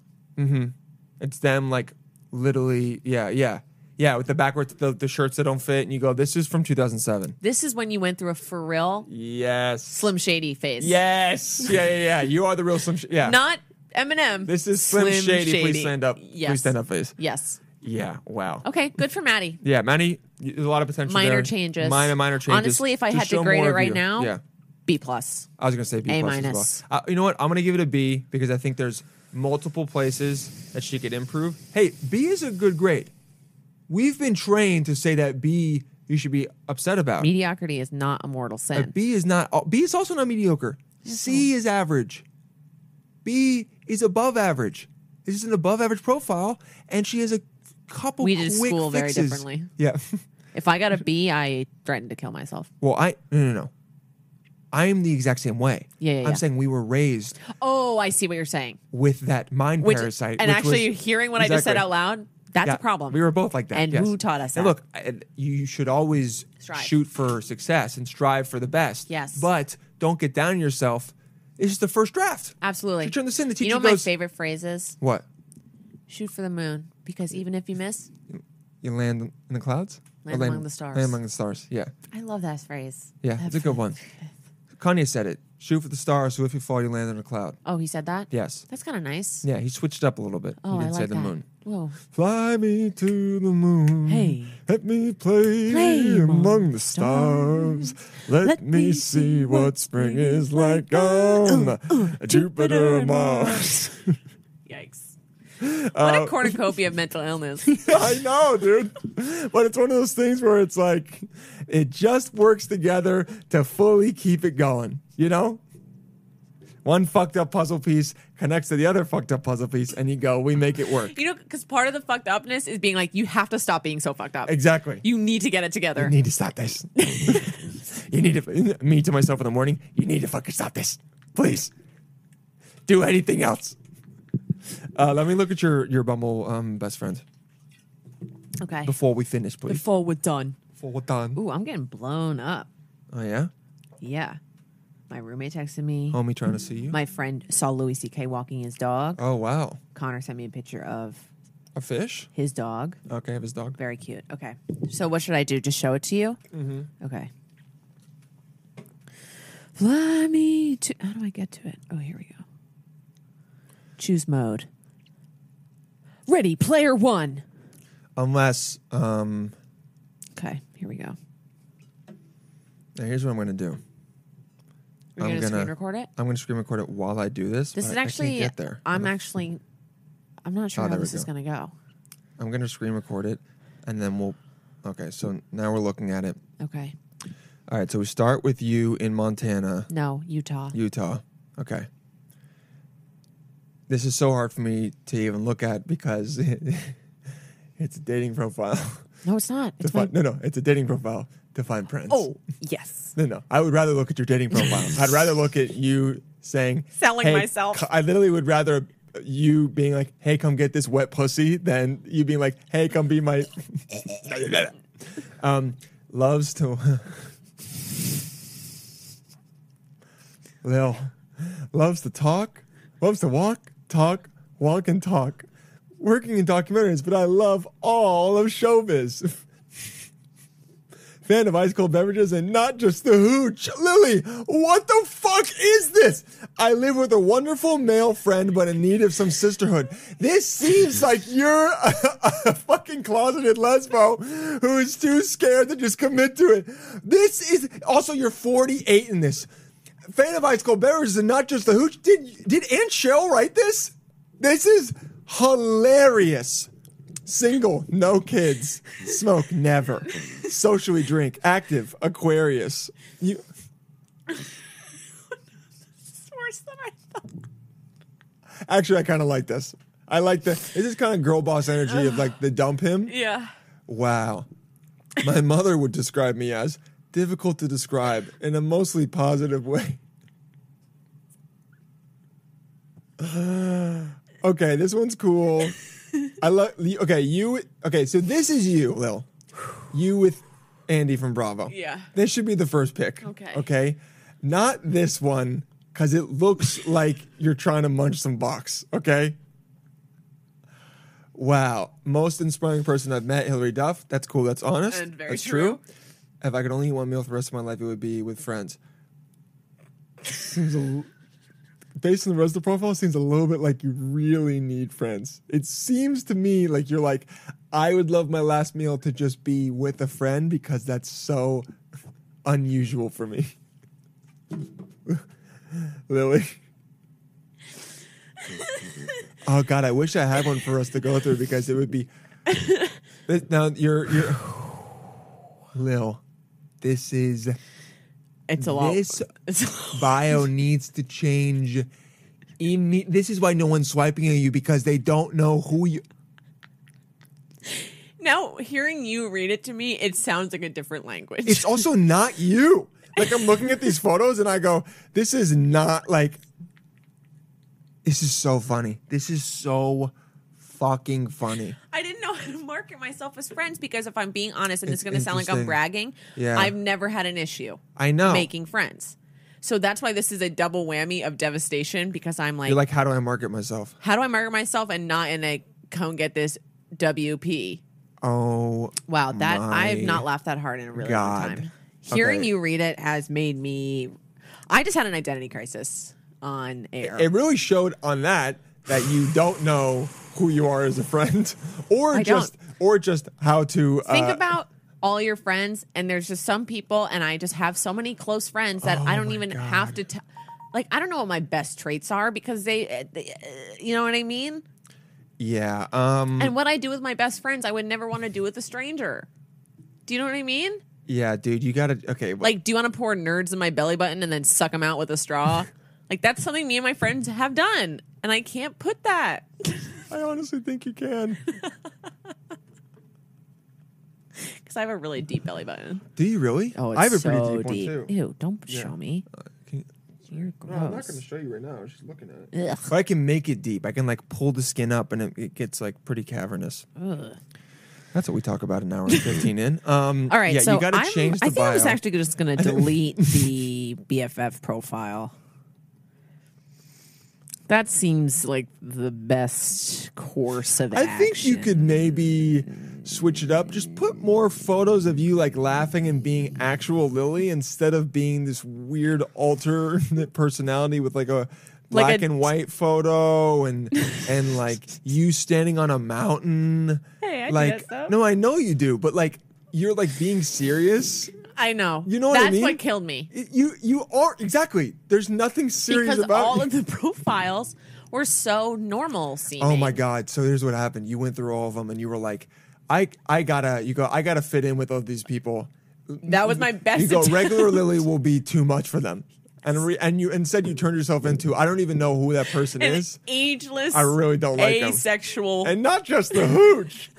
Speaker 3: It's them like literally, yeah, yeah. Yeah, with the backwards, the, the shirts that don't fit, and you go, this is from 2007.
Speaker 4: This is when you went through a for real
Speaker 3: Yes.
Speaker 4: Slim Shady phase.
Speaker 3: Yes. Yeah, yeah, yeah. You are the real Slim Shady. Yeah.
Speaker 4: not Eminem.
Speaker 3: This is Slim, Shady. Please stand up.
Speaker 4: Yes,
Speaker 3: Please stand up, please.
Speaker 4: Yes.
Speaker 3: Yeah. Wow.
Speaker 4: Okay. Good for Maddie.
Speaker 3: Yeah, Manny, y- there's a lot of potential.
Speaker 4: Minor
Speaker 3: there.
Speaker 4: changes.
Speaker 3: Minor, minor changes.
Speaker 4: Honestly, if I
Speaker 3: Just
Speaker 4: had to
Speaker 3: show
Speaker 4: grade
Speaker 3: more
Speaker 4: it
Speaker 3: of
Speaker 4: right
Speaker 3: you.
Speaker 4: now-
Speaker 3: yeah,
Speaker 4: B plus.
Speaker 3: I was gonna say B
Speaker 4: A
Speaker 3: plus
Speaker 4: minus.
Speaker 3: as well. Uh, you know what? I'm gonna give it a B because I think there's multiple places that she could improve. Hey, B is a good grade. We've been trained to say that B you should be upset about.
Speaker 4: Mediocrity is not a mortal
Speaker 3: A
Speaker 4: sin.
Speaker 3: B is not. oh, B is also not mediocre. C is average. B is above average. This is an above average profile, and she has a couple.
Speaker 4: We did
Speaker 3: quick
Speaker 4: school very
Speaker 3: fixes.
Speaker 4: differently.
Speaker 3: Yeah. [LAUGHS]
Speaker 4: If I got a B, I threatened to kill myself.
Speaker 3: well, I no no no. I am the exact same way.
Speaker 4: Yeah, yeah,
Speaker 3: I'm
Speaker 4: yeah.
Speaker 3: saying we were raised
Speaker 4: Oh, I see what you're saying.
Speaker 3: with that mind
Speaker 4: Which
Speaker 3: parasite.
Speaker 4: and
Speaker 3: which
Speaker 4: actually,
Speaker 3: was-
Speaker 4: hearing what I just said
Speaker 3: Exactly.
Speaker 4: out loud, that's
Speaker 3: Yeah,
Speaker 4: a problem.
Speaker 3: We were both like that.
Speaker 4: And
Speaker 3: yes.
Speaker 4: who taught us
Speaker 3: And
Speaker 4: that?
Speaker 3: look, I- you should always
Speaker 4: Strive.
Speaker 3: shoot for success and strive for the best.
Speaker 4: Yes.
Speaker 3: But don't get down on yourself It's just the first draft.
Speaker 4: Absolutely.
Speaker 3: She turned this in. The
Speaker 4: you know
Speaker 3: teacher
Speaker 4: what my
Speaker 3: goes-
Speaker 4: favorite phrase is?
Speaker 3: What?
Speaker 4: Shoot for the moon because even if you miss,
Speaker 3: You land in the clouds? Or
Speaker 4: Land among the stars.
Speaker 3: Land among the stars. Yeah.
Speaker 4: I love that phrase.
Speaker 3: Yeah.
Speaker 4: That
Speaker 3: It's a good one. Kanye said it. Shoot for the stars, so if you fall, you land in a cloud.
Speaker 4: Oh, he said that.
Speaker 3: Yes.
Speaker 4: That's kind of nice.
Speaker 3: Yeah, he switched up a little bit.
Speaker 4: Oh,
Speaker 3: he
Speaker 4: I
Speaker 3: didn't
Speaker 4: like
Speaker 3: say the
Speaker 4: that.
Speaker 3: moon.
Speaker 4: Whoa.
Speaker 3: Fly me to the moon.
Speaker 4: Hey.
Speaker 3: Let me play,
Speaker 4: Play
Speaker 3: among,
Speaker 4: among
Speaker 3: the
Speaker 4: the
Speaker 3: stars. Let,
Speaker 4: Let
Speaker 3: me
Speaker 4: me
Speaker 3: see
Speaker 4: see
Speaker 3: what
Speaker 4: what
Speaker 3: spring
Speaker 4: spring
Speaker 3: is
Speaker 4: is
Speaker 3: like
Speaker 4: like
Speaker 3: on Jupiter
Speaker 4: Jupiter
Speaker 3: and
Speaker 4: and
Speaker 3: Mars. Uh,
Speaker 4: Yikes. [LAUGHS] What a
Speaker 3: [LAUGHS]
Speaker 4: cornucopia of mental illness.
Speaker 3: I know, dude. But it's one of those things where it's like, it just works together to fully keep it going, you know? One fucked up puzzle piece connects to the other fucked up puzzle piece, and you go, we make it work.
Speaker 4: [LAUGHS] You know, because part of the fucked upness is being like, you have to stop being so fucked up.
Speaker 3: Exactly.
Speaker 4: You need to get it together.
Speaker 3: You need to stop this. [LAUGHS] you need to, me to myself in the morning, you need to fucking stop this. Please. Do anything else. Uh, let me look at your, your Bumble um, best friend
Speaker 4: okay.
Speaker 3: before we finish, please.
Speaker 4: Before we're done.
Speaker 3: Before we're done.
Speaker 4: Ooh, I'm getting blown up.
Speaker 3: Oh, yeah?
Speaker 4: Yeah. My roommate texted me.
Speaker 3: Homie trying to see you.
Speaker 4: My friend saw Louis C.K. walking his dog.
Speaker 3: oh, wow.
Speaker 4: Connor sent me a picture of
Speaker 3: A fish?
Speaker 4: his dog.
Speaker 3: Okay, I have his dog.
Speaker 4: Very cute. Okay. So what should I do? Just show it to you? Mm-hmm. Okay. Fly me to. How do I get to it? Oh, here we go. Choose mode. Ready, player one.
Speaker 3: Unless, um,
Speaker 4: Okay, here we go.
Speaker 3: now here's what I'm going to do.
Speaker 4: We're
Speaker 3: I'm
Speaker 4: gonna,
Speaker 3: gonna-
Speaker 4: screen record it.
Speaker 3: I'm going to screen record it while I do this.
Speaker 4: This is
Speaker 3: but I- I can't
Speaker 4: actually.
Speaker 3: get there.
Speaker 4: I'm actually. I'm not sure
Speaker 3: Oh,
Speaker 4: how
Speaker 3: there we
Speaker 4: this is
Speaker 3: go.
Speaker 4: gonna go.
Speaker 3: I'm going to screen record it, and then we'll. Okay, so now we're looking at it.
Speaker 4: Okay.
Speaker 3: All right, so we start with you in Montana,
Speaker 4: No, Utah.
Speaker 3: Utah. Okay. This is so hard for me to even look at because [LAUGHS] it's a dating profile. [LAUGHS]
Speaker 4: no, it's not.
Speaker 3: to
Speaker 4: It's my.
Speaker 3: find, no, no, it's a dating profile to find friends.
Speaker 4: Oh yes.
Speaker 3: No, no. I would rather look at your dating profile. I'd rather look at you saying
Speaker 4: Selling
Speaker 3: "Hey,"
Speaker 4: myself.
Speaker 3: c- I literally would rather you being like, "Hey, come get this wet pussy," than you being like, "Hey, come be my." [LAUGHS] um, loves to. Lil loves to talk, loves to walk, talk, walk, and talk. Working in documentaries, but I love all of showbiz. [LAUGHS] fan of ice cold beverages and not just the hooch. Lily, what the fuck is this? I live with a wonderful male friend, but in need of some sisterhood. This seems like you're a, a fucking closeted lesbo who is too scared to just commit to it. This is also you're 48 in this. Fan of ice cold beverages and not just the hooch. Did did Aunt Shell write this? This is hilarious. Single, no kids, smoke never, socially drink, active, Aquarius. You,
Speaker 4: It's worse than I thought.
Speaker 3: actually, I kind of like this. I like the. It's this kind of girl boss energy of like the dump him.
Speaker 4: Yeah.
Speaker 3: Wow, my [LAUGHS] mother would describe me as difficult to describe in a mostly positive way. [SIGHS] Okay, this one's cool. I love. Okay, you. Okay, so this is you, Lil. You with Andy from Bravo.
Speaker 4: Yeah.
Speaker 3: This should be the first pick.
Speaker 4: Okay.
Speaker 3: Okay. Not this one, because it looks like you're trying to munch some box. Okay. Wow. Most inspiring person I've met, Hillary Duff. That's cool. That's honest.
Speaker 4: And very
Speaker 3: That's
Speaker 4: true.
Speaker 3: If I could only eat one meal for the rest of my life, it would be with friends. Seems a l- based on the rest of the profile, it seems a little bit like you really need friends. It seems to me like you're like, I would love my last meal to just be with a friend because that's so unusual for me. [LAUGHS] Lily. oh God, I wish I had one for us to go through because it would be. now you're you're Lil. This is
Speaker 4: It's a lot.
Speaker 3: This-
Speaker 4: it's a lot.
Speaker 3: bio needs to change. Imme- this is why no one's swiping at you because they don't know who you.
Speaker 4: [LAUGHS] Now, hearing you read it to me, it sounds like a different language.
Speaker 3: It's also not you. Like I'm looking at these photos and I go, this is not like. This is so funny. This is so fucking funny.
Speaker 4: [LAUGHS] I didn't know how to market myself as friends because if I'm being honest, and it's
Speaker 3: It's
Speaker 4: going to sound like I'm
Speaker 3: interesting.
Speaker 4: bragging,
Speaker 3: Yeah.
Speaker 4: I've never had an issue
Speaker 3: I know.
Speaker 4: making friends. So that's why this is a double whammy of devastation because I'm like,
Speaker 3: You're like, how do I market myself?
Speaker 4: how do I market myself and not in a come get this WP?
Speaker 3: Oh,
Speaker 4: Wow, that I have
Speaker 3: My
Speaker 4: not laughed that hard in a really long
Speaker 3: God.
Speaker 4: time. Hearing
Speaker 3: Okay.
Speaker 4: you read it has made me. I just had an identity crisis on air.
Speaker 3: it really showed on that that you don't know who you are as a friend, [LAUGHS] or
Speaker 4: I
Speaker 3: just or just how to uh,
Speaker 4: Think about all your friends, and there's just some people, and I just have so many close friends that I don't
Speaker 3: Oh my
Speaker 4: even
Speaker 3: God.
Speaker 4: have to tell. Like I don't know what my best traits are because they, eh, they eh, you know what I mean.
Speaker 3: Yeah, um,
Speaker 4: And what I do with my best friends, I would never want to do with a stranger. Do you know what I mean?
Speaker 3: yeah, dude, you gotta okay. Like,
Speaker 4: Like, do you want to pour nerds in my belly button and then suck them out with a
Speaker 3: [LAUGHS]
Speaker 4: straw? like, that's something me and my friends have done, and I can't put that.
Speaker 3: I honestly think you can. [LAUGHS]
Speaker 4: Because I have a really deep belly button.
Speaker 3: do you really?
Speaker 4: Oh,
Speaker 3: I have a pretty Oh, deep, one too. Uh,
Speaker 4: Ew, don't show me.
Speaker 3: Can you-
Speaker 4: You're
Speaker 3: No,
Speaker 4: gross.
Speaker 3: I'm not going to show you right now. I was just looking at it.
Speaker 4: Ugh.
Speaker 3: But I can make it deep. I can like pull the skin up, and it, it gets like pretty cavernous. That's what we talk about an hour and fifteen in. Um,
Speaker 4: All right,
Speaker 3: yeah,
Speaker 4: so
Speaker 3: you got to
Speaker 4: I'm-
Speaker 3: change the
Speaker 4: I think I was
Speaker 3: bio.
Speaker 4: actually just
Speaker 3: [LAUGHS]
Speaker 4: going to delete the BFF profile. That seems like the best course of
Speaker 3: I
Speaker 4: action.
Speaker 3: think you could maybe switch it up. Just put more photos of you like laughing and being actual Lily instead of being this weird alternate [LAUGHS] personality with like a
Speaker 4: Like
Speaker 3: black
Speaker 4: a-
Speaker 3: and white photo and and like you standing on a mountain.
Speaker 4: Hey, I do
Speaker 3: like
Speaker 4: that stuff.
Speaker 3: no, I know you do, but like you're like being serious.
Speaker 4: I know.
Speaker 3: You know what I
Speaker 4: That's
Speaker 3: mean?
Speaker 4: what killed me.
Speaker 3: It- You you are exactly. There's nothing serious
Speaker 4: because
Speaker 3: about
Speaker 4: all
Speaker 3: you.
Speaker 4: of the [LAUGHS] profiles were so normal seeming.
Speaker 3: Oh my god! So here's what happened. You went through all of them, and you were like, "I, I gotta." You go. I gotta fit in with all these people.
Speaker 4: That was my best.
Speaker 3: you go.
Speaker 4: attempt.
Speaker 3: Regular Lily will be too much for them, and re- and you instead you turned yourself into. I don't even know who that
Speaker 4: [LAUGHS]
Speaker 3: person
Speaker 4: An
Speaker 3: is,
Speaker 4: ageless.
Speaker 3: I really don't like 'em.
Speaker 4: asexual.
Speaker 3: and not just the hooch.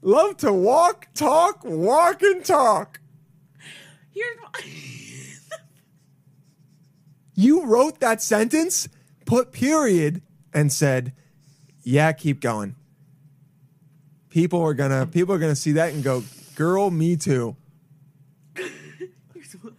Speaker 3: Love to walk, talk, walk and talk.
Speaker 4: [LAUGHS] Here's what-
Speaker 3: You wrote that sentence, put period, and said, "Yeah, keep going." People are gonna people are gonna see that and go, "Girl, me too."
Speaker 4: here's what.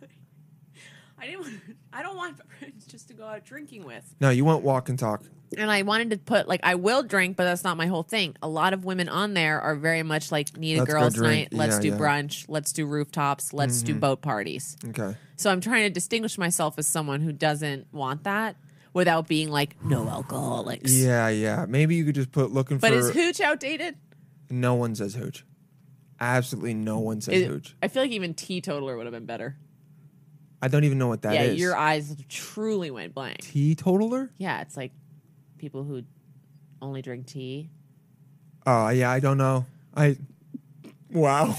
Speaker 4: I didn't. Want, I don't want [LAUGHS] friends just to go out drinking with.
Speaker 3: No, you want walk and talk.
Speaker 4: And I wanted to put like I will drink, but that's not my whole thing. A lot of women on there are very much like need a
Speaker 3: Let's go
Speaker 4: girls' night.
Speaker 3: drink.
Speaker 4: Let's
Speaker 3: Yeah,
Speaker 4: do
Speaker 3: yeah. Mm-hmm.
Speaker 4: brunch. Let's do rooftops. Let's do boat parties.
Speaker 3: Okay.
Speaker 4: So I'm trying to distinguish myself as someone who doesn't want that without being like no alcoholics.
Speaker 3: Yeah, yeah. Maybe you could just put looking
Speaker 4: But
Speaker 3: for.
Speaker 4: is hooch outdated?
Speaker 3: no one says hooch. Absolutely no one says
Speaker 4: It-
Speaker 3: hooch.
Speaker 4: I feel like even teetotaler would have been better.
Speaker 3: I don't even know what that
Speaker 4: yeah,
Speaker 3: is.
Speaker 4: your eyes truly went blank.
Speaker 3: teetotaler.
Speaker 4: Yeah, it's like people who only drink tea.
Speaker 3: Oh yeah, I don't know. I. Wow.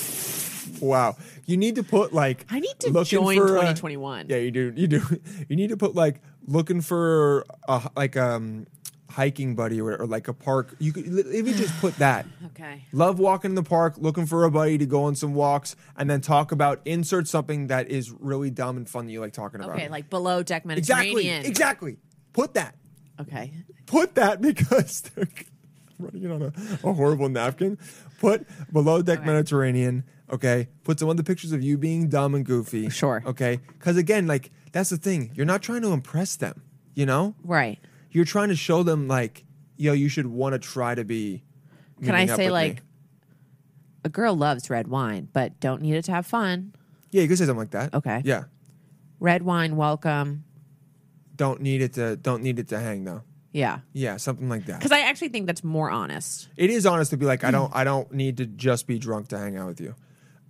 Speaker 3: [LAUGHS] wow. You need to put like.
Speaker 4: I need to
Speaker 3: looking
Speaker 4: join
Speaker 3: for, uh,
Speaker 4: 2021.
Speaker 3: Yeah, you do. You do. [LAUGHS] You need to put like looking for a like um hiking buddy or, or like a park. You could if you just put that.
Speaker 4: [SIGHS] Okay.
Speaker 3: Love walking in the park, looking for a buddy to go on some walks, and then talk about insert something that is really dumb and fun that you like talking about.
Speaker 4: Okay, like below deck
Speaker 3: exactly,
Speaker 4: Mediterranean.
Speaker 3: exactly. Put that
Speaker 4: Okay.
Speaker 3: put that because [LAUGHS] they're running it on a, a horrible napkin. Put below deck Mediterranean. Okay. Put some other pictures of you being dumb and goofy.
Speaker 4: Sure.
Speaker 3: Okay. Because again, like that's the thing. You're not trying to impress them. You know.
Speaker 4: Right.
Speaker 3: You're trying to show them like, yo, you should want to try to be.
Speaker 4: Can I
Speaker 3: meeting up
Speaker 4: say
Speaker 3: with me.
Speaker 4: like a girl loves red wine, but don't need it to have fun.
Speaker 3: Yeah, you could say something like that.
Speaker 4: Okay.
Speaker 3: Yeah.
Speaker 4: Red wine welcome.
Speaker 3: Don't need it to. Don't need it to hang though.
Speaker 4: Yeah.
Speaker 3: Yeah, something like that.
Speaker 4: Cuz I actually think that's more honest.
Speaker 3: it is honest to be like, I don't, I don't need to just be drunk to hang out with you.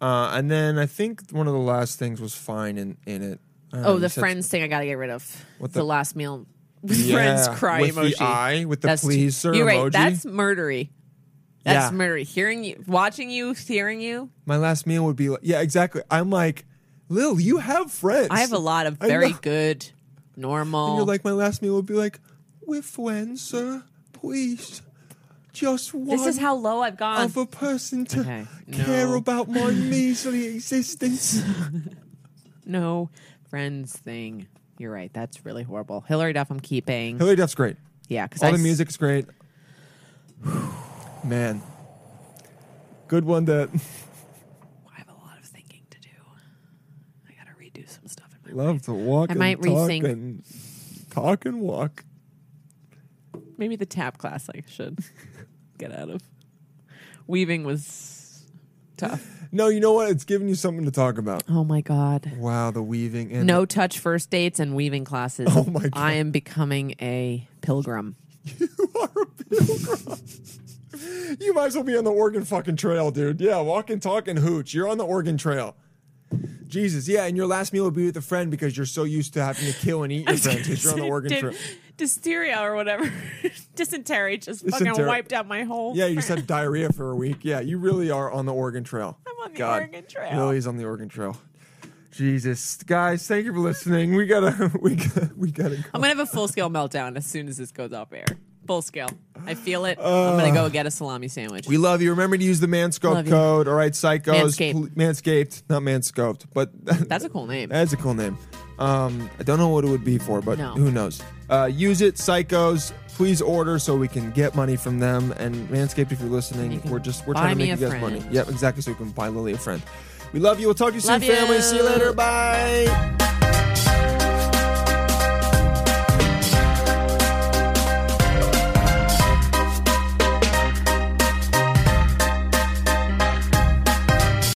Speaker 3: Uh, and then I think one of the last things was fine in in it. Uh,
Speaker 4: Oh,
Speaker 3: you
Speaker 4: the
Speaker 3: said-
Speaker 4: friends thing I got to get rid of.
Speaker 3: What
Speaker 4: the,
Speaker 3: the-
Speaker 4: last meal [LAUGHS] with
Speaker 3: [LAUGHS] Yeah,
Speaker 4: friends cry
Speaker 3: with the
Speaker 4: emoji.
Speaker 3: eye, with the
Speaker 4: too-
Speaker 3: please, sir
Speaker 4: You're right.
Speaker 3: emoji.
Speaker 4: That's murdery. That's
Speaker 3: Yeah.
Speaker 4: murdery. Hearing you, watching you, hearing you.
Speaker 3: My last meal would be like, yeah, exactly. I'm like, Lil, you have friends.
Speaker 4: I have a lot of
Speaker 3: I
Speaker 4: very
Speaker 3: know.
Speaker 4: good,
Speaker 3: And
Speaker 4: normal.
Speaker 3: you're like, my last meal would be like, with friends, sir, please, just one.
Speaker 4: this is how low I've gone.
Speaker 3: of a person to
Speaker 4: Okay,
Speaker 3: care
Speaker 4: no.
Speaker 12: [LAUGHS]
Speaker 3: about my measly [LAUGHS] existence.
Speaker 4: no friends thing. You're right. That's really horrible. Hillary Duff, I'm keeping.
Speaker 3: Hillary Duff's great.
Speaker 4: Yeah, because
Speaker 3: All the music's great. Man. Good one to
Speaker 4: I have a lot of thinking to do. I gotta redo some stuff in my
Speaker 3: [LAUGHS] love to walk.
Speaker 12: I might
Speaker 3: and talk
Speaker 12: rethink.
Speaker 3: And talk and walk.
Speaker 4: Maybe the tap class I [LAUGHS] should get out of. Weaving was tough.
Speaker 3: No, you know what? It's giving you something to talk about.
Speaker 4: Oh my god.
Speaker 3: Wow, the weaving and
Speaker 12: No touch first dates and weaving classes.
Speaker 3: [LAUGHS] Oh my God.
Speaker 12: I am becoming a pilgrim.
Speaker 3: You might as well be on the Oregon fucking trail, dude. Yeah, walk and talk and hooch. You're on the Oregon trail. Jesus, yeah, and your last meal would be with a friend because you're so used to having to kill
Speaker 12: [LAUGHS]
Speaker 3: and eat your friends because you're on the Oregon
Speaker 4: Did-
Speaker 3: trail.
Speaker 4: Dysteria or whatever. [LAUGHS] Dysentery just fucking
Speaker 3: Dysentery.
Speaker 4: wiped out my whole.
Speaker 3: Yeah, you just had diarrhea for a week. Yeah, you really are on the Oregon Trail.
Speaker 4: I'm on the
Speaker 3: God,
Speaker 4: Oregon Trail.
Speaker 3: Lily's on the Oregon Trail. Jesus, guys, thank you for listening. We gotta, [LAUGHS] we gotta, we gotta. Go.
Speaker 4: I'm gonna have a full scale meltdown as soon as this goes off air. Full scale. I feel it. I'm
Speaker 3: Uh.
Speaker 4: gonna go get a salami sandwich.
Speaker 3: We love you. Remember to use the
Speaker 4: Love
Speaker 3: Manscoped
Speaker 4: you.
Speaker 3: code. All right, psychos.
Speaker 4: Manscaped.
Speaker 3: Pl- Manscaped, not Manscoped, but [LAUGHS]
Speaker 4: That's a cool name.
Speaker 3: That's a cool name. Um, I don't know what it would be for, but
Speaker 4: No.
Speaker 3: who knows? Uh, use it, psychos. Please order so we can get money from them. And Manscaped, if you're listening,
Speaker 4: You can
Speaker 3: we're just we're
Speaker 4: buy
Speaker 3: trying to
Speaker 4: me
Speaker 3: make you
Speaker 4: a
Speaker 3: guys
Speaker 4: friend.
Speaker 3: money. Yep, exactly. So we can buy Lily a friend. We love you. We'll talk to you soon,
Speaker 4: Love you.
Speaker 3: family. See you later. Bye.